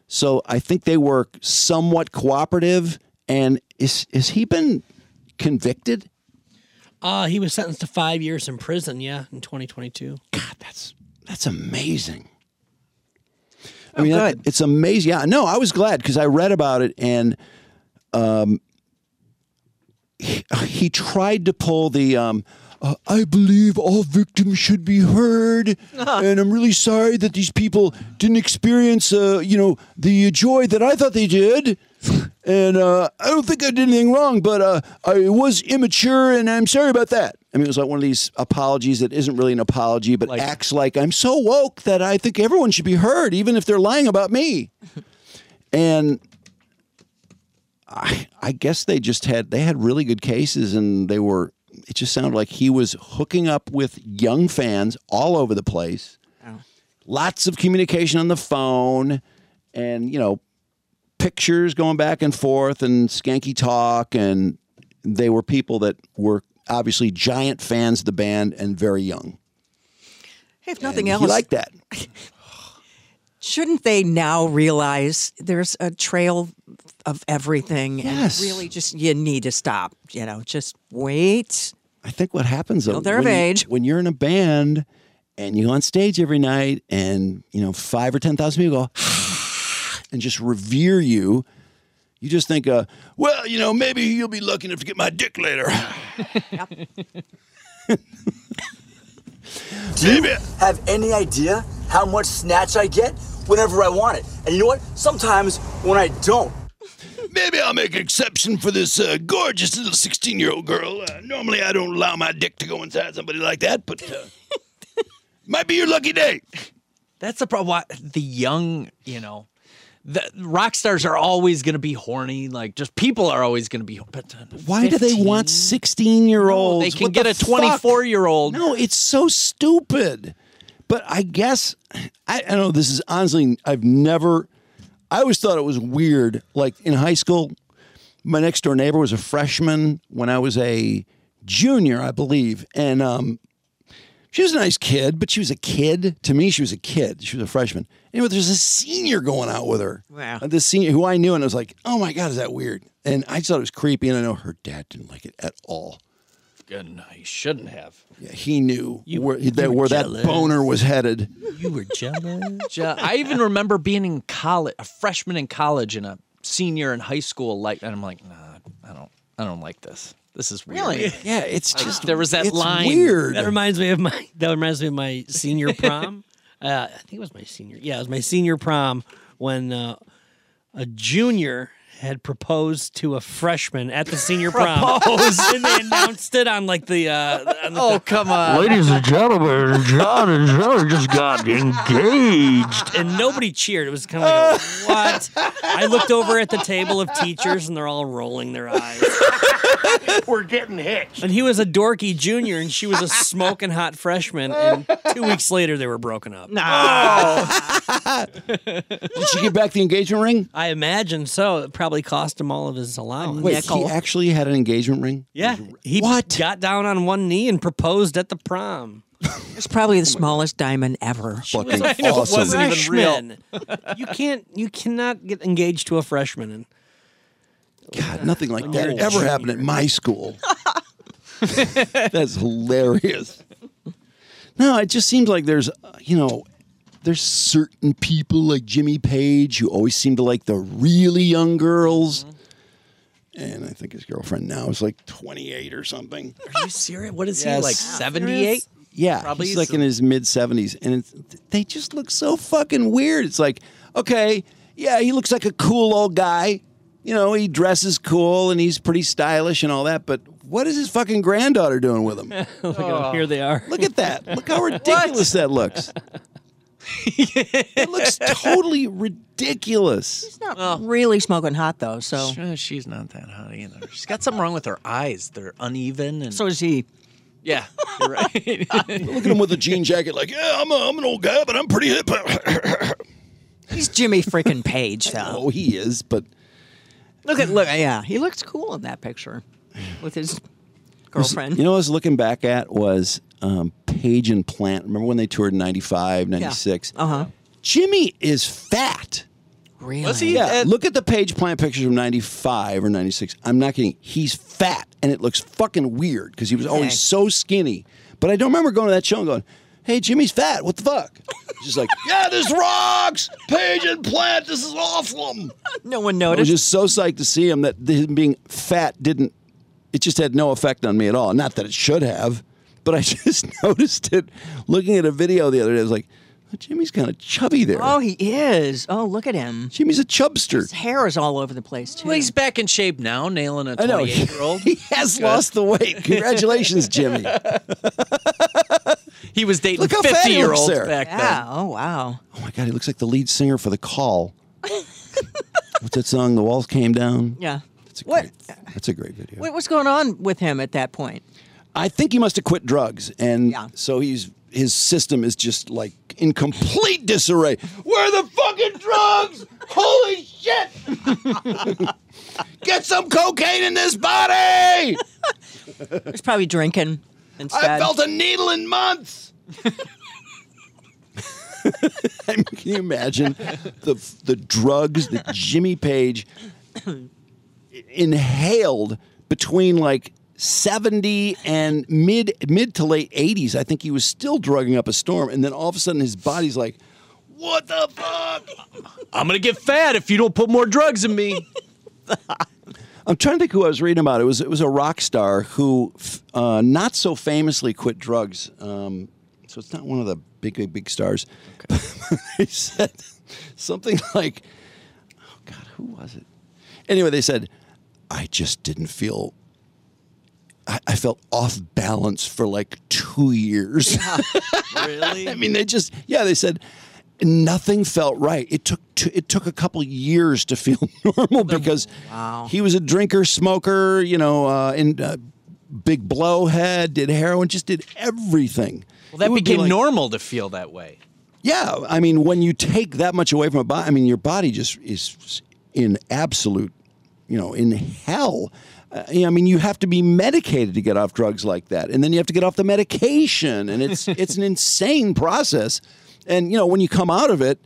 So I think they were somewhat cooperative. And is is he been convicted?
Uh, he was sentenced to five years in prison, yeah, in 2022.
God, that's That's amazing. I mean, that- it's amazing. Yeah, no, I was glad because I read about it and um, he, he tried to pull the. Um, uh, I believe all victims should be heard, and I'm really sorry that these people didn't experience, uh, you know, the joy that I thought they did. And uh, I don't think I did anything wrong, but uh, I was immature, and I'm sorry about that. I mean, it was like one of these apologies that isn't really an apology, but acts like I'm so woke that I think everyone should be heard, even if they're lying about me. and I, I guess they just had they had really good cases, and they were. It just sounded like he was hooking up with young fans all over the place. Lots of communication on the phone, and you know, pictures going back and forth, and skanky talk, and they were people that were obviously giant fans of the band and very young.
Hey, if nothing
And
else,
he liked that.
shouldn't they now realize there's a trail of everything
Yes.
and really just you need to stop you know just wait
I think what happens though,
Well, they're of
when you-
age.
when you're in a band and you go on stage every night, and you know five or ten thousand people go and just revere you, you just think, uh, well, you know, maybe you'll be lucky enough to get my dick later.
Do you have any idea how much snatch I get whenever I want it? And you know what? Sometimes when I don't.
Maybe I'll make an exception for this uh, gorgeous little 16 year old girl. Uh, normally, I don't allow my dick to go inside somebody like that, but uh, might be your lucky day.
That's the problem. Why- The young, you know, the rock stars are always going to be horny. Like, just people are always going to be. But
Why do they want sixteen-year-olds?
they can get a 24-year-old.
No, it's so stupid. But I guess I, I don't know. This is honestly, I've never. I always thought it was weird. Like in high school, my next door neighbor was a freshman when I was a junior, I believe, and um, she was a nice kid, but she was a kid to me. She was a kid. She was a freshman. Anyway, there's a senior going out with her. Wow. This senior who I knew, and I was like, oh my god, is that weird? And I just thought it was creepy, and I know her dad didn't like it at all.
Good, no, he shouldn't have.
Yeah, he knew
You-
where,
you
that,
were
where that
jealous.
boner was headed.
You were jealous. I even remember being in college, a freshman in college, and a senior in high school. Like, and I'm like, nah, I don't, I don't like this. This is weird.
Really?
Yeah, it's
Like,
just-
there was that
it's
line.
weird. That reminds me of my that reminds me of my senior prom. uh, I think it was my senior. Yeah, it was my senior prom when uh, a junior had proposed to a freshman at the senior prom.
Proposed.
and they announced it on like the. Uh, on the
oh come
Ladies and gentlemen, John and John just got
engaged. And nobody cheered. It was kind of like, a, what? I looked over at the table of teachers and they're all rolling their eyes.
We're getting hitched.
And he was a dorky junior and she was a smoking hot freshman. And two weeks later, they were broken up.
Did she get back the engagement ring? Oh,
I imagine so. It probably cost him all of his allowance.
Wait, he actually had an engagement ring?
yeah. He what? got down on one knee and proposed at the prom.
it's probably the smallest diamond ever
It was a freshman. you can't you cannot get engaged to a freshman and
God, nothing like that
Oh,
ever
sure.
happened at my school. That's hilarious. No, it just seems like there's, uh, you know, there's certain people like Jimmy Page who always seem to like the really young girls.
Mm-hmm.
And I think his girlfriend now is like 28 or something.
Are you serious? What is
Yes.
he like? Seventy eight?
Yeah,
Probably
he's like
some-
in his mid 70s, and it's, they just look so fucking weird. It's like, okay, yeah, he looks like a cool old guy. You know, he dresses cool and he's pretty stylish and all that, but what is his fucking granddaughter doing with him?
look at them. Here they are.
Look at that. Look how ridiculous that looks. it looks totally ridiculous.
not really smoking hot though so
Sure, uh, she's not that hot either. She's got something wrong with her eyes. They're uneven. And
So is he.
Yeah, you're right.
Look at him with a jean jacket, like, yeah, I'm, a, I'm an old guy, but I'm pretty hip.
he's jimmy freaking page though
oh he is but
look at look yeah he looks cool in that picture with his
girlfriend. you know what I was looking back at was um, Page and Plant. Remember when they toured in 95, 96?
Uh huh.
Jimmy is fat.
Really?
Yeah. look at the Page Plant pictures from 95 or 96. I'm not kidding. He's fat and it looks fucking weird because he was
Okay.
always so skinny. But I don't remember going to that show and going, hey, Jimmy's fat. What the fuck? Just like, yeah, this rocks. Page and Plant, this is awesome.
no one
I was
noticed.
just so psyched to see him that him being fat didn't. It just had no effect on me at all. Not that it should have, but I just noticed it looking at a video the other day. I was like, "Oh, Jimmy's kind of chubby there.
Oh, he is. Oh, look at him.
Jimmy's a chubster.
His hair is all over the place too.
Well, he's back in shape now, nailing a
I know.
28 year old.
He has lost the weight. Congratulations, Jimmy.
he was dating
Look how fat
50
he
year
looks
olds
there.
back
yeah.
then.
Oh wow.
Oh my God, he looks like the lead singer for The Call. What's that song? The Walls Came Down.
Yeah. What?
That's a great video.
What was going on with him at that point?
I think he must have quit drugs, and so he's his system is just like in complete disarray. Where the fucking drugs? Holy shit! Get some cocaine in this body.
He's probably drinking instead.
I felt a needle in months. I mean, can you imagine the the drugs that Jimmy Page inhaled between like 70 and mid mid to late 80s? I think he was still drugging up a storm, and then all of a sudden his body's like, What the fuck?
I'm going to get fat if you don't put more drugs in me.
I'm trying to think who I was reading about. It was it was a rock star who, f- uh, not so famously, quit drugs. Um, so it's not one of the big big big stars. they said something like, "Oh God, who was it?" Anyway, they said, "I just didn't feel." I, I felt off balance for like two years.
really?
I mean, they just yeah. They said nothing felt right. It took two, it took a couple years to feel normal because he was a drinker, smoker, you know, uh, and uh, big blowhead, did heroin, just did everything.
Well, that
It would be
became
like-
normal to feel that way.
Yeah, I mean, when you take that much away from a body, I mean, your body just is in absolute, you know, in hell. Uh, I mean, you have to be medicated to get off drugs like that, and then you have to get off the medication, and it's it's an insane process. And you know, when you come out of it,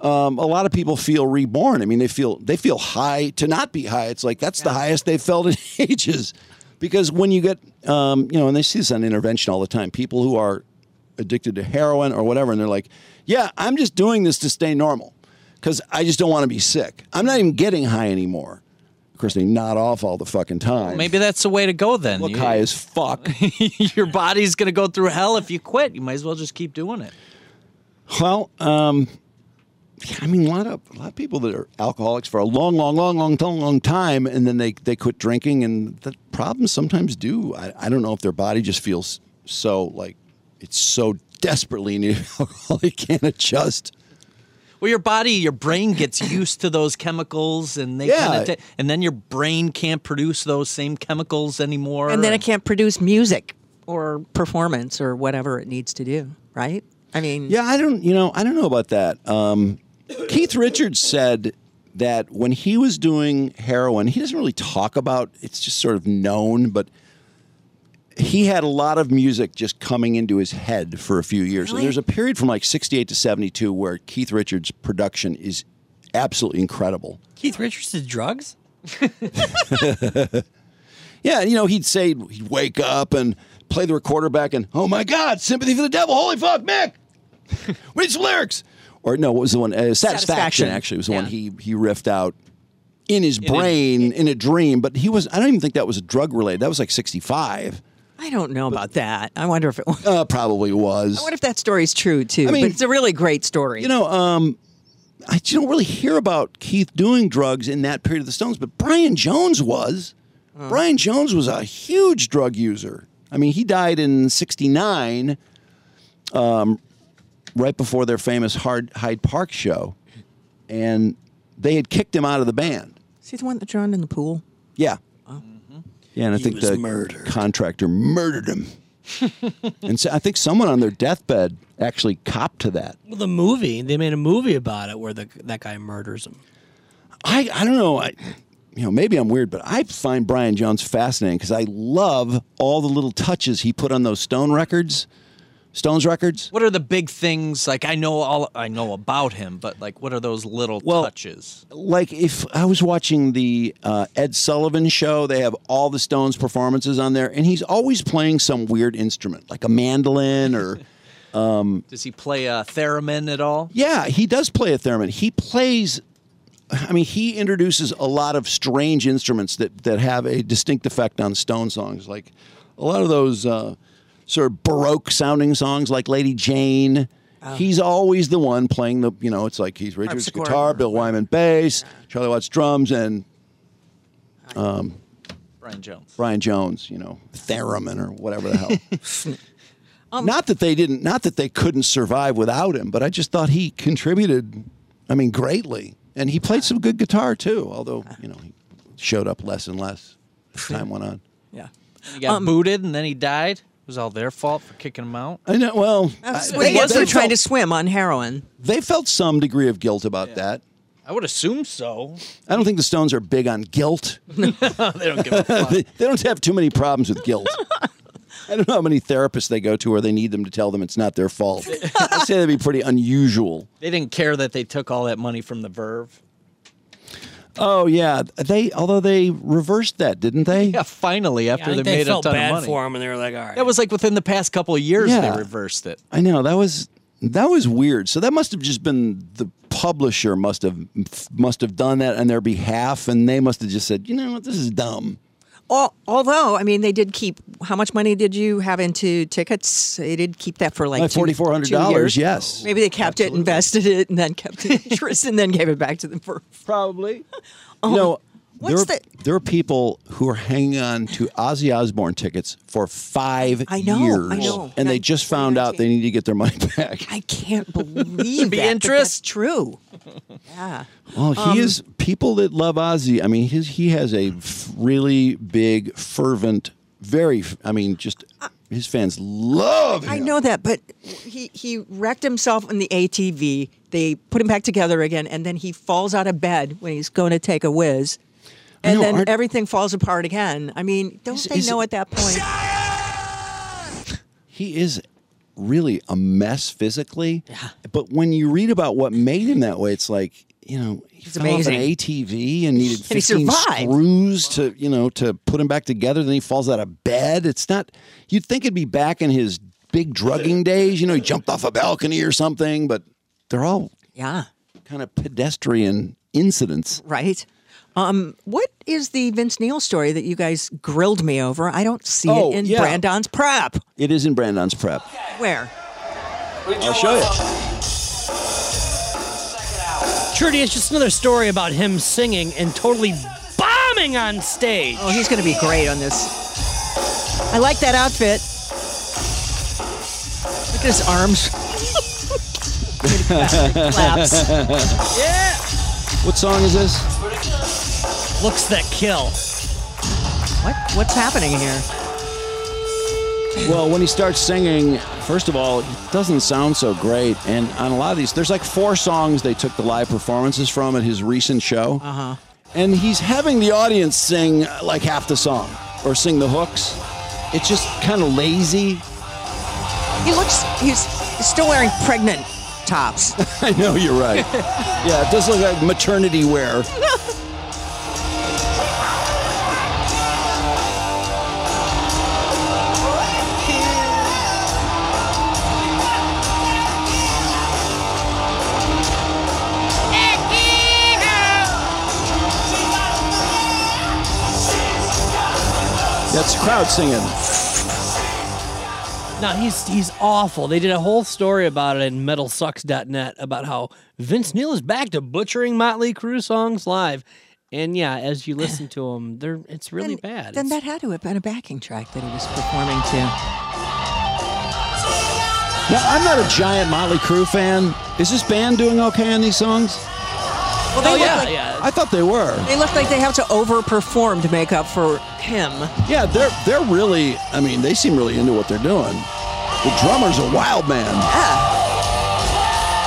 um, a lot of people feel reborn. I mean, they feel they feel high to not be high. It's like that's the highest they've felt in ages, because when you get, um, you know, and they see this on intervention all the time. People who are addicted to heroin or whatever, and they're like, "Yeah, I'm just doing this to stay normal, because I just don't want to be sick. I'm not even getting high anymore." Of course, they nod off all the fucking time.
Maybe that's the way to go then.
Look high as fuck.
Your body's going to go through hell if you quit. You might as well just keep doing it.
Well, um, yeah, I mean, a lot of a lot of people that are alcoholics for a long, long, long, long, long, long time, and then they they quit drinking, and the problems sometimes do. I, I don't know if their body just feels so like it's so desperately needing alcohol they can't adjust.
Well, your body, your brain gets used to those chemicals, and they
Yeah.
kinda ta- and then your brain can't produce those same chemicals anymore.
and then it can't produce music or performance or whatever it needs to do, right? I mean,
Yeah, I don't. You know, I don't know about that. Um, Keith Richards said that when he was doing heroin, he doesn't really talk about. It's just sort of known, but he had a lot of music just coming into his head for a few years.
Really?
And there's a period from like '68 to '72 where Keith Richards' production is absolutely incredible.
Keith Richards did drugs.
Yeah, and, you know, he'd say he'd wake up and play the recorder back, and oh my God, sympathy for the devil, holy fuck, Mick, we need some lyrics. Or no, what was the one? Uh, Satisfaction,
Satisfaction.
Actually, was the one
Yeah.
he he riffed out in his brain in a dream. But he was I don't even think that was drug related. That was like sixty five.
I don't know about that. I wonder if it was.
Uh, probably was.
I wonder if that story's true too.
I mean-
but it's a really great story.
You know, um, I you don't really hear about Keith doing drugs in that period of the Stones, but Brian Jones was. Brian Jones was a huge drug user. I mean, he died in '69, um, right before their famous Hard Hyde Park show, and they had kicked him out of the band.
see the one that drowned in the pool.
Yeah, yeah, and I
Mm-hmm. He
think
was
the contractor murdered him. and so I think someone on their deathbed actually copped to that.
Well, the movie they made a movie about it where the that guy murders him.
I, I don't know. I, you know, maybe I'm weird, but I find Brian Jones fascinating because I love all the little touches he put on those Stone records, Stones records.
What are the big things? Like I know all I know about him, but like what are those little touches?
Like if I was watching the uh, Ed Sullivan show, they have all the Stones performances on there, and he's always playing some weird instrument, like a mandolin or. Um,
Does he play a theremin at all?
yeah, he does play a theremin. He plays. I mean, he introduces a lot of strange instruments that that have a distinct effect on Stone songs, like a lot of those uh, sort of baroque sounding songs, like Lady Jane.
Oh.
He's always the one playing the, you know, it's like Keith Richards
Harpsichord.
guitar, Bill Wyman bass, Charlie Watts drums, and um,
Brian Jones.
Brian Jones, you know, theremin or whatever the hell.
Um,
not that they didn't, not that they couldn't survive without him, but I just thought he contributed, I mean, greatly. And he played some good guitar too, although, you know, he showed up less and less as time went on.
Yeah. he got booted and then he died. It was all their fault for kicking him out.
I know, well,
That's
I-
what
they-
it was.
they
They're trying
felt-
to
swim on heroin.
They felt some degree of guilt about that.
I would assume so.
I don't think the Stones are big on guilt.
they don't give a fuck.
they, they don't have too many problems with guilt. I don't know how many therapists they go to where they need them to tell them it's not their fault. I'd say that'd be pretty unusual.
They didn't care that they took all that money from the Verve.
Oh yeah, they although they reversed that, didn't they? Yeah,
finally
Yeah, I think they felt bad for him, and they were like, "All right."
That was like within the past couple of years
Yeah.
they reversed it.
I know that was that was weird. So that must have just been the publisher must have must have done that on their behalf, and they must have just said, you know what, this is dumb.
Al- although, I mean, they did keep. How much money did you have into tickets? They did keep that for like
Like
two-
$4,400,
two years.
yes.
Maybe they kept it, invested it, and then kept the interest, and then gave it back to them for
probably. you know, there
what's
are, there are people who are hanging on to Ozzy Osbourne tickets for five
I know, I
years,
know.
and they just found out they need to get their money back.
I can't believe
Be
oh, that, but that's
interest?
true. Yeah.
Well, he
Um,
is people that love Ozzy. I mean, his he has a f- really big, fervent, very. f- I mean, just
Uh,
his fans love
I
him.
know that, but he he wrecked himself in the ATV. They put him back together again, and then he falls out of bed when he's going to take a whiz,
I
and
know,
then
aren't-
everything falls apart again. I mean, don't they
is-
know at that point?
He is really a mess physically. But when you read about what made him that way, it's like you know he
It's
fell off an
amazing.
ATV and needed
And he
15
survived.
screws to you know to put him back together. Then he falls out of bed. It's not. You'd think it'd be back in his big drugging days. You know, he jumped off a balcony or something. But they're all
Yeah.
kind of pedestrian incidents.
Right. Um, what is the Vince Neil story that you guys grilled me over? I don't see
Oh,
it in
yeah.
Brandon's prep.
It is in Brandon's prep.
Where?
I'll show you.
Trudy, it's just another story about him singing and totally bombing on stage.
Oh, he's going to be great on this. I like that outfit. Look at his arms.
Claps.
Yeah.
What song is this?
Looks that kill.
What? What's happening here?
Well, when he starts singing, first of all, it doesn't sound so great. And on a lot of these, there's like four songs they took the live performances from at his recent show.
Uh-huh.
Uh huh.
And he's having the audience sing uh, like half the song or sing the hooks. It's just kind of lazy.
He looks. He's still wearing pregnant tops.
I know you're right. yeah, it does look like maternity wear. That's crowd singing.
No, he's he's awful. They did a whole story about it in metalsucks.net about how Vince Neil is back to butchering Motley Crue songs live. And yeah, as you listen to him, they're it's really bad.
Then
It's-
that had to have been a backing track that he was performing to.
Now, I'm not a giant Motley Crue fan. Is this band doing okay on these songs?
Well, they
Oh,
look
yeah,
like-
yeah. I thought they were.
They look like they have to overperform to make up for him.
Yeah, they're they're really. I mean, they seem really into what they're doing. The drummer's a wild man.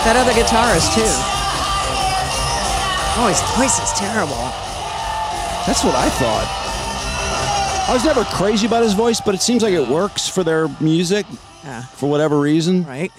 That other guitarist too. Oh, his voice is terrible.
That's what I thought. I was never crazy about his voice, but it seems like it works for their music
Yeah.
for whatever reason.
Right.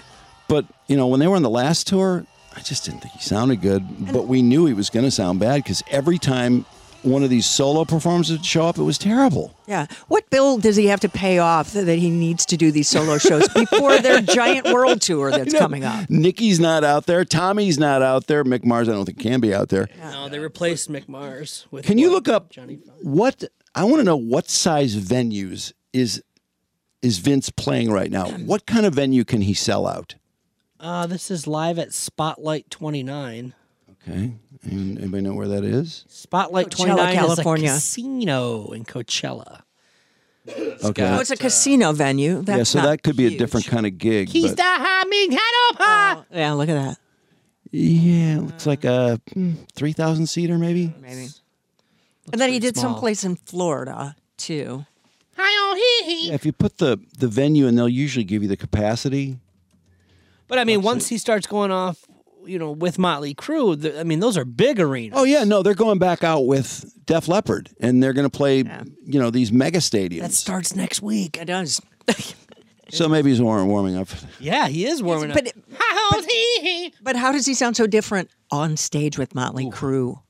But, you know, when they were on the last tour, I just didn't think he sounded good. but we knew he was going to sound bad because every time one of these solo performances would show up, it was terrible.
Yeah. What bill does he have to pay off that he needs to do these solo shows before their giant world tour that's
I know.
coming up?
Nikki's not out there. Tommy's not out there. Mick Mars, I don't think can be out there.
No, they replaced McMars with.
Can you look up
Johnny?
what I want to know what size venues is is Vince playing right now? What kind of venue can he sell out?
Uh, this is live at Spotlight 29.
Okay. And anybody know where that is?
Spotlight
Coachella,
29
California.
is a casino in Coachella.
Okay.
Oh, it's a casino venue. That's
yeah, so
not
that could be a
huge.
different kind of gig.
He's
but-
the humming head of Yeah, look at that.
yeah, it looks like a hmm, three thousand seater maybe.
Maybe. And then he did
small.
someplace in Florida too.
Yeah, if you put the the venue in, they'll usually give you the capacity.
But I mean, once he starts going off, you know, with Motley Crue, th I mean, those are big arenas.
Oh yeah, no, they're going back out with Def Leppard, and they're going to play, you know, these mega stadiums.
That starts next week. It does.
so maybe he's warm- warming up.
Yeah, he is warming
But, but, but how does he sound so different on stage with Motley Crue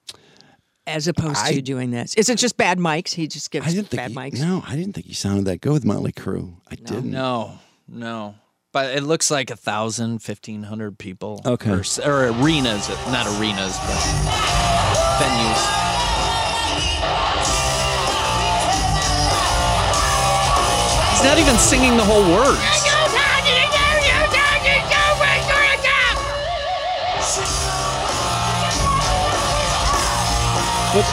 as opposed
I-
to doing this? Is it just bad mics? He just gives bad mics.
No, I didn't think he sounded that good with Motley Crue. I didn't.
No, no. But it looks like a thousand, fifteen hundred people.
Okay.
Or, s- or arenas, not arenas, but venues. He's not even singing the whole words.
But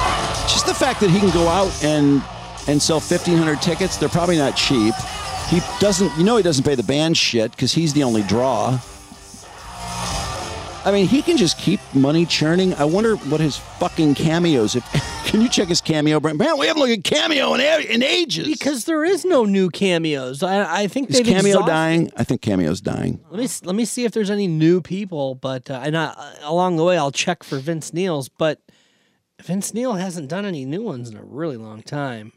just the fact that he can go out and and sell 1500 tickets, they're probably not cheap. He doesn't you know he doesn't pay the band shit cuz he's the only draw. I mean, he can just keep money churning. I wonder what his fucking cameos if Can you check his cameo, Brent? Man, we haven't looked at cameo in, a- in ages.
Because there is no new cameos. I, I think
Is
they've
cameo
exhausted-
dying? I think cameo's dying.
Let me s- let me see if there's any new people, but uh, and I, along the way I'll check for Vince Neil's, but Vince Neil hasn't done any new ones in a really long time.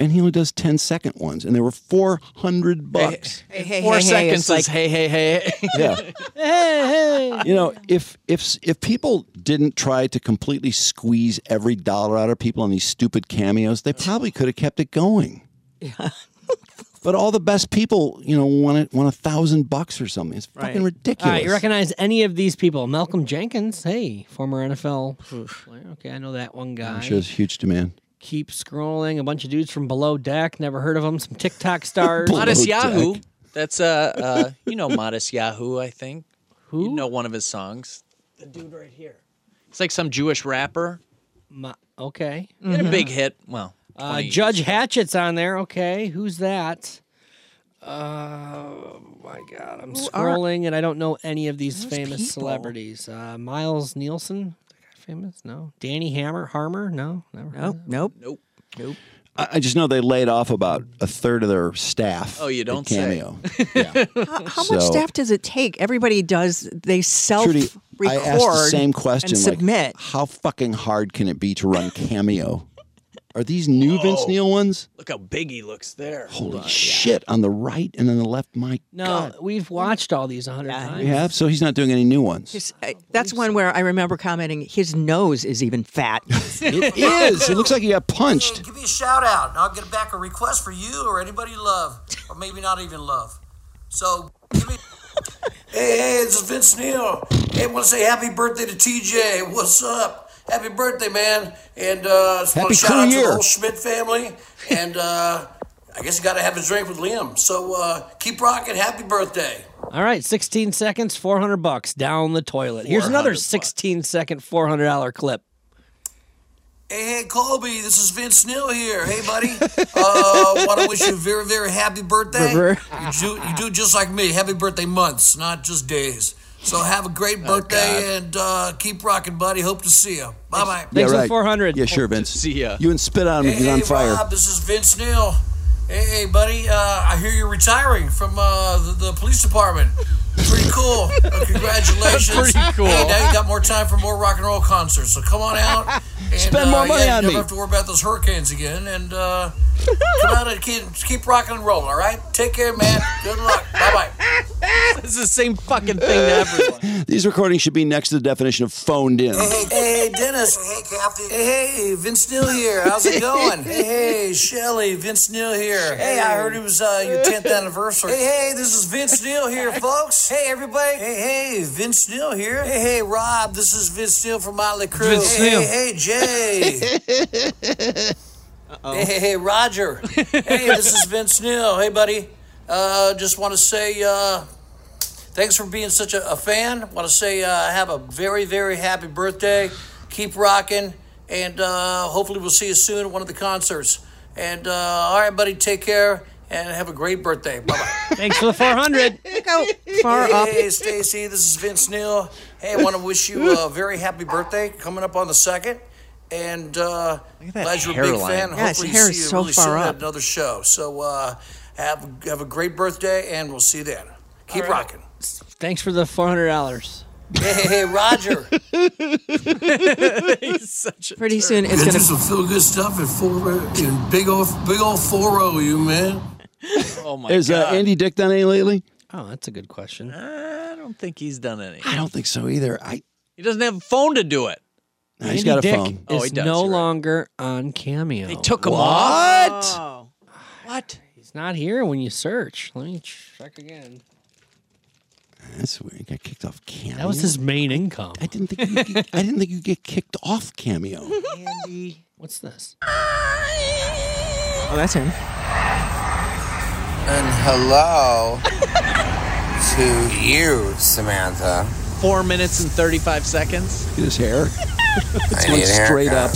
And he only does 10 second ones and they were 400 bucks.
Hey, hey,
Four
hey, hey,
seconds
it's like-
is hey, hey, hey. hey.
Yeah. you know, if if if people didn't try to completely squeeze every dollar out of people on these stupid cameos, they probably could have kept it going.
Yeah.
But all the best people, you know, want a, want a thousand bucks or something. It's fucking
All
ridiculous.
right, you recognize any of these people? Malcolm Jenkins, hey, former NFL. player. Okay, I know that one guy.
Uh,
I'm sure there's huge demand.
Keep scrolling. A bunch of dudes from below deck. Never heard of them. Some TikTok stars.
Modest Yahoo. That's uh, uh, you know Modest Yahoo. I think. Who? You know one of his songs.
The dude right here.
It's like some Jewish rapper.
Mo- okay.
He Had a big hit. Well,
Uh,
20
Judge Hatchett's on there. Okay, who's that? Uh, my God, I'm
are-
scrolling and I don't know any of these famous
people?
celebrities. Uh, Miles Nielsen, that guy famous? No. Danny Hammer, Harmer? No, never. heard of
Nope,
him.
nope.
Nope.
Nope.
I, I just know they laid off about a third of their staff.
Oh, you
at
don't say.
cameo.
How, how much
So-
staff does it take? Everybody does. They self
Trudy, I
Oh, record.
asked the same question.
And submit.
Like, how fucking hard can it be to run cameo? Are these new
Oh.
Vince Neil ones?
Look how big he looks there.
Holy shit! On the right and on the left, my
No, we've watched all these a hundred times.
We have, so he's not doing any new ones.
His- I- that's one where I remember commenting, his nose is even fat.
It is. It looks like he got punched.
Give me a shout out, and I'll get back a request for you or anybody you love, or maybe not even love. So give me. hey, hey, this is Vince Neil. Hey, want to say happy birthday to TJ. What's up? Happy birthday, man! And uh, just want
Happy
to shout out
crew
to
year.
the whole Schmidt family. And uh, I guess you got to have a drink with Liam. So uh, keep rocking. Happy birthday.
All right, 16 seconds, 400 bucks down the toilet. Here's
400
another
bucks.
16 second, $400 clip.
Hey, hey, Colby, this is Vince Neil here. Hey, buddy. Uh, want to wish you a very, very happy birthday. You
River.
do, you do just like me. Happy birthday months, not just days. So have a great
Oh,
birthday and uh, keep rocking, buddy. Hope to see you. Bye bye.
Yeah, right. Yeah, sure, Vince.
See ya.
You and spit on him. He's on fire.
Rob, this is Vince Neil. Hey, buddy, uh, I hear you're retiring from uh, the, the police department. Pretty cool. Uh, congratulations.
Pretty cool.
Hey, now you got more time for more rock and roll concerts. So come on out. And,
Spend more
uh,
money
yeah,
on
you
me.
Never have to worry about those hurricanes again. And uh, come out and keep, keep rocking and rolling, all right? Take care, man. Good luck. Bye bye.
It's the same fucking thing to everyone.
These recordings should be next to the definition of phoned in.
Hey, hey, hey, Dennis. Hey, Kathy. Hey, hey, Vince Neil here. How's it going? hey, hey, Shelly. Vince Neil here. Hey, I heard it was uh, your 10th anniversary. Hey, hey, this is Vince Neil here, folks. Hey, everybody. Hey, hey, Vince Neil here. Hey, hey, Rob. This is Vince Neil from Motley Crue.
Vince
hey,
Neil.
hey, hey, Jay. Hey, hey, hey, Roger. hey, this is Vince Neil. Hey, buddy. Uh, just want to say uh, thanks for being such a, a fan. Want to say uh, have a very, very happy birthday. Keep rocking, and uh, hopefully we'll see you soon at one of the concerts. And uh, all right, buddy, take care and have a great birthday. Bye bye.
Thanks for the 400. far
hey,
up.
Hey, Stacy, this is Vince Neil. Hey, I want to wish you a very happy birthday coming up on the second. And uh, glad you're a big
hairline.
fan.
Yeah, his
Hopefully,
hair
see
is
you
so
really
far
soon
up.
at another show. So uh, have have a great birthday, and we'll see you then. Keep rocking.
Thanks for the $400.
Hey, hey, hey, Roger.
Pretty soon it's
Get
going
you some
to.
feel good stuff in four in big old big old four O you man.
Oh my
Is uh,
god.
Andy Dick done any lately?
oh, that's a good question.
I don't think he's done any.
I don't think so either. I
He doesn't have a phone to do it.
No, he's got a
Dick
phone.
Oh,
Is
he does,
no
you're right.
longer on Cameo. They
took him off?
Oh.
What? He's not here when you search. Let me check again.
That's weird. He got kicked off Cameo.
That was his main income.
I didn't think you get, I didn't think you get kicked off Cameo.
Andy. What's this?
Oh, that's him.
And hello to you, Samantha.
Four minutes and thirty-five seconds.
His hair.
I
it's
need
went
a
straight up.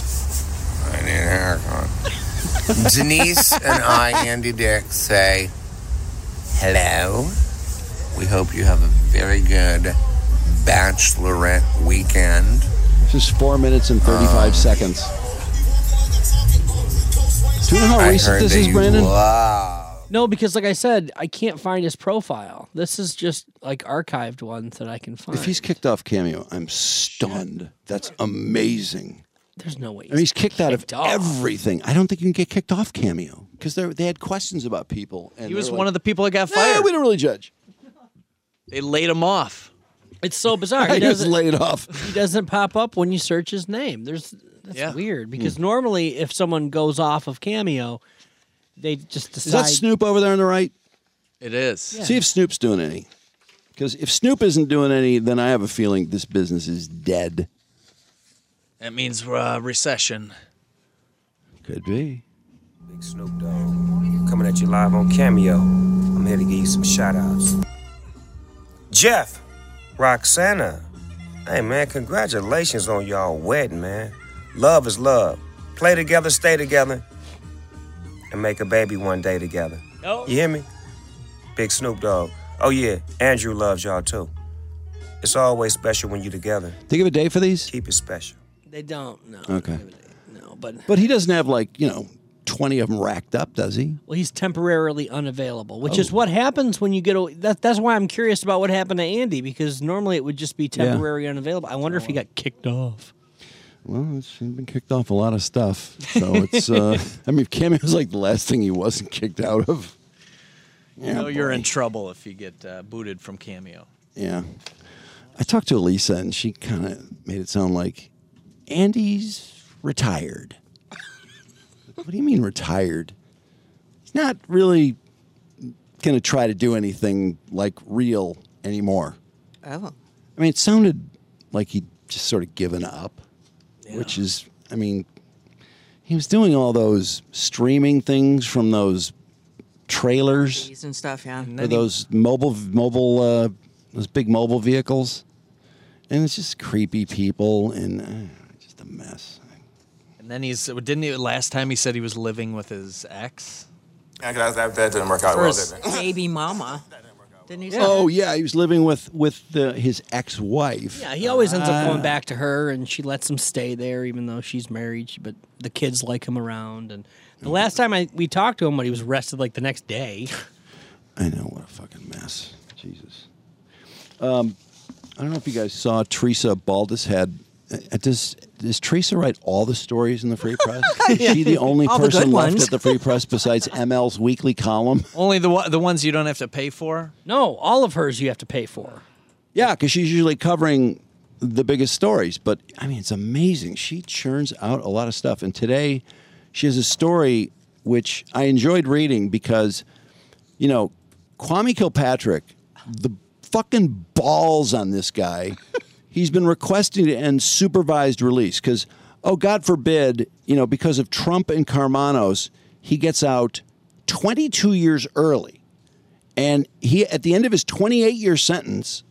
haircut. I need a haircut. Denise and I, Andy Dick, say hello. We hope you have a very good bachelorette weekend.
Just four minutes and thirty-five
Um,
seconds. Do you know how
I
recent
heard
this
that
is,
you
Brandon?
love-
No, because like I said, I can't find his profile. This is just like archived ones that I can find.
If he's kicked off Cameo, I'm stunned. That's amazing.
There's no way.
I mean, he's kicked, out of
kicked off.
everything. I don't think you can get kicked off Cameo because they they had questions about people. And
He was one of the people that got fired.
we don't really judge.
They laid him off.
It's so bizarre.
He was
doesn't-
laid off.
He doesn't pop up when you search his name. There's that's weird because
Hmm.
normally if someone goes off of Cameo, they just
Is that
decide.
Snoop over there on the right?
It is.
See if Snoop's doing any. Because if Snoop isn't doing any, then I have a feeling this business is dead.
That means uh, recession.
Could be.
Big Snoop Dogg coming at you live on Cameo. I'm here to give you some shout outs. Jeff, Roxana. Hey man, congratulations on y'all wedding, man. Love is love. Play together, stay together, and make a baby one day together.
Oh.
You hear me? Big Snoop Dogg. Oh yeah, Andrew loves y'all too. It's always special when you're together.
Think of a day for these?
Keep it special.
they don't. No.
Okay.
No, but
But he doesn't have like, you know, 20 of them racked up, does he?
well, he's temporarily unavailable, which
Oh.
is what happens when you get. A, that, that's why I'm curious about what happened to Andy because normally it would just be
Yeah.
temporary unavailable. I wonder if he got kicked off.
Well, it's, he's been kicked off a lot of stuff. So it's, uh, I mean, Cameo's like the last thing he wasn't kicked out of.
you
Yeah,
know you're
boy.
in trouble if you get uh, booted from Cameo.
Yeah. I talked to Elisa and she kind of made it sound like Andy's retired. what do you mean retired? He's not really going to try to do anything like real anymore.
Oh.
I mean, it sounded like he'd just sort of given up, which is, I mean, he was doing all those streaming things from those trailers
Keys and stuff, yeah.
or those mobile mobile uh, those big mobile vehicles, and it's just creepy people and uh, just a mess.
And then he's didn't he last time he said he was living with his ex.
Yeah, 'cause that, that didn't work out well,
First-
did it?
baby mama. Didn't he say
Oh
that?
yeah, he was living with with the, his ex-wife.
Yeah, he always ends up
Ah.
going back to her, and she lets him stay there, even though she's married. she- But the kids like him around. And
Mm-hmm.
the last time I we talked to him, when he was arrested, like the next day.
I know what a fucking mess. Jesus. Um, I don't know if you guys saw Teresa Baldus had. uh, Does does Teresa write all the stories in the Free Press? Is she the only
All the good
person left
ones.
at the Free Press besides ML's weekly column?
Only the one- the ones you don't have to pay for.
No, all of hers you have to pay for.
Yeah, because she's usually covering the biggest stories. But I mean, it's amazing. She churns out a lot of stuff. And today, she has a story which I enjoyed reading because, you know, Kwame Kilpatrick, the fucking balls on this guy. He's been requesting to end supervised release because, oh, God forbid, you know, because of Trump and Carmanos, he gets out 22 years early. And he, at the end of his 28 year sentence,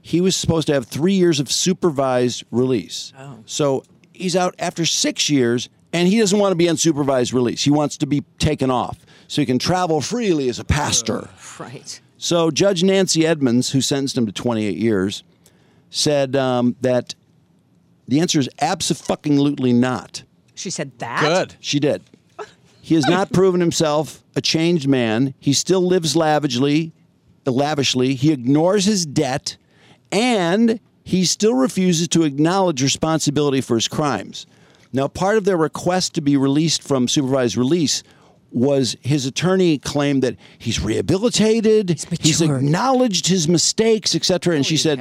he was supposed to have three years of supervised release. So he's out after six years, and he doesn't want to be on supervised release. He wants to be taken off so he can travel freely as a pastor.
Right.
So Judge Nancy Edmonds, who sentenced him to 28 years, said um, that the answer is absolutely not.
She said that.
She did. He has not proven himself a changed man. He still lives lavishly, lavishly. He ignores his debt, and he still refuses to acknowledge responsibility for his crimes. Now, part of their request to be released from supervised release was his attorney claimed that he's rehabilitated, he's, acknowledged his mistakes, etc. And she said,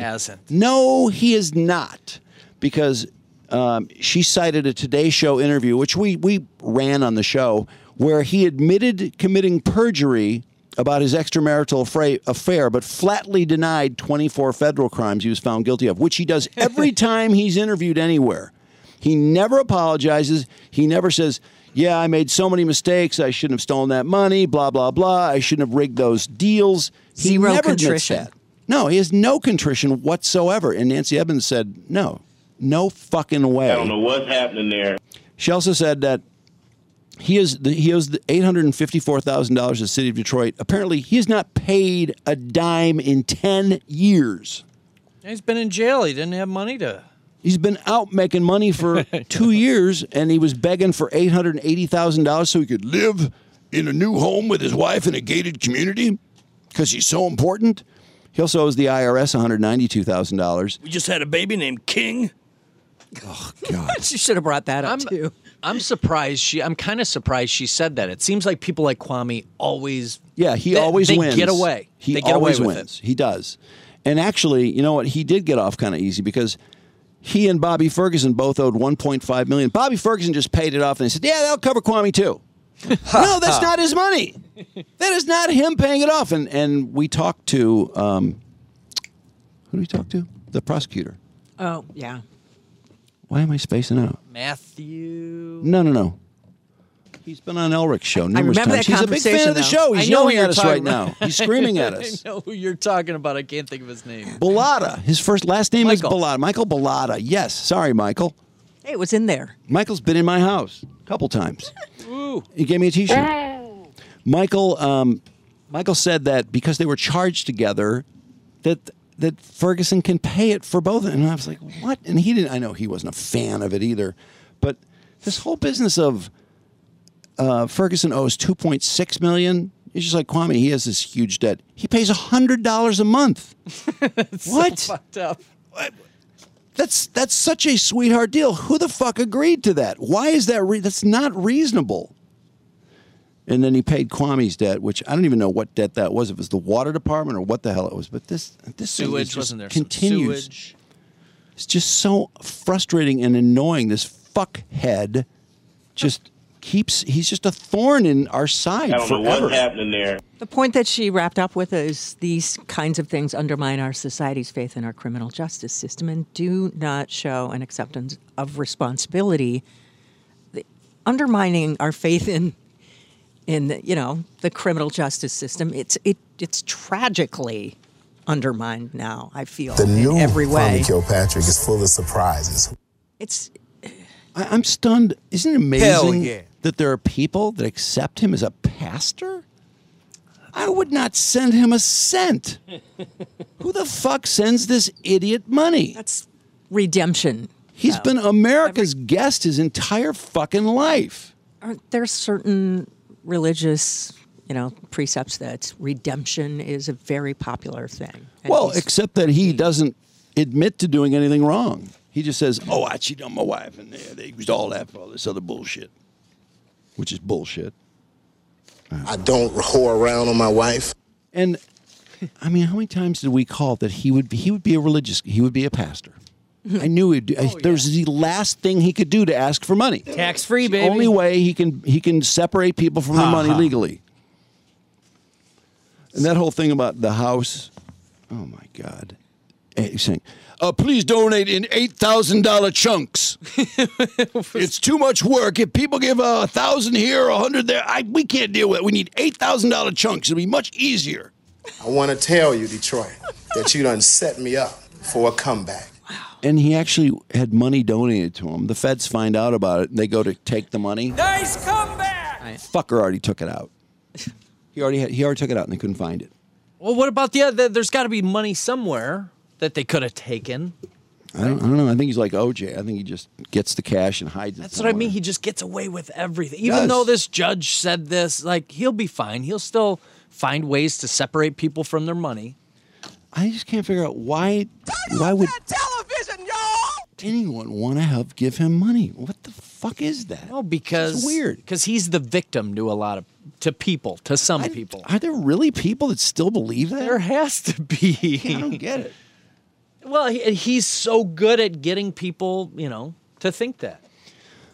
"No, he is not," because um, she cited a Today Show interview, which we we ran on the show, where he admitted committing perjury about his extramarital affray- affair, but flatly denied 24 federal crimes he was found guilty of, which he does every time he's interviewed anywhere. He never apologizes. He never says, Yeah, I made so many mistakes. I shouldn't have stolen that money, blah, blah, blah. I shouldn't have rigged those deals. He
Zero
never admits
contrition.
that. No, he has no contrition whatsoever. And Nancy Evans said, No, no fucking way.
I don't know what's happening there.
She also said that he is the, he owes the eight hundred and fifty four thousand dollars to the city of Detroit. Apparently, he has not paid a dime in ten years.
He's been in jail. He didn't have money to.
He's been out making money for two years, and he was begging for eight hundred and eighty thousand dollars so he could live
in a new home with his wife in a gated community
because he's so important. He also owes the IRS one hundred ninety two thousand dollars.
We just had a baby named King.
she should have brought that up too.
I'm surprised she. I'm kind of surprised she said that. It seems like people like Kwame always.
Yeah, he
they-
always
they
wins.
Get away.
He
they get away
always
with it.
wins. He does. And actually, you know what? He did get off kind of easy because he and Bobby Ferguson both owed 1.5 million. Bobby Ferguson just paid it off and they said, "Yeah, that'll cover Kwame too." no, that's not his money. That is not him paying it off. And and we talked to um, who do we talk to? The prosecutor.
Oh yeah.
Why am I spacing out?
Matthew.
No, no, no. He's been on Elric's show numerous
remember
times.
that
He's a big fan
conversation,
of the
though.
show.
I
He's
know who
yelling
you're
at us
talking
right
about.
now. He's screaming at us.
I know who you're talking about. I can't think of his name.
Bellata. His first last name is Bellata. Michael Bellata. Yes. Sorry, Michael.
Hey, it was in there.
Michael's been in my house a couple times.
Ooh.
He gave me a T-shirt. Michael. Um, Michael said that because they were charged together, that that Ferguson can pay it for both. And I was like, what? And he didn't. I know he wasn't a fan of it either, but this whole business of uh, Ferguson owes two point six million. It's just like Kwame. He has this huge debt. He pays hundred dollars a month. what?
fucked up.
That's that's such a sweetheart deal. Who the fuck agreed to that? Why is that? Re- that's not reasonable. And then he paid Kwame's debt, which I don't even know what debt that was. If it was the water department or what the hell it was. But this this thing is
Sewage,
just
wasn't there some
Continues.
sewage?
It's just so frustrating and annoying. This fuckhead just keeps. He's just a thorn in our
I
side
don't know
forever.
what's happening there.
The point that she wrapped up with is these kinds of things undermine our society's faith in our criminal justice system and do not show an acceptance of responsibility. The- undermining our faith in in the, you know the criminal justice system. It's it it's tragically undermined now. I feel
The
in
new
every way.
Kwame Kilpatrick is full of surprises.
It's
I, I'm stunned. Isn't it amazing
yeah.
that there are people that accept him as a pastor? I would not send him a cent. Who the fuck sends this idiot money? That's
redemption.
He's been America's guest his entire fucking life.
Aren't there certain religious, you know, precepts that redemption is a very popular thing? And
Well,
he's-
except that he doesn't admit to doing anything wrong. He just says, "Oh, I cheated on my wife, and they, they used all that for all this other bullshit," which is bullshit.
I don't whore around on my wife.
And I mean, how many times did we call that he would be, he would be a religious he would be a pastor? I knew he'd do, there was the last thing he could do to ask for money.
Tax free,
The
baby.
only way he can he can separate people from their money
Uh-huh.
legally. And that whole thing about the house, oh my god, Eh, he's saying, uh, please donate in eight thousand dollar chunks.
it's too much work. If people give a thousand here, a hundred there, I, we can't deal with it. We need eight thousand dollar chunks. It'll be much easier.
I want to tell you, Detroit, that you done set me up for a comeback.
and he actually had money donated to him. The feds find out about it, and they go to take the money.
Nice comeback.
Fucker already took it out. He already had, he already took it out, and they couldn't find it.
Well, what about the other? There's got to be money somewhere that they could have taken.
I don't, I don't know. I think he's like OJ. I think he just gets the cash and hides it.
That's what I mean. He just gets away with everything. Even
Yes.
though this judge said this, like he'll be fine. He'll still find ways to separate people from their money.
I just can't figure out why why would anyone want to help give him money? What the fuck is that?
No, because
It's weird.
Because he's the victim to a lot of to people, to some people.
Are there really people that still believe that?
There has to be.
I don't get it.
Well, he, he's so good at getting people, you know, to think that.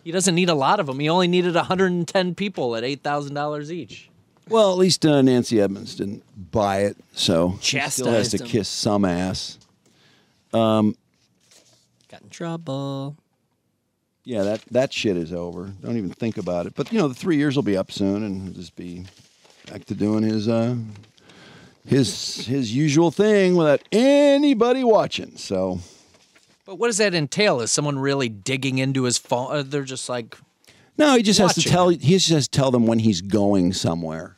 He doesn't need a lot of them. He only needed 110 people at $8,000 each.
Well, at least uh, Nancy Edmonds didn't buy it, so she still
Chastised
has to
him.
kiss some ass. Um,
Got in trouble.
yeah, that that shit is over. Don't even think about it. But you know, the three years will be up soon, and he'll just be back to doing his uh, his his usual thing without anybody watching. So
But what does that entail? Is someone really digging into his phone? Uh, they're just like,
no, he just has to
Watching.
tell he just has to tell them when he's going somewhere,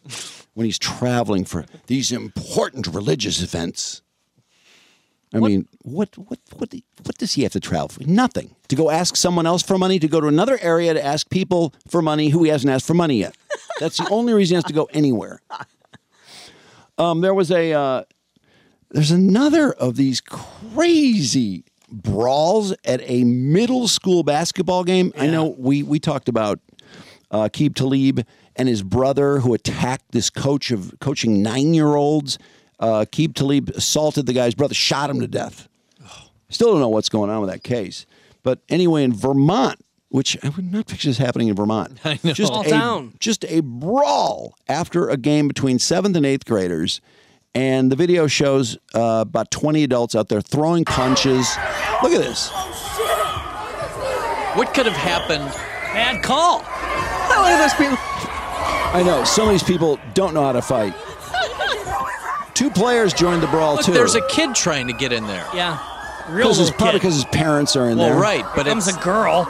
when he's traveling for these important religious events. I mean, what what what what does he have to travel for? Nothing. To go ask someone else for money, to go to another area to ask people for money who he hasn't asked for money yet. That's the only reason he has to go anywhere. Um, there was a uh, there's another of these crazy brawls at a middle school basketball game. I know we we talked about uh, Keeb Talib and his brother who attacked this coach of coaching nine year olds. Uh, Keeb Talib assaulted the guy's brother, shot him to death. Still don't know what's going on with that case. But anyway, in Vermont, which I would not picture this happening in Vermont. I
know.
Just
Small
a,
town.
Just a brawl after a game between seventh and eighth graders. And the video shows uh, about 20 adults out there throwing punches. Look at this.
what could have happened? Bad call.
How are those people?
I know, some of these people don't know how to fight. Two players joined the brawl,
Look,
too.
there's a kid trying to get in there.
Yeah. Real
Because his,
little
probably
kid.
because his parents are in
Well,
there.
right, but
comes
it's
a girl.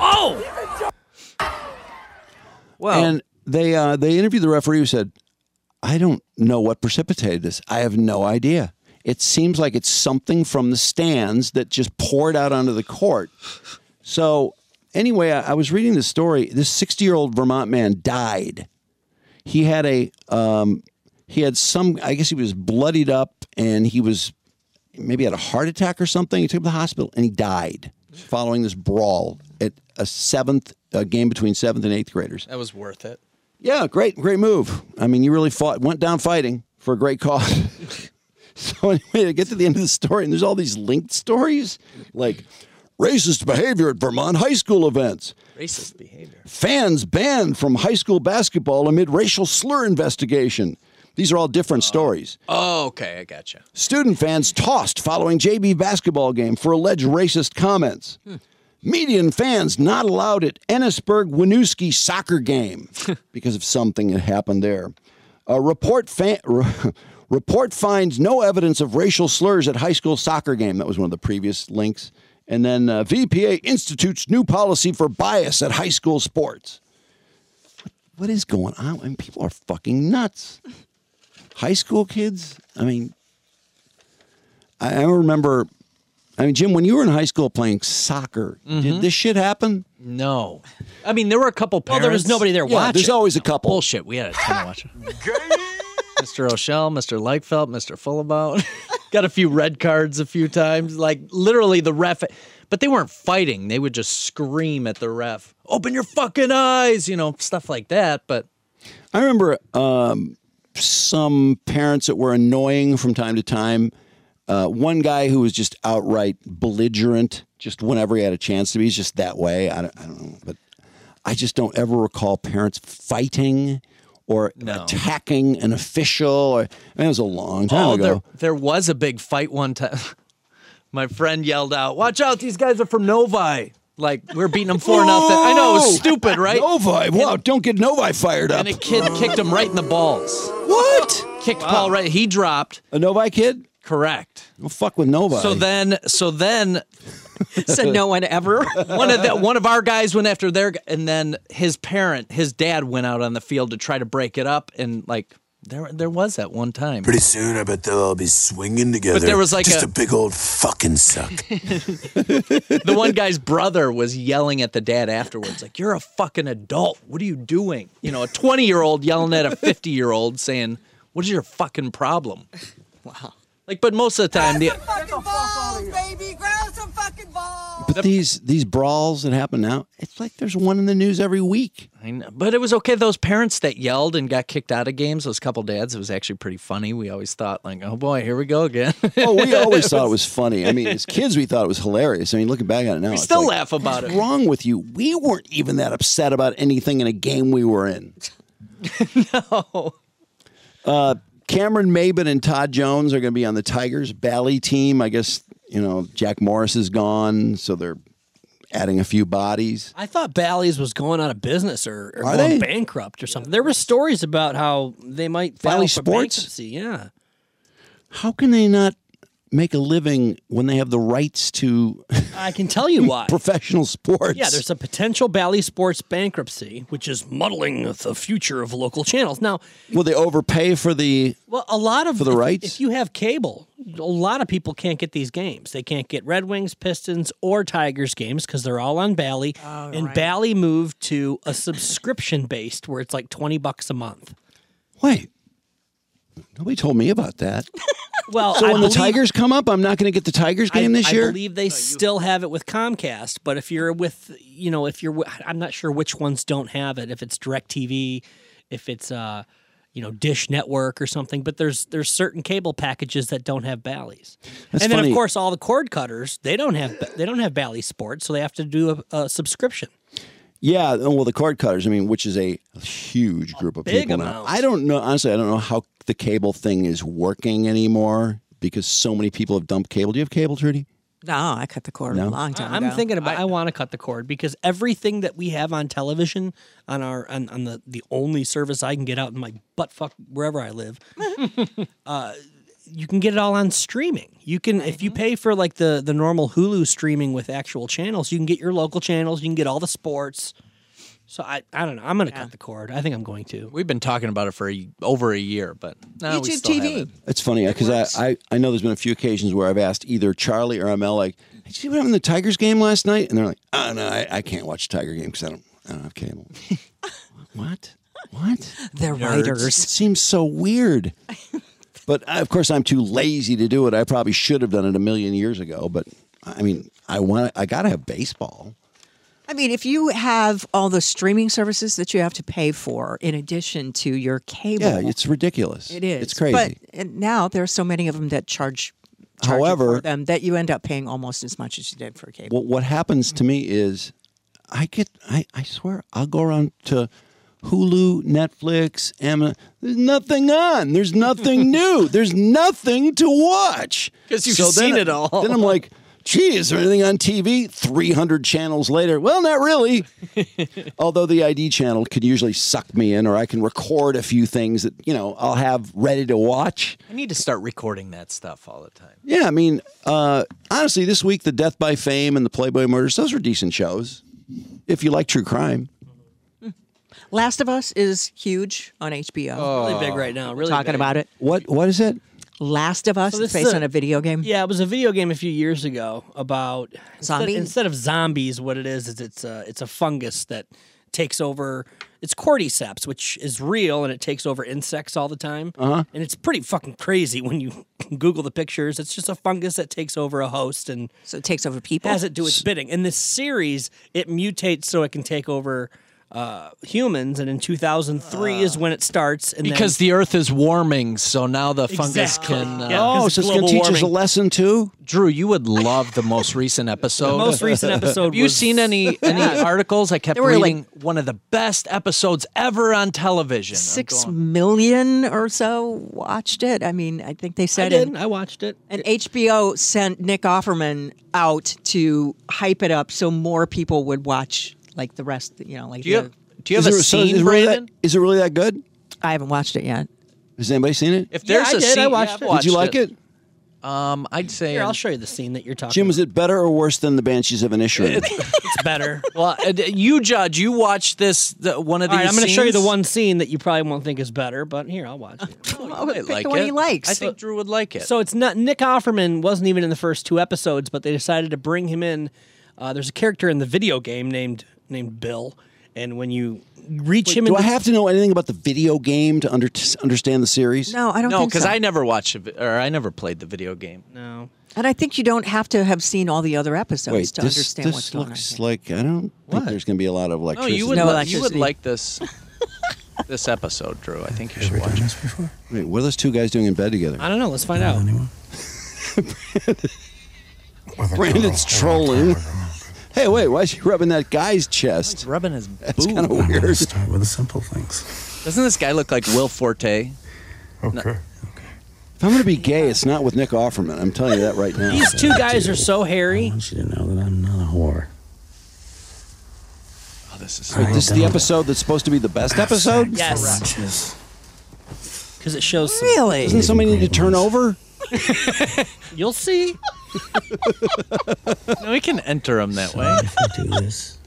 oh! Well,
and they uh, they interviewed the referee who said, "I don't know what precipitated this. I have no idea. It seems like it's something from the stands that just poured out onto the court." So anyway, I, I was reading this story. This sixty year old Vermont man died. He had a um, he had some. I guess he was bloodied up, and he was maybe had a heart attack or something. He took him to the hospital, and he died following this brawl at a seventh a game between seventh and eighth graders.
that was worth it.
Yeah, great, great move. I mean, you really fought, went down fighting for a great cause. so anyway, I get to the end of the story, and there's all these linked stories like racist behavior at Vermont high school events,
Racist behavior.
fans banned from high school basketball amid racial slur investigation. These are all different stories.
Oh, okay, I gotcha.
Student fans tossed following JV basketball game for alleged racist comments. Median fans not allowed at Ennisburg Winooski soccer game because of something that happened there. A report fa- report finds no evidence of racial slurs at high school soccer game. That was one of the previous links. And then uh, VPA institutes new policy for bias at high school sports. What what is going on? I mean, people are fucking nuts. High school kids. I mean, I, I remember. I mean, Jim, when you were in high school playing soccer, did this shit happen?
No. Mm-hmm. I mean, there were a couple parents.
Well, there was nobody there
Yeah, There's
watching.
always
a couple.
Bullshit. We had a ton of watching. Mr. O'Shell, Mr. Leichfeld, Mr. Fullabout. Got a few red cards a few times. Like, literally, the ref. But they weren't fighting. They would just scream at the ref, open your fucking eyes, you know, stuff like that. But
I remember um, some parents that were annoying from time to time. Uh, one guy who was just outright belligerent, just whenever he had a chance to be, he's just that way. I don't, I don't know, but I just don't ever recall parents fighting or attacking an official. Or, I mean, it was a long time
oh,
ago.
there, there was a big fight one time. My friend yelled out, Watch out, these guys are from Novi. Like, we're beating them 4 nothing. I know, it was stupid, right?
Novi, wow! Don't get Novi fired up.
And a kid kicked him right in the balls.
What?
Kicked Paul right. He dropped.
A Novi kid?
Correct.
Don't fuck with Novi.
So then, so then,
So no
one ever. one of the, one of our guys went after their, g- and then his parent, his dad, went out on the field to try to break it up, and like there, there was that one time.
Pretty soon, I bet they'll all be swinging together.
there was like
just
a-
a, big old fucking suck.
the one guy's brother was yelling at the dad afterwards, like, "You're a fucking adult. What are you doing?" You know, a 20 year old yelling at a 50 year old, saying, "What is your fucking problem?" Wow. Like, but most of the time, the
Fucking balls, baby. Grab some fucking balls.
But these these brawls that happen now, it's like there's one in the news every week.
I know, but it was okay. Those parents that yelled and got kicked out of games, those couple dads, it was actually pretty funny. We always thought, like, "Oh boy, here we go again."
Oh, we always thought it was funny. I mean, as kids, we thought it was hilarious. I mean, looking back at it now,
We
it's
still
like,
laugh about
what's
it.
Wrong with you? We weren't even that upset about anything in a game we were in. no. Uh, Cameron Maben and Todd Jones are going to be on the Tigers Bally team. I guess you know Jack Morris is gone, so they're adding a few bodies.
I thought Bally's was going out of business or, or
Are
going
they?
bankrupt or something. There were stories about how they might file
Bally
for
Sports?
bankruptcy. Yeah,
How can they not make a living when they have the rights to
I can tell you why.
professional sports?
Yeah, there's a potential Bally Sports bankruptcy, which is muddling the future of local channels. Now,
Will they overpay for the?
Well, a lot of
For the
if,
rights?
If you have cable, a lot of people can't get these games. They can't get Red Wings, Pistons, or Tigers games because they're all on Bally. and Bally moved to a subscription based where it's like twenty bucks a month.
Wait, nobody told me about that.
Well,
so
I
when
believe-
the Tigers come up, I'm not going to get the Tigers game
I,
this year.
I believe they still have it with Comcast, but if you're with, you know, if you're, wi- I'm not sure which ones don't have it. If it's DirecTV, if it's, uh, you know, Dish Network or something. But there's there's certain cable packages that don't have Bally's,
That's
and then
funny.
of course all the cord cutters they don't have they don't have Bally Sports, so they have to do a, a subscription.
yeah, oh, well, the card cutters. I mean, which is a huge group of
big
people now.
amount.
I don't know. Honestly, I don't know how the cable thing is working anymore because so many people have dumped cable. Do you have cable, Trudy?
No, I cut the cord
No?
a long time
I'm
ago.
thinking about I, want to cut the cord because everything that we have on television on our on, on the the only service I can get out in my butt fuck wherever I live, uh, you can get it all on streaming. You can if
Mm-hmm.
you pay for like the the normal Hulu streaming with actual channels, you can get your local channels. You can get all the sports. So I I don't know. I'm gonna cut the cord. I think I'm going to.
We've been talking about it for a, over a year, but no, we still have it.
It's funny because I, I, I know there's been a few occasions where I've asked either Charlie or ML like, "Did you see what happened in the Tigers game last night?" And they're like, "Oh no, I, I can't watch the Tiger game because I don't I don't have cable." what? What?
They're
It seems so weird. but I, of course, I'm too lazy to do it. I probably should have done it a million years ago. But I mean, I want I gotta have baseball.
I mean, if you have all the streaming services that you have to pay for in addition to your cable,
Yeah, it's ridiculous.
it is.
It's crazy.
But and now there are so many of them that charge, charge you
However-
for them that you end up paying almost as much as you did for cable.
What, what happens to me is I get, I, I swear, I'll go around to Hulu, Netflix, Amazon. There's nothing on. There's nothing new. There's nothing to watch.
'Cause you've
then-
seen it all.
Then I'm like, gee, is there anything on TV? 300 channels later. Well, not really. Although the ID channel can usually suck me in, or I can record a few things that, you know, I'll have ready to watch.
I need to start recording that stuff all the time.
Yeah, I mean, uh, honestly, this week the Death by Fame and the Playboy Murders, those were decent shows. If you like true crime,
Last of Us is huge on HBO.
Really big right now, really
talking
big.
about it.
What What is it?
Last of Us
So
is
this is
based
a-
on a video game.
Yeah, it was a video game a few years ago about instead-
Zombies?
Instead, of zombies, what it is is it's a it's a fungus that takes over. It's cordyceps, which is real, and it takes over insects all the time.
Uh-huh.
And it's pretty fucking crazy when you Google the pictures. It's just a fungus that takes over a host, and
so it takes over people
as it do its bidding. In this series, it mutates so it can take over. Uh, humans, and in 2003 is when it starts. And
Uh. because
then,
the Earth is warming, so now the fungus
Exactly.
can. Uh,
Yeah, 'cause Oh, it's so it's gonna global teach us a warming.
lesson too.
Drew, you would love the most recent episode.
The most recent episode
Have you
was-
seen any any
Yeah.
articles? I kept
There were, like-
reading one of the best episodes ever on television.
Six million or so watched it. I mean, I think they said
I
in-
did. I watched it.
And HBO sent Nick Offerman out to hype it up so more people would watch like the rest, you know, like
Do you
the-
have- do you have Is a it- so is scene, it
really that- Brandon? is it really that good?
I haven't watched it yet.
Has anybody seen it?
If there's
Yeah, I
a
did.
scene,
I watched
yeah,
it. Did you
watched
like
Um, I'd say
Here, I'll show you the scene that you're talking.
Jim, was it better or worse than the Banshees of Inisherin?
It's better.
well, uh, d- you judge. You watch this the, one of
All
these.
right, I'm going to show you the
scenes.
one scene that you probably won't think is better, but here I'll watch it.
Oh,
might like
the one
it.
he likes.
I think Drew would like it.
So it's not Nick Offerman wasn't even in the first two episodes, but they decided to bring him in. Uh, there's a character in the video game named named Bill, and when you reach him,
Do
in
I
the-
have to know anything about the video game to under, to understand the series?
No, I don't
no,
think
because
so.
I never watched a vi- or I never played the video game.
No,
and I think you don't have to have seen all the other episodes
Wait,
to
this,
understand
this
what's going on.
looks like I don't think there's going to be a lot of
No,
electricity.
Oh, you would.
No
li- you would
electricity.
like this this episode, Drew. I think you should watch it.
Wait, what are those two guys doing in bed together?
I don't know. Let's find out.
Brandon's trolling. Hey, wait, why is he rubbing that guy's chest?
rubbing his boob.
That's kind of weird.
Start with the simple things.
Doesn't this guy look like Will Forte? Okay.
If I'm going to be gay, it's not with Nick Offerman. I'm telling you that right now.
These two guys are so hairy.
You didn't know that I'm not a whore.
Oh, this is.
Wait, this is the episode that's supposed to be the best episode.
Yes, because it shows some-
Really?
Doesn't somebody need to turn over?
You'll see.
No, we can enter him that way.
Do this.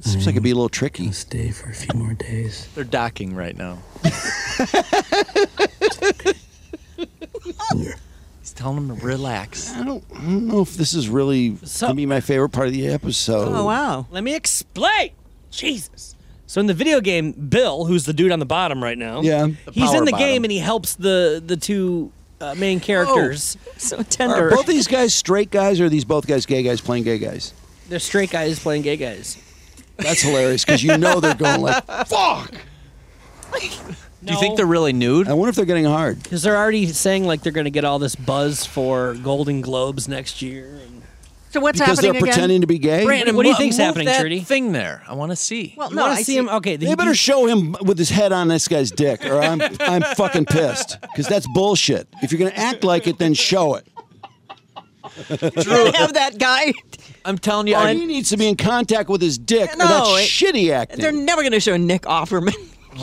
Seems like it'd be a little tricky.
Stay for a few more days.
They're docking right now. He's telling him to relax.
I don't, I don't know if this is really going to be my favorite part of the episode.
wow.
Let me explain. Jesus. So in the video game, Bill, who's the dude on the bottom right now,
Yeah. The
he's
power
in the
bottom.
game and he helps the the two uh, main characters.
So
Are
tender.
both these guys straight guys, or are these both guys gay guys playing gay guys?
They're straight guys playing gay guys.
That's hilarious because you know they're going like, "Fuck!"
Do you think they're really nude?
I wonder if they're getting hard.
Because they're already saying like they're going to get all this buzz for Golden Globes next year. And
So what's
because they're
happening again?
pretending to be gay.
Brandon, what do you
mo-
think's
move
happening,
that
Trudy?
Thing there. I want to see.
well,
you
no,
want
I
to
see
see him? Okay,
They better show him with his head on this guy's dick, or I'm I'm fucking pissed because that's bullshit. If you're gonna act like it, then show it.
Can't have that guy.
I'm telling you,
Well,
I-
he needs to be in contact with his dick. or
No,
that's
it-
shitty
They're
acting.
never going to show Nick Offerman.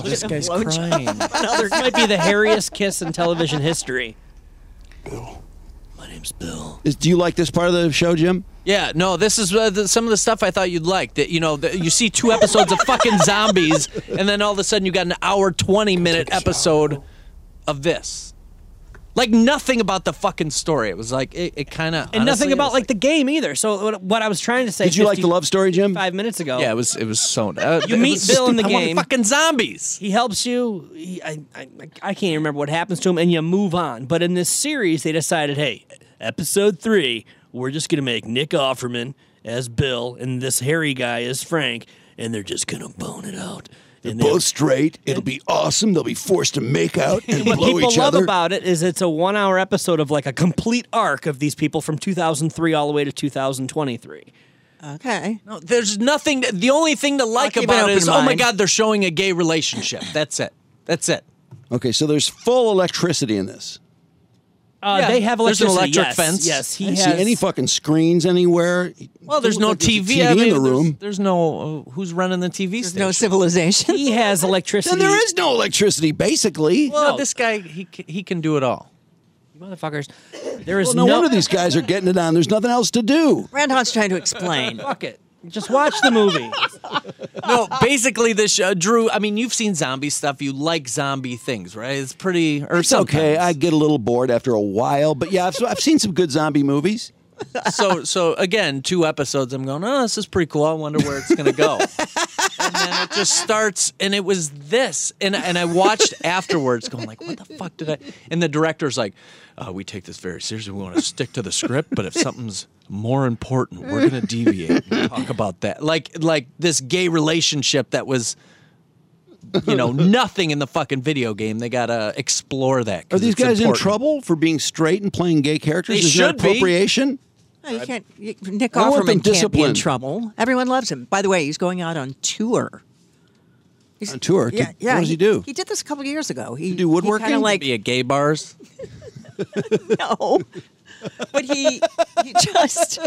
this guy's
Blowjob.
crying.
this might be the hairiest kiss in television history. My name's Bill.
Is, do you like this part of the show, Jim?
Yeah, no, this is uh, the, some of the stuff I thought you'd like. That you know, that you see two episodes of fucking zombies, and then all of a sudden you got an hour twenty minute episode of this. Like nothing about the fucking story. It was like it, it kind of
And nothing about like the game either. So what, what I was trying to say.
Did you like the
55
love story, Jim?
Five minutes ago.
yeah, it was it was so. Uh,
You
it
meet
was
Bill in the
I want
game.
fucking zombies.
He helps you. He, I, I, I can't remember what happens to him, and you move on. But in this series, they decided, hey, episode three, we're just gonna make Nick Offerman as Bill and this hairy guy as Frank, and they're just gonna bone it out. And they-
straight. It'll be awesome. They'll be forced to make out and
what people love about it is it's a one-hour episode of like a complete arc of these people from 2003 all the way to 2023.
Okay.
No, there's nothing. that- The only thing to like
keep an
about it
open
is, oh my
mind.
god, they're showing a gay relationship. That's it. That's it.
Okay, so there's full electricity in this.
Uh,
Yeah,
They have
there's an
electricity.
electric
yes,
fence.
Yes,
I
he
didn't
has.
see any fucking screens anywhere.
Well, there's
Doesn't
no
look like
TV,
there's a
I
TV
mean,
in the
there's-
room.
There's no uh, who's running the TV
There's
station.
no civilization.
he has electricity.
Then there is no electricity, basically.
Well,
No.
this guy he c- he can do it all.
You motherfuckers. There is
Well, no, wonder these guys are getting it on. There's nothing else to do.
Randon's trying to explain.
Fuck it. Just watch the movie.
no, basically this show, Drew. I mean, you've seen zombie stuff. You like zombie things, right? It's pretty. Or
It's okay. I get a little bored after a while, but yeah, I've, I've seen some good zombie movies.
so so again, two episodes. I'm going. Oh, this is pretty cool. I wonder where it's going to go. and then it just starts, and it was this, and and I watched afterwards, going like, what the fuck did I? And the director's like, uh, we take this very seriously. We want to stick to the script, but if something's more important, we're going to deviate. and talk about that, like like this gay relationship that was. You know, nothing in the fucking video game. They gotta explore that.
Are
'cause
these
it's
guys in
important.
trouble for being straight and playing gay characters?
They
Is
should be.
there appropriation?
No, you can't. You, Nick
I want them
Offerman can't be in
disciplined.
trouble. Everyone loves him. By the way, he's going out on tour.
On tour?
Yeah,
Did-
yeah.
what does he do?
He did this a couple years ago. He
do woodworking?
Kind of like
be at gay bars.
no, but he he just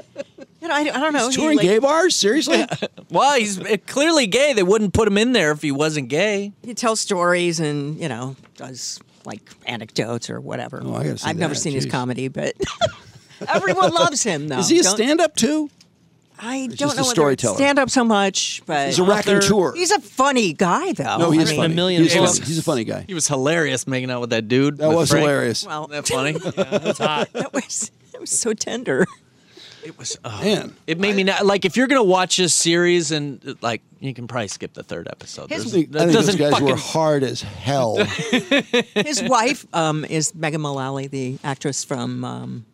you know I, I don't know.
He's
he,
touring
like-
gay
bars? Seriously?
well, he's eh, clearly gay. They wouldn't put him in there if he wasn't gay.
He tells stories and you know does like anecdotes or whatever.
Oh, I gotta see
I've never
that.
seen
Jeez.
his comedy, but everyone loves him though.
Is he a
Don't-
stand-up too?
I don't
just a
know.
storyteller.
Stand up so much, but
He's a raconteur.
He's a funny guy
Oh,
though.
No, he is
I mean-
funny. He's funny. He's a funny guy.
He was hilarious making out with that dude.
That
with
was
Frank.
hilarious.
Well,
Isn't that funny? yeah, that's hot.
that was that was so tender.
It was. Oh, Man, it made me not like. If you're gonna watch this series and like, you can probably skip the third episode.
I
There's-
think,
that
I think those
doesn't
guys
fucking-
were hard as hell.
His wife um, is Megan Mullally, the actress from um,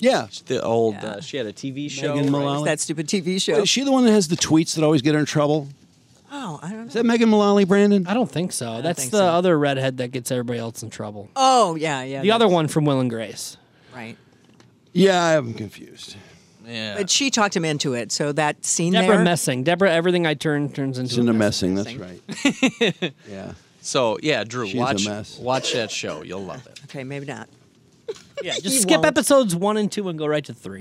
yeah,
the old. Uh, she had a TV show.
Megan
right?
Mullally.
that stupid TV show.
Wait, is she the one that has the tweets that always get her in trouble?
oh, I don't know.
Is that Megan Mullally, Brandon? I
don't think so. That's
think
the
so.
other redhead that gets everybody else in trouble.
Oh yeah, yeah.
the other one from Will and Grace.
right.
Yeah, I'm confused.
Yeah.
But she talked him into it, so that scene
Deborah
there.
Messing. Deborah, everything I turn turns into.
She's into messing. That's right. yeah.
So yeah, Drew,
She's a
watch
mess.
watch that show. You'll love it.
okay, maybe not.
Yeah,
He
just skip
won't.
episodes one and two and go right to three.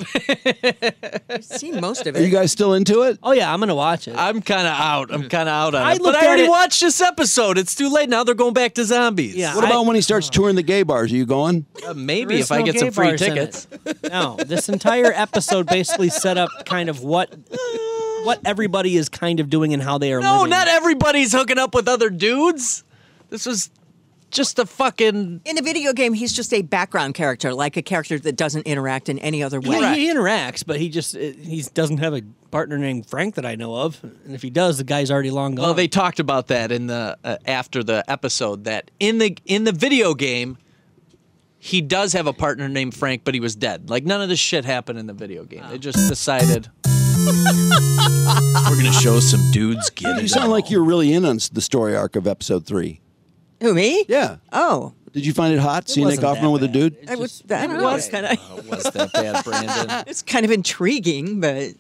I've seen most of
Are you
it.
guys still into it?
Oh yeah, I'm gonna watch it.
I'm kind of out. I'm kind of out on
I
it. But
looked
I
at
already
it-
watched this episode. It's too late now. They're going back to zombies. Yeah.
What about Oh, when he starts touring the gay bars? Are you going?
maybe
There
if
is
I
no
get
gay
some free
bars in
tickets?
it. No, this entire episode basically set up kind of what what everybody is kind of doing and how they are
No,
living.
not everybody's hooking up with other dudes. This was just a fucking.
In the video game, he's just a background character, like a character that doesn't interact in any other way.
Yeah, he interacts, but he just he doesn't have a partner named Frank that I know of, and if he does, the guy's already long gone.
Well, they talked about that in the uh, after the episode that in the in the video game, he does have a partner named Frank, but he was dead. Like none of this shit happened in the video game. They just decided we're gonna show some dudes get
You
it.
sound like you're really in on s- the story arc of episode three.
Who me?
Yeah.
Oh,
Did you find it hot seeing Nick
wasn't that
Offerman with a dude? Oh,
I was. I don't know.
was-
It's kind of
was that bad, Brandon?
it's kind of intriguing, but
Did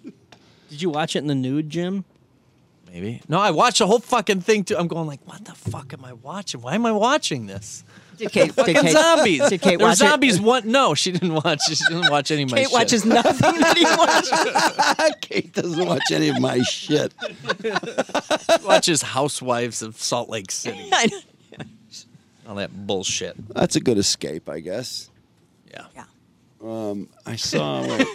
you watch it in the nude, Jim?
Maybe. No, I watched the whole fucking thing too. I'm going like, what the fuck am I watching? Why am I watching this?
did Kate?
Fucking
Did Kate
zombies.
Did Kate
There were
watch it?
zombies. One, no, she didn't watch. She didn't watch any of my
Kate
shit.
watches nothing that he watches.
Kate doesn't watch any of my shit.
She watches Housewives of Salt Lake City.
I know.
All that bullshit.
That's a good escape, I guess.
Yeah.
Yeah.
Um, I saw. wait.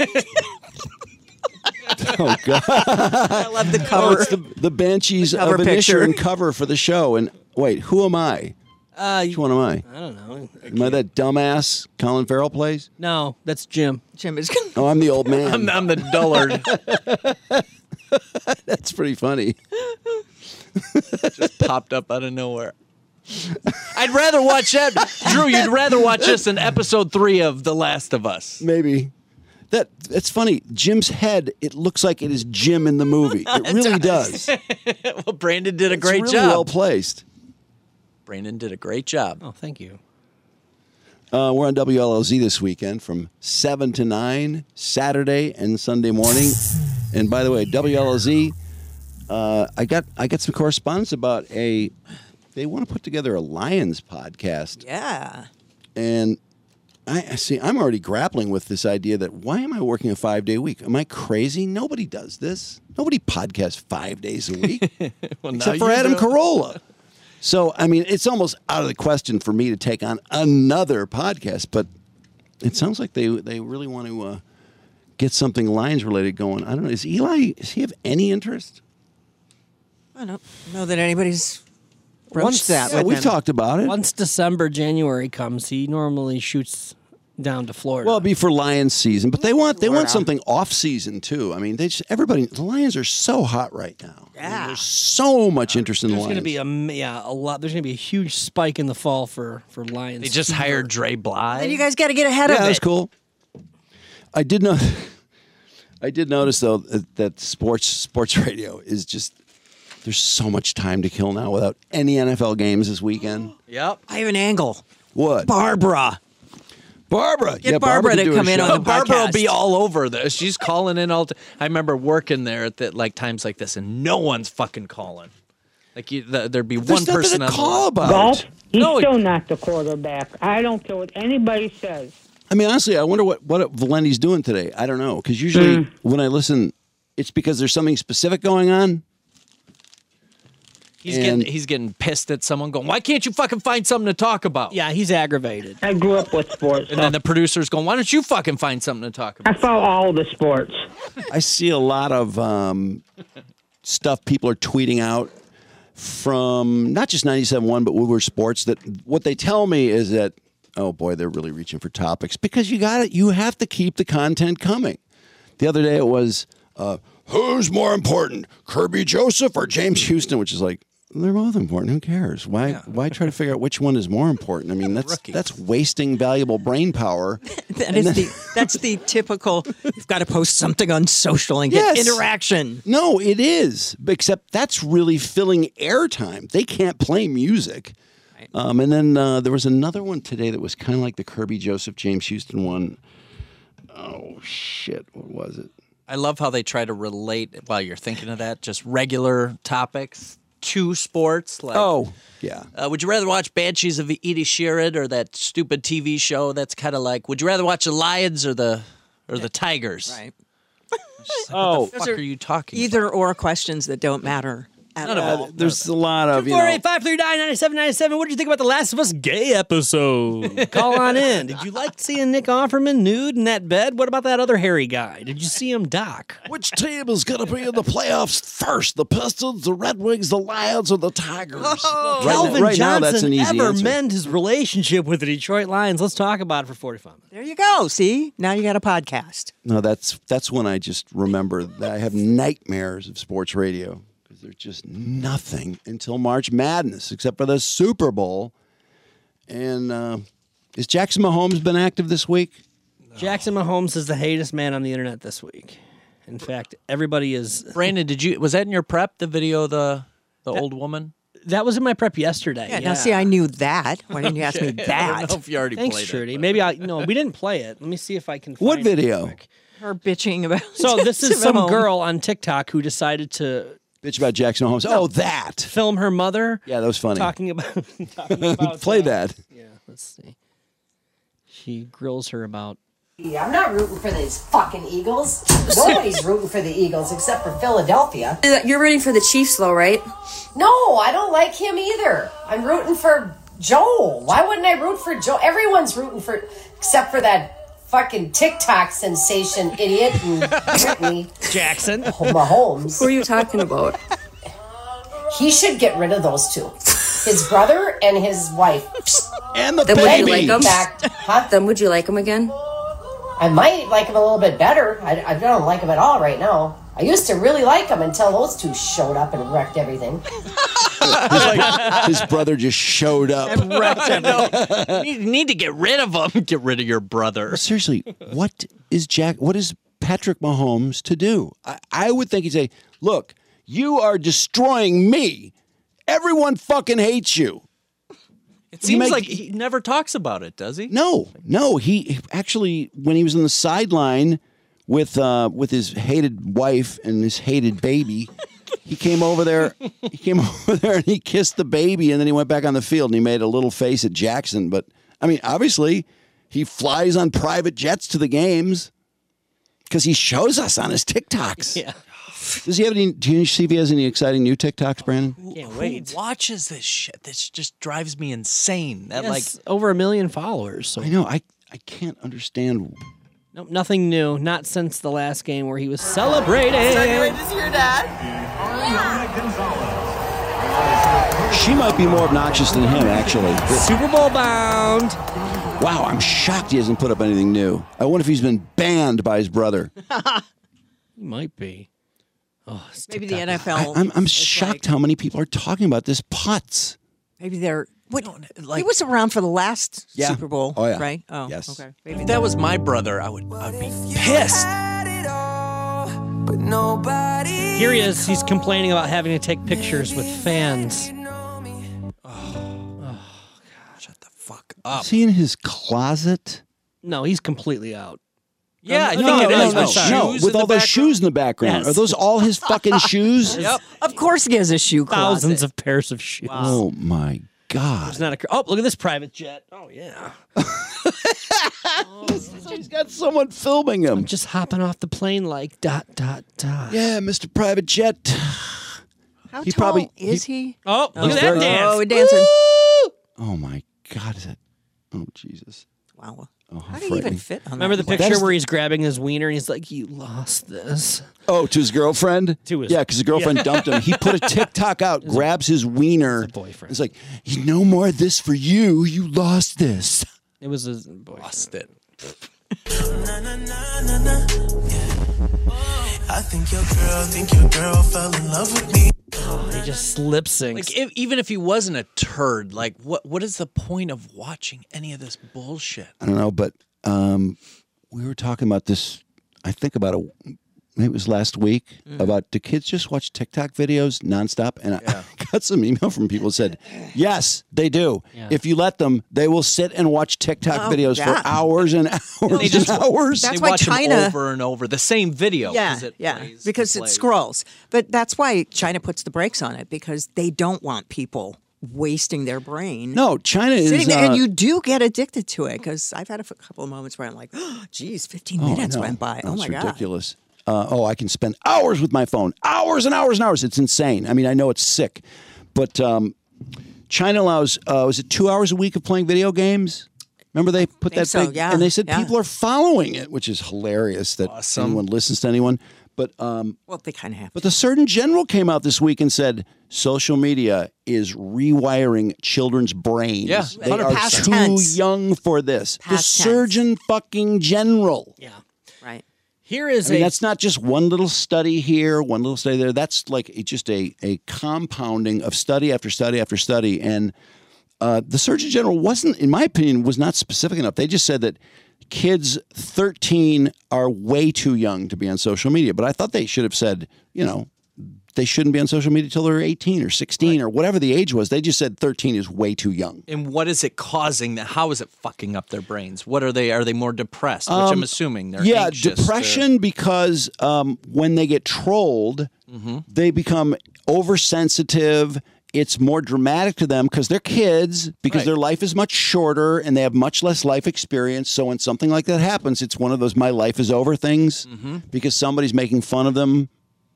oh God! I
love the
Oh,
cover.
it's the, the Banshees
The
of
cover picture.
Inisherin cover for the show. And wait, who am I?
Uh,
Which one am I?
I don't know.
Am I that dumbass Colin Farrell plays?
No, that's Jim.
Jim is.
Oh, I'm the old man.
I'm, I'm the dullard.
That's pretty funny.
Just popped up out of nowhere. I'd rather watch that, Drew. You'd rather watch this than episode three of The Last of Us.
Maybe. That that's funny. Jim's head. It looks like it is Jim in the movie. It really does.
well, Brandon did a
It's
great
really
job.
Well placed.
Brandon did a great job.
Oh, thank you.
Uh, we're on WLLZ this weekend from 7 to 9, Saturday and Sunday morning. and by the way, WLLZ, uh, I got I got some correspondence about a they want to put together a Lions podcast.
Yeah.
And I I see I'm already grappling with this idea that why am I working a 5-day week? Am I crazy? Nobody does this. Nobody podcasts 5 days a week
Well, now
except for
you
Adam
do.
Carolla. So I mean, it's almost out of the question for me to take on another podcast. But it sounds like they they really want to uh, get something Lions related going. I don't know. Is Eli? Does he have any interest?
I don't know that anybody's broached that. with him.
about it.
Once December, January comes, he normally shoots down to Florida.
Well, it'd be for Lions season, but they want they want something off season too. I mean, they just everybody. The Lions are so hot right now. Yeah. There's so
Uh,
much interest in the
there's going to
Lions.
be a m- yeah a lot. There's going to be a huge spike in the fall for for Lions.
They just hired Dre Bly.
Then you guys got to get ahead
yeah,
of it.
that was cool. I did know. I did notice though that, that sports sports radio is just there's so much time to kill now without any NFL games this weekend.
Yep.
I have an angle.
What?
Barbara.
Barbara.
Get Barbara
could
to
do a
come in
show.
on the
Barbara will be all over this. She's calling in all. T- I remember working there at that like times like this, and no one's fucking calling. Like you, the, there'd be one
nothing
person
to
on the
call
line.
about.
Golf, he's
No, it-
still not the quarterback. I don't care what anybody says.
I mean, honestly, I wonder what what Valenti's doing today. I don't know because usually when I listen, it's because there's something specific going on.
He's
And-
getting he's getting pissed at someone going, "Why can't you fucking find something to talk about?"
Yeah, he's aggravated.
I grew up with sports.
And then the producer's going, "Why don't you fucking find something to talk about?"
I follow all the sports.
I see a lot of um, stuff people are tweeting out from not just 97.1, but Woodward Sports. That what they tell me is that oh boy, they're really reaching for topics because you got it. You have to keep the content coming. The other day it was uh, who's more important, Kirby Joseph or James Houston, which is like. They're both important. Who cares? Why? Why try to figure out which one is more important? I mean, that's that's wasting valuable brain power.
That is the that's the typical. You've got to post something on social and get
Yes.
interaction.
No, it is. Except that's really filling airtime. They can't play music. Um, and then uh, there was another one today that was kind of like the Kirby Joseph James Houston one. Oh shit, what was it?
I love how they try to relate while you're thinking of that, just regular topics to sports. Like,
oh, yeah.
Uh, would you rather watch Banshees of Edie Sheeran or that stupid TV show? That's kind of like, would you rather watch the Lions or the or the Tigers? Right.
oh,
Those
fuck are you talking?
Either or questions that don't matter. At
None of
all.
all.
There's a lot of you
Four
know.
eight five three nine ninety seven ninety seven. What did you think about the Last of Us gay episode? Call on in. Did you like seeing Nick Offerman nude in that bed? What about that other hairy guy? Did you see him, Doc?
Which team is going to be in the playoffs first? The Pistons, the Red Wings, the Lions, or the Tigers?
Oh,
Right now-
Calvin
right now,
Johnson
that's an easy
ever
answer.
mend his relationship with the Detroit Lions? Let's talk about it for forty five.
There you go. See, now you got a podcast.
No, that's that's when I just remember that I have nightmares of sports radio because there's just nothing until March Madness except for the Super Bowl. And uh, has Jackson Mahomes been active this week?
Jackson Mahomes is the hatest man on the internet this week. In fact, everybody is.
Brandon, did you was that in your prep? The video, of the the old woman.
That was in my prep yesterday.
Yeah. Now, see, I knew that. Why didn't you ask me
Okay.
that?
Thanks, Trudy. Maybe I no, we didn't play it. Let me see if I can. Find
What
it.
video?
Her bitching about.
So this is some
Simone.
girl on TikTok who decided to
Bitch about Jackson Mahomes.
No.
Oh, that.
film her mother
Yeah, that was funny.
talking about talking about
Play that.
Yeah, let's see. She grills her about
Yeah, I'm not rooting for these fucking Eagles. Nobody's rooting for the Eagles except for Philadelphia.
You're rooting for the Chiefs, though, right?
No, I don't like him either. I'm rooting for Joel. Why wouldn't I root for Joel? Everyone's rooting for, except for that fucking TikTok sensation idiot and Brittany
Jackson
Mahomes. Who
are you talking about?
He should get rid of those two. His brother and his wife.
And
Then would you like them?
Back.
Then would you like them again?
I might like him a little bit better. I, I don't like him at all right now. I used to really like him until those two showed up and wrecked everything.
His brother just showed up.
you need to get rid of him. Get rid of your brother.
Seriously, what is Jack? What is Patrick Mahomes to do? I, I would think he'd say, "Look, you are destroying me. Everyone fucking hates you."
It seems
make-
like he never talks about it, does he?
No, no. He actually, when he was on the sideline with uh, with his hated wife and his hated baby, he came over there. He came over there and he kissed the baby, and then he went back on the field and he made a little face at Jackson. But I mean, obviously, he flies on private jets to the games because he shows us on his TikToks.
Yeah.
Does he have any? Do you see if he has any exciting new TikToks, Brandon?
Can't wait. Who watches this shit? This just drives me insane. That
Yes, over a million followers. So
I know. I I can't understand
Nope, nothing new. Not since the last game where he was celebrating.
So anyway, this is your dad.
She might be more obnoxious than him, actually.
Super Bowl bound.
Wow, I'm shocked he hasn't put up anything new. I wonder if he's been banned by his brother.
He might be. Oh, it's
Maybe the
TikTok.
NFL.
I, am I'm shocked how many people are talking about this putts.
Maybe they're. What, he was around for the last
Yeah.
Super Bowl,
Oh, yeah.
right? Oh,
Yes.
Okay.
If that was my brother, I would I'd be pissed.
But nobody.
Here he is. He's complaining about having to take pictures with fans. Oh.
Is he in his closet?
No, he's completely out.
Yeah,
I
no,
think it
no,
is.
no,
I'm
no,
sorry.
no,
Shoes
With
in
all
the
those shoes in the background.
Yes.
Are those all his fucking shoes?
Of course, he has a shoe closet.
Thousands of pairs of shoes.
Oh my God.
There's not a. cr- Oh, look at this private jet. Oh yeah.
He's got someone filming him.
Just hopping off the plane like dot dot dot.
Yeah, Mr. Private Jet.
How
He
tall
probably-
is he?
Oh,
look at that very- dance.
Oh, dancing.
Oh my God. Is that? Oh Jesus.
Wow.
Oh, how,
How do you even
frightening.
fit on
Remember the
that?
picture where he's grabbing his wiener and he's like, "You lost this."
Oh, to his girlfriend?
To his-
yeah, because his girlfriend
Yeah.
dumped him. He put a TikTok out, grabs his wiener. boyfriend. It's like, no more of this for you. You lost this.
It was his boyfriend. Lost it.
I think your girl, think your girl fell in love with me.
He just lip syncs.
Like if, even if he wasn't a turd, like what what is the point of watching any of this bullshit?
I don't know, but um, we were talking about this. I think about a, maybe it was last week
Mm.
about do kids just watch TikTok videos nonstop? And I got some email from people that said, yes, they do. If you let them, they will sit and watch TikTok
Oh,
videos
yeah.
for hours and hours
They
and
just
hours.
They
That's why
watch 'em
China-
over and over the same video.
Yeah,
'cause it
yeah,
plays and
because it
plays.
scrolls. But that's why China puts the brakes on it because they don't want people wasting their brain.
No, China
sitting
is.
there,
uh,
and you do get addicted to it because I've had a f- couple of moments where I'm like, oh, geez, 15
I
minutes
know.
went by.
No,
oh
it's
my god,
ridiculous. Uh, oh, I can spend hours with my phone, hours and hours and hours. It's insane. I mean, I know it's sick, but um, China allows uh, was it two hours a week of playing video games? Remember they put
Think
that
so,
big,
yeah,
and they said
yeah.
people are following it, which is hilarious that anyone listens to anyone. But um,
well they kind of have.
but the Surgeon General came out this week and said social media is rewiring children's brains.
Yeah.
they
Right.
are
Past
too
tense.
young for this. the
Past tense.
Surgeon fucking General.
Yeah,
right.
Here is
I mean,
a
that's not just one little study here, one little study there. That's like a- just a, a compounding of study after study after study. And uh, the Surgeon General wasn't, in my opinion, was not specific enough. They just said that kids 13 are way too young to be on social media. But I thought they should have said, you know, they shouldn't be on social media till they're 18 or 16 or whatever the age was. They just said 13 is way too young.
And what is it causing? That how is it fucking up their brains? What are they? Are they more depressed? Which
Um,
I'm assuming they're
yeah
anxious,
depression because um, when they get trolled
Mm-hmm.
they become oversensitive it's more dramatic to them because they're kids because
Right.
their life is much shorter and they have much less life experience so when something like that happens it's one of those my life is over things
Mm-hmm.
because somebody's making fun of them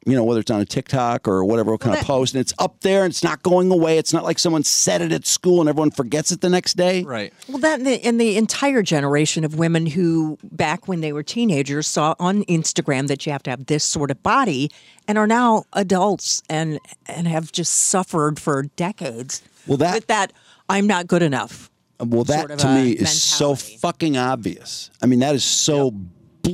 you know whether it's on a tiktok or whatever kind of post and it's up there and it's not going away it's not like someone said it at school and everyone forgets it the next day
right
Well, that and the, and the entire generation of women who, back when they were teenagers, saw on Instagram that you have to have this sort of body, and are now adults and and have just suffered for decades.
Well, that-
with that, I'm not good enough.
Well, that
sort of
to
a
me is so fucking obvious. I mean, that is so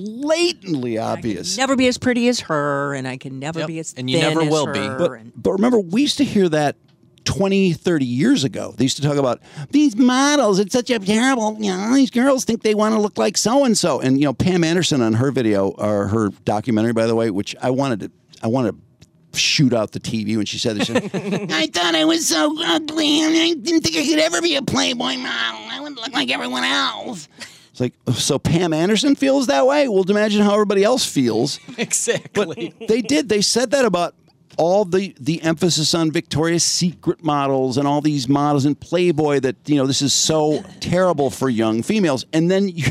blatantly obvious.
Never be as pretty as her, and I can never
Yep.
be as
And you
thin
never
as
will be.
her,
But,
and-
but remember, we used to hear that 20, 30 years ago. They used to talk about these models. It's such a terrible, you know, these girls think they want to look like so and so. And, you know, Pam Anderson on her video or her documentary, by the way, which I wanted to, I wanted to shoot out the TV when she said this. She said, I thought I was so ugly, and I didn't think I could ever be a Playboy model. I would look like everyone else. It's like, so Pam Anderson feels that way? Well, imagine how everybody else feels.
exactly.
They did. They said that about all the the emphasis on Victoria's Secret models and all these models and Playboy that you know this is so terrible for young females. And then you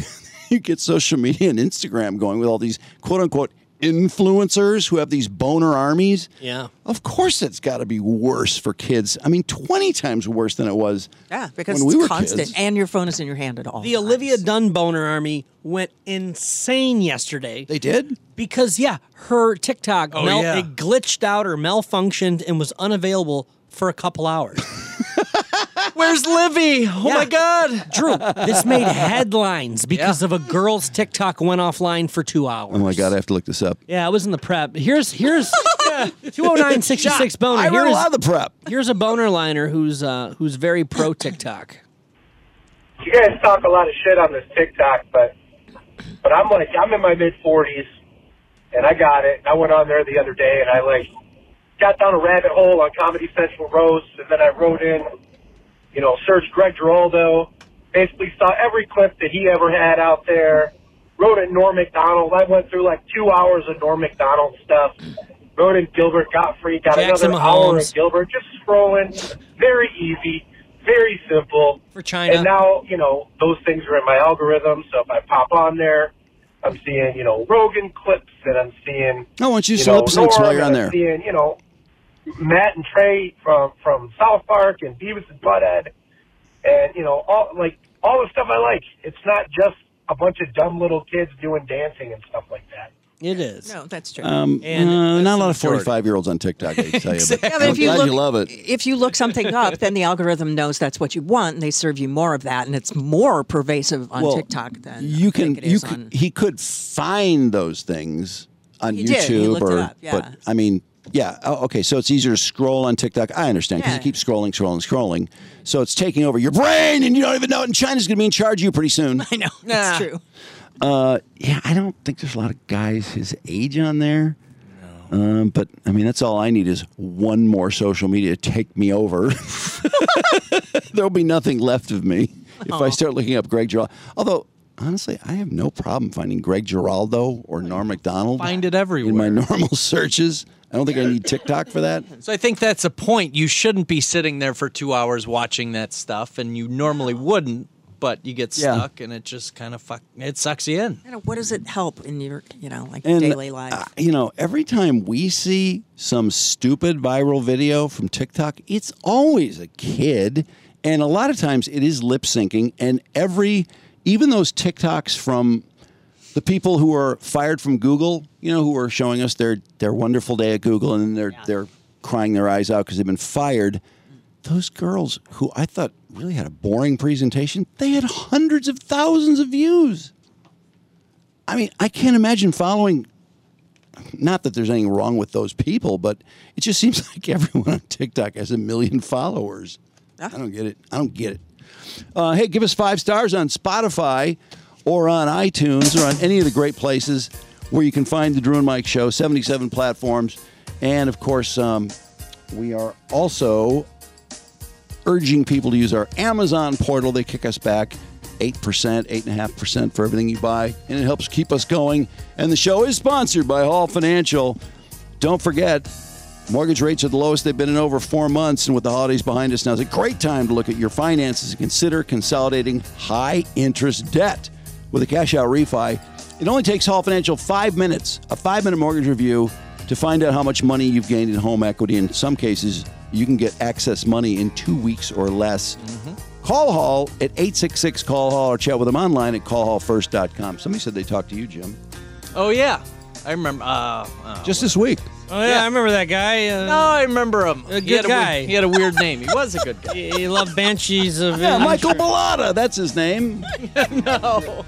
you get social media and Instagram going with all these quote unquote influencers who have these boner armies.
Yeah.
Of course, it's got to be worse for kids. I mean, 20 times worse than it was.
Yeah, because
when we
it's
were
constant,
kids.
and your phone is in your hand at all.
The Olivia Dunn boner army went insane yesterday. They
did?
Because, yeah, her TikTok,
Oh,
mel-
yeah.
it glitched out or malfunctioned and was unavailable for a couple hours. Where's Livy? Oh my God. Drew, this made headlines because of a girl's TikTok went offline for two hours.
Oh my God, I have to look this up.
Yeah, it was in the prep. Here's here's 20966
Shot.
boner.
I read a
Here's-
lot of the prep.
Here's a boner liner who's uh, who's very pro TikTok.
You guys talk a lot of shit on this TikTok, but but I'm like I'm in my mid 40s, and I got it. I went on there the other day, and I like got down a rabbit hole on Comedy Central roast, and then I wrote in, you know, searched Greg Giraldo, basically saw every clip that he ever had out there. Wrote in Norm Macdonald. I went through like two hours of Norm Macdonald stuff. Wrote in Gilbert Gottfried. Got
Jackson
another hour of
Mahomes.
Gilbert. Just scrolling. Very easy. Very simple.
For China.
And now, you know, those things are in my algorithm. So if I pop on there, I'm seeing, you know, Rogan clips and I'm seeing.
I want you to
know,
slip slips
Norm,
while you're
and I'm
on there.
seeing, you know, Matt and Trey from, from South Park and Beavis and Butthead. And, you know, all like all the stuff I like. It's not just a bunch of dumb little kids doing dancing and stuff like that.
It is.
No, that's true.
Um, uh, not a lot of 45 year olds on TikTok, I tell you.
Exactly.
But
Yeah, but
I'm
if you
glad you
look-
love it.
if you look something up, then the algorithm knows that's what you want, and they serve you more of that, and it's more pervasive on
Well,
TikTok than
you can
it
you
is
could, he could find those things on
He
YouTube
did. He looked
or
it up, yeah.
but I mean yeah oh, okay so it's easier to scroll on TikTok I understand because you keep scrolling scrolling scrolling so it's taking over your brain and you don't even know it and China's going to be in charge of you pretty soon I
know that's true.
uh, yeah I don't think there's a lot of guys his age on there. Um, but I mean, that's all I need is one more social media to take me over. There'll be nothing left of me if
Oh.
I start looking up Greg Giraldo. Although, honestly, I have no problem finding Greg Giraldo or Norm MacDonald.
Find it everywhere.
In my normal searches. I don't think I need TikTok for that.
So I think that's a point. You shouldn't be sitting there for two hours watching that stuff, and you normally wouldn't, but you get
Yeah.
stuck, and it just kind of fuck. It sucks you in.
You know, what does it help in your you know like
And,
daily life?
uh, you know, every time we see some stupid viral video from TikTok, it's always a kid. And a lot of times it is lip syncing. And every, even those TikToks from the people who are fired from Google, you know, who are showing us their, their wonderful day at Google and then they're, they're crying their eyes out because they've been fired. Those girls who I thought really had a boring presentation, they had hundreds of thousands of views. I mean, I can't imagine following. Not that there's anything wrong with those people, but it just seems like everyone on TikTok has a million followers. I don't get it. I don't get it. Uh, hey, give us five stars on Spotify or on iTunes or on any of the great places where you can find the Drew and Mike Show, 77 platforms. And of course, um, we are also urging people to use our Amazon portal. They kick us back 8%, 8.5% for everything you buy, and it helps keep us going. And the show is sponsored by Hall Financial. Don't forget, mortgage rates are the lowest they've been in over four months, and with the holidays behind us now, it's a great time to look at your finances and consider consolidating high interest debt with a cash out refi. It only takes Hall Financial five minutes, a five minute mortgage review, to find out how much money you've gained in home equity. In some cases, you can get access money in two weeks or less. Call Hall at 866 Call Hall or chat with them online at callhallfirst.com. Somebody said they talked to you, Jim,
Oh yeah, I remember. Uh, uh,
just this week.
Oh yeah, I remember that guy. Uh,
no, I remember him.
A good
he had a
guy.
Weird, he had a weird name. He was a good guy.
he, he loved Banshees of.
Yeah,
I'm
Michael
sure.
Bellata, that's his name.
no.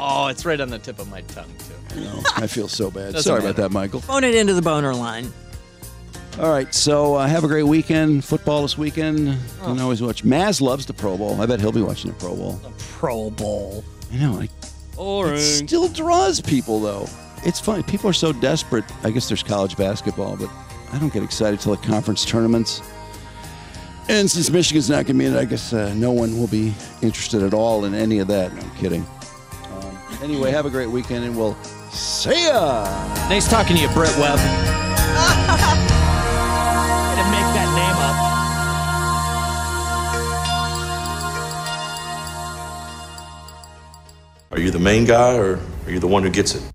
Oh, it's right on the tip of my tongue too.
No, I feel so bad.
Doesn't
Sorry about
matter.
that, Michael.
Phone it into the boner line.
All right, so uh, have a great weekend. Football this weekend.
Oh.
Don't always watch. Maz loves the Pro Bowl. I bet he'll be watching the Pro Bowl.
Pro Bowl.
I know. I,
Orange.
It still draws people, though. It's funny. People are so desperate. I guess there's college basketball, but I don't get excited till the conference tournaments. And since Michigan's not going to be in it, I guess uh, no one will be interested at all in any of that. No, I'm kidding. Um, anyway, have a great weekend, and we'll see ya.
Nice talking to you, Brett Webb.
to make that name up.
Are you the main guy or are you the one who gets it?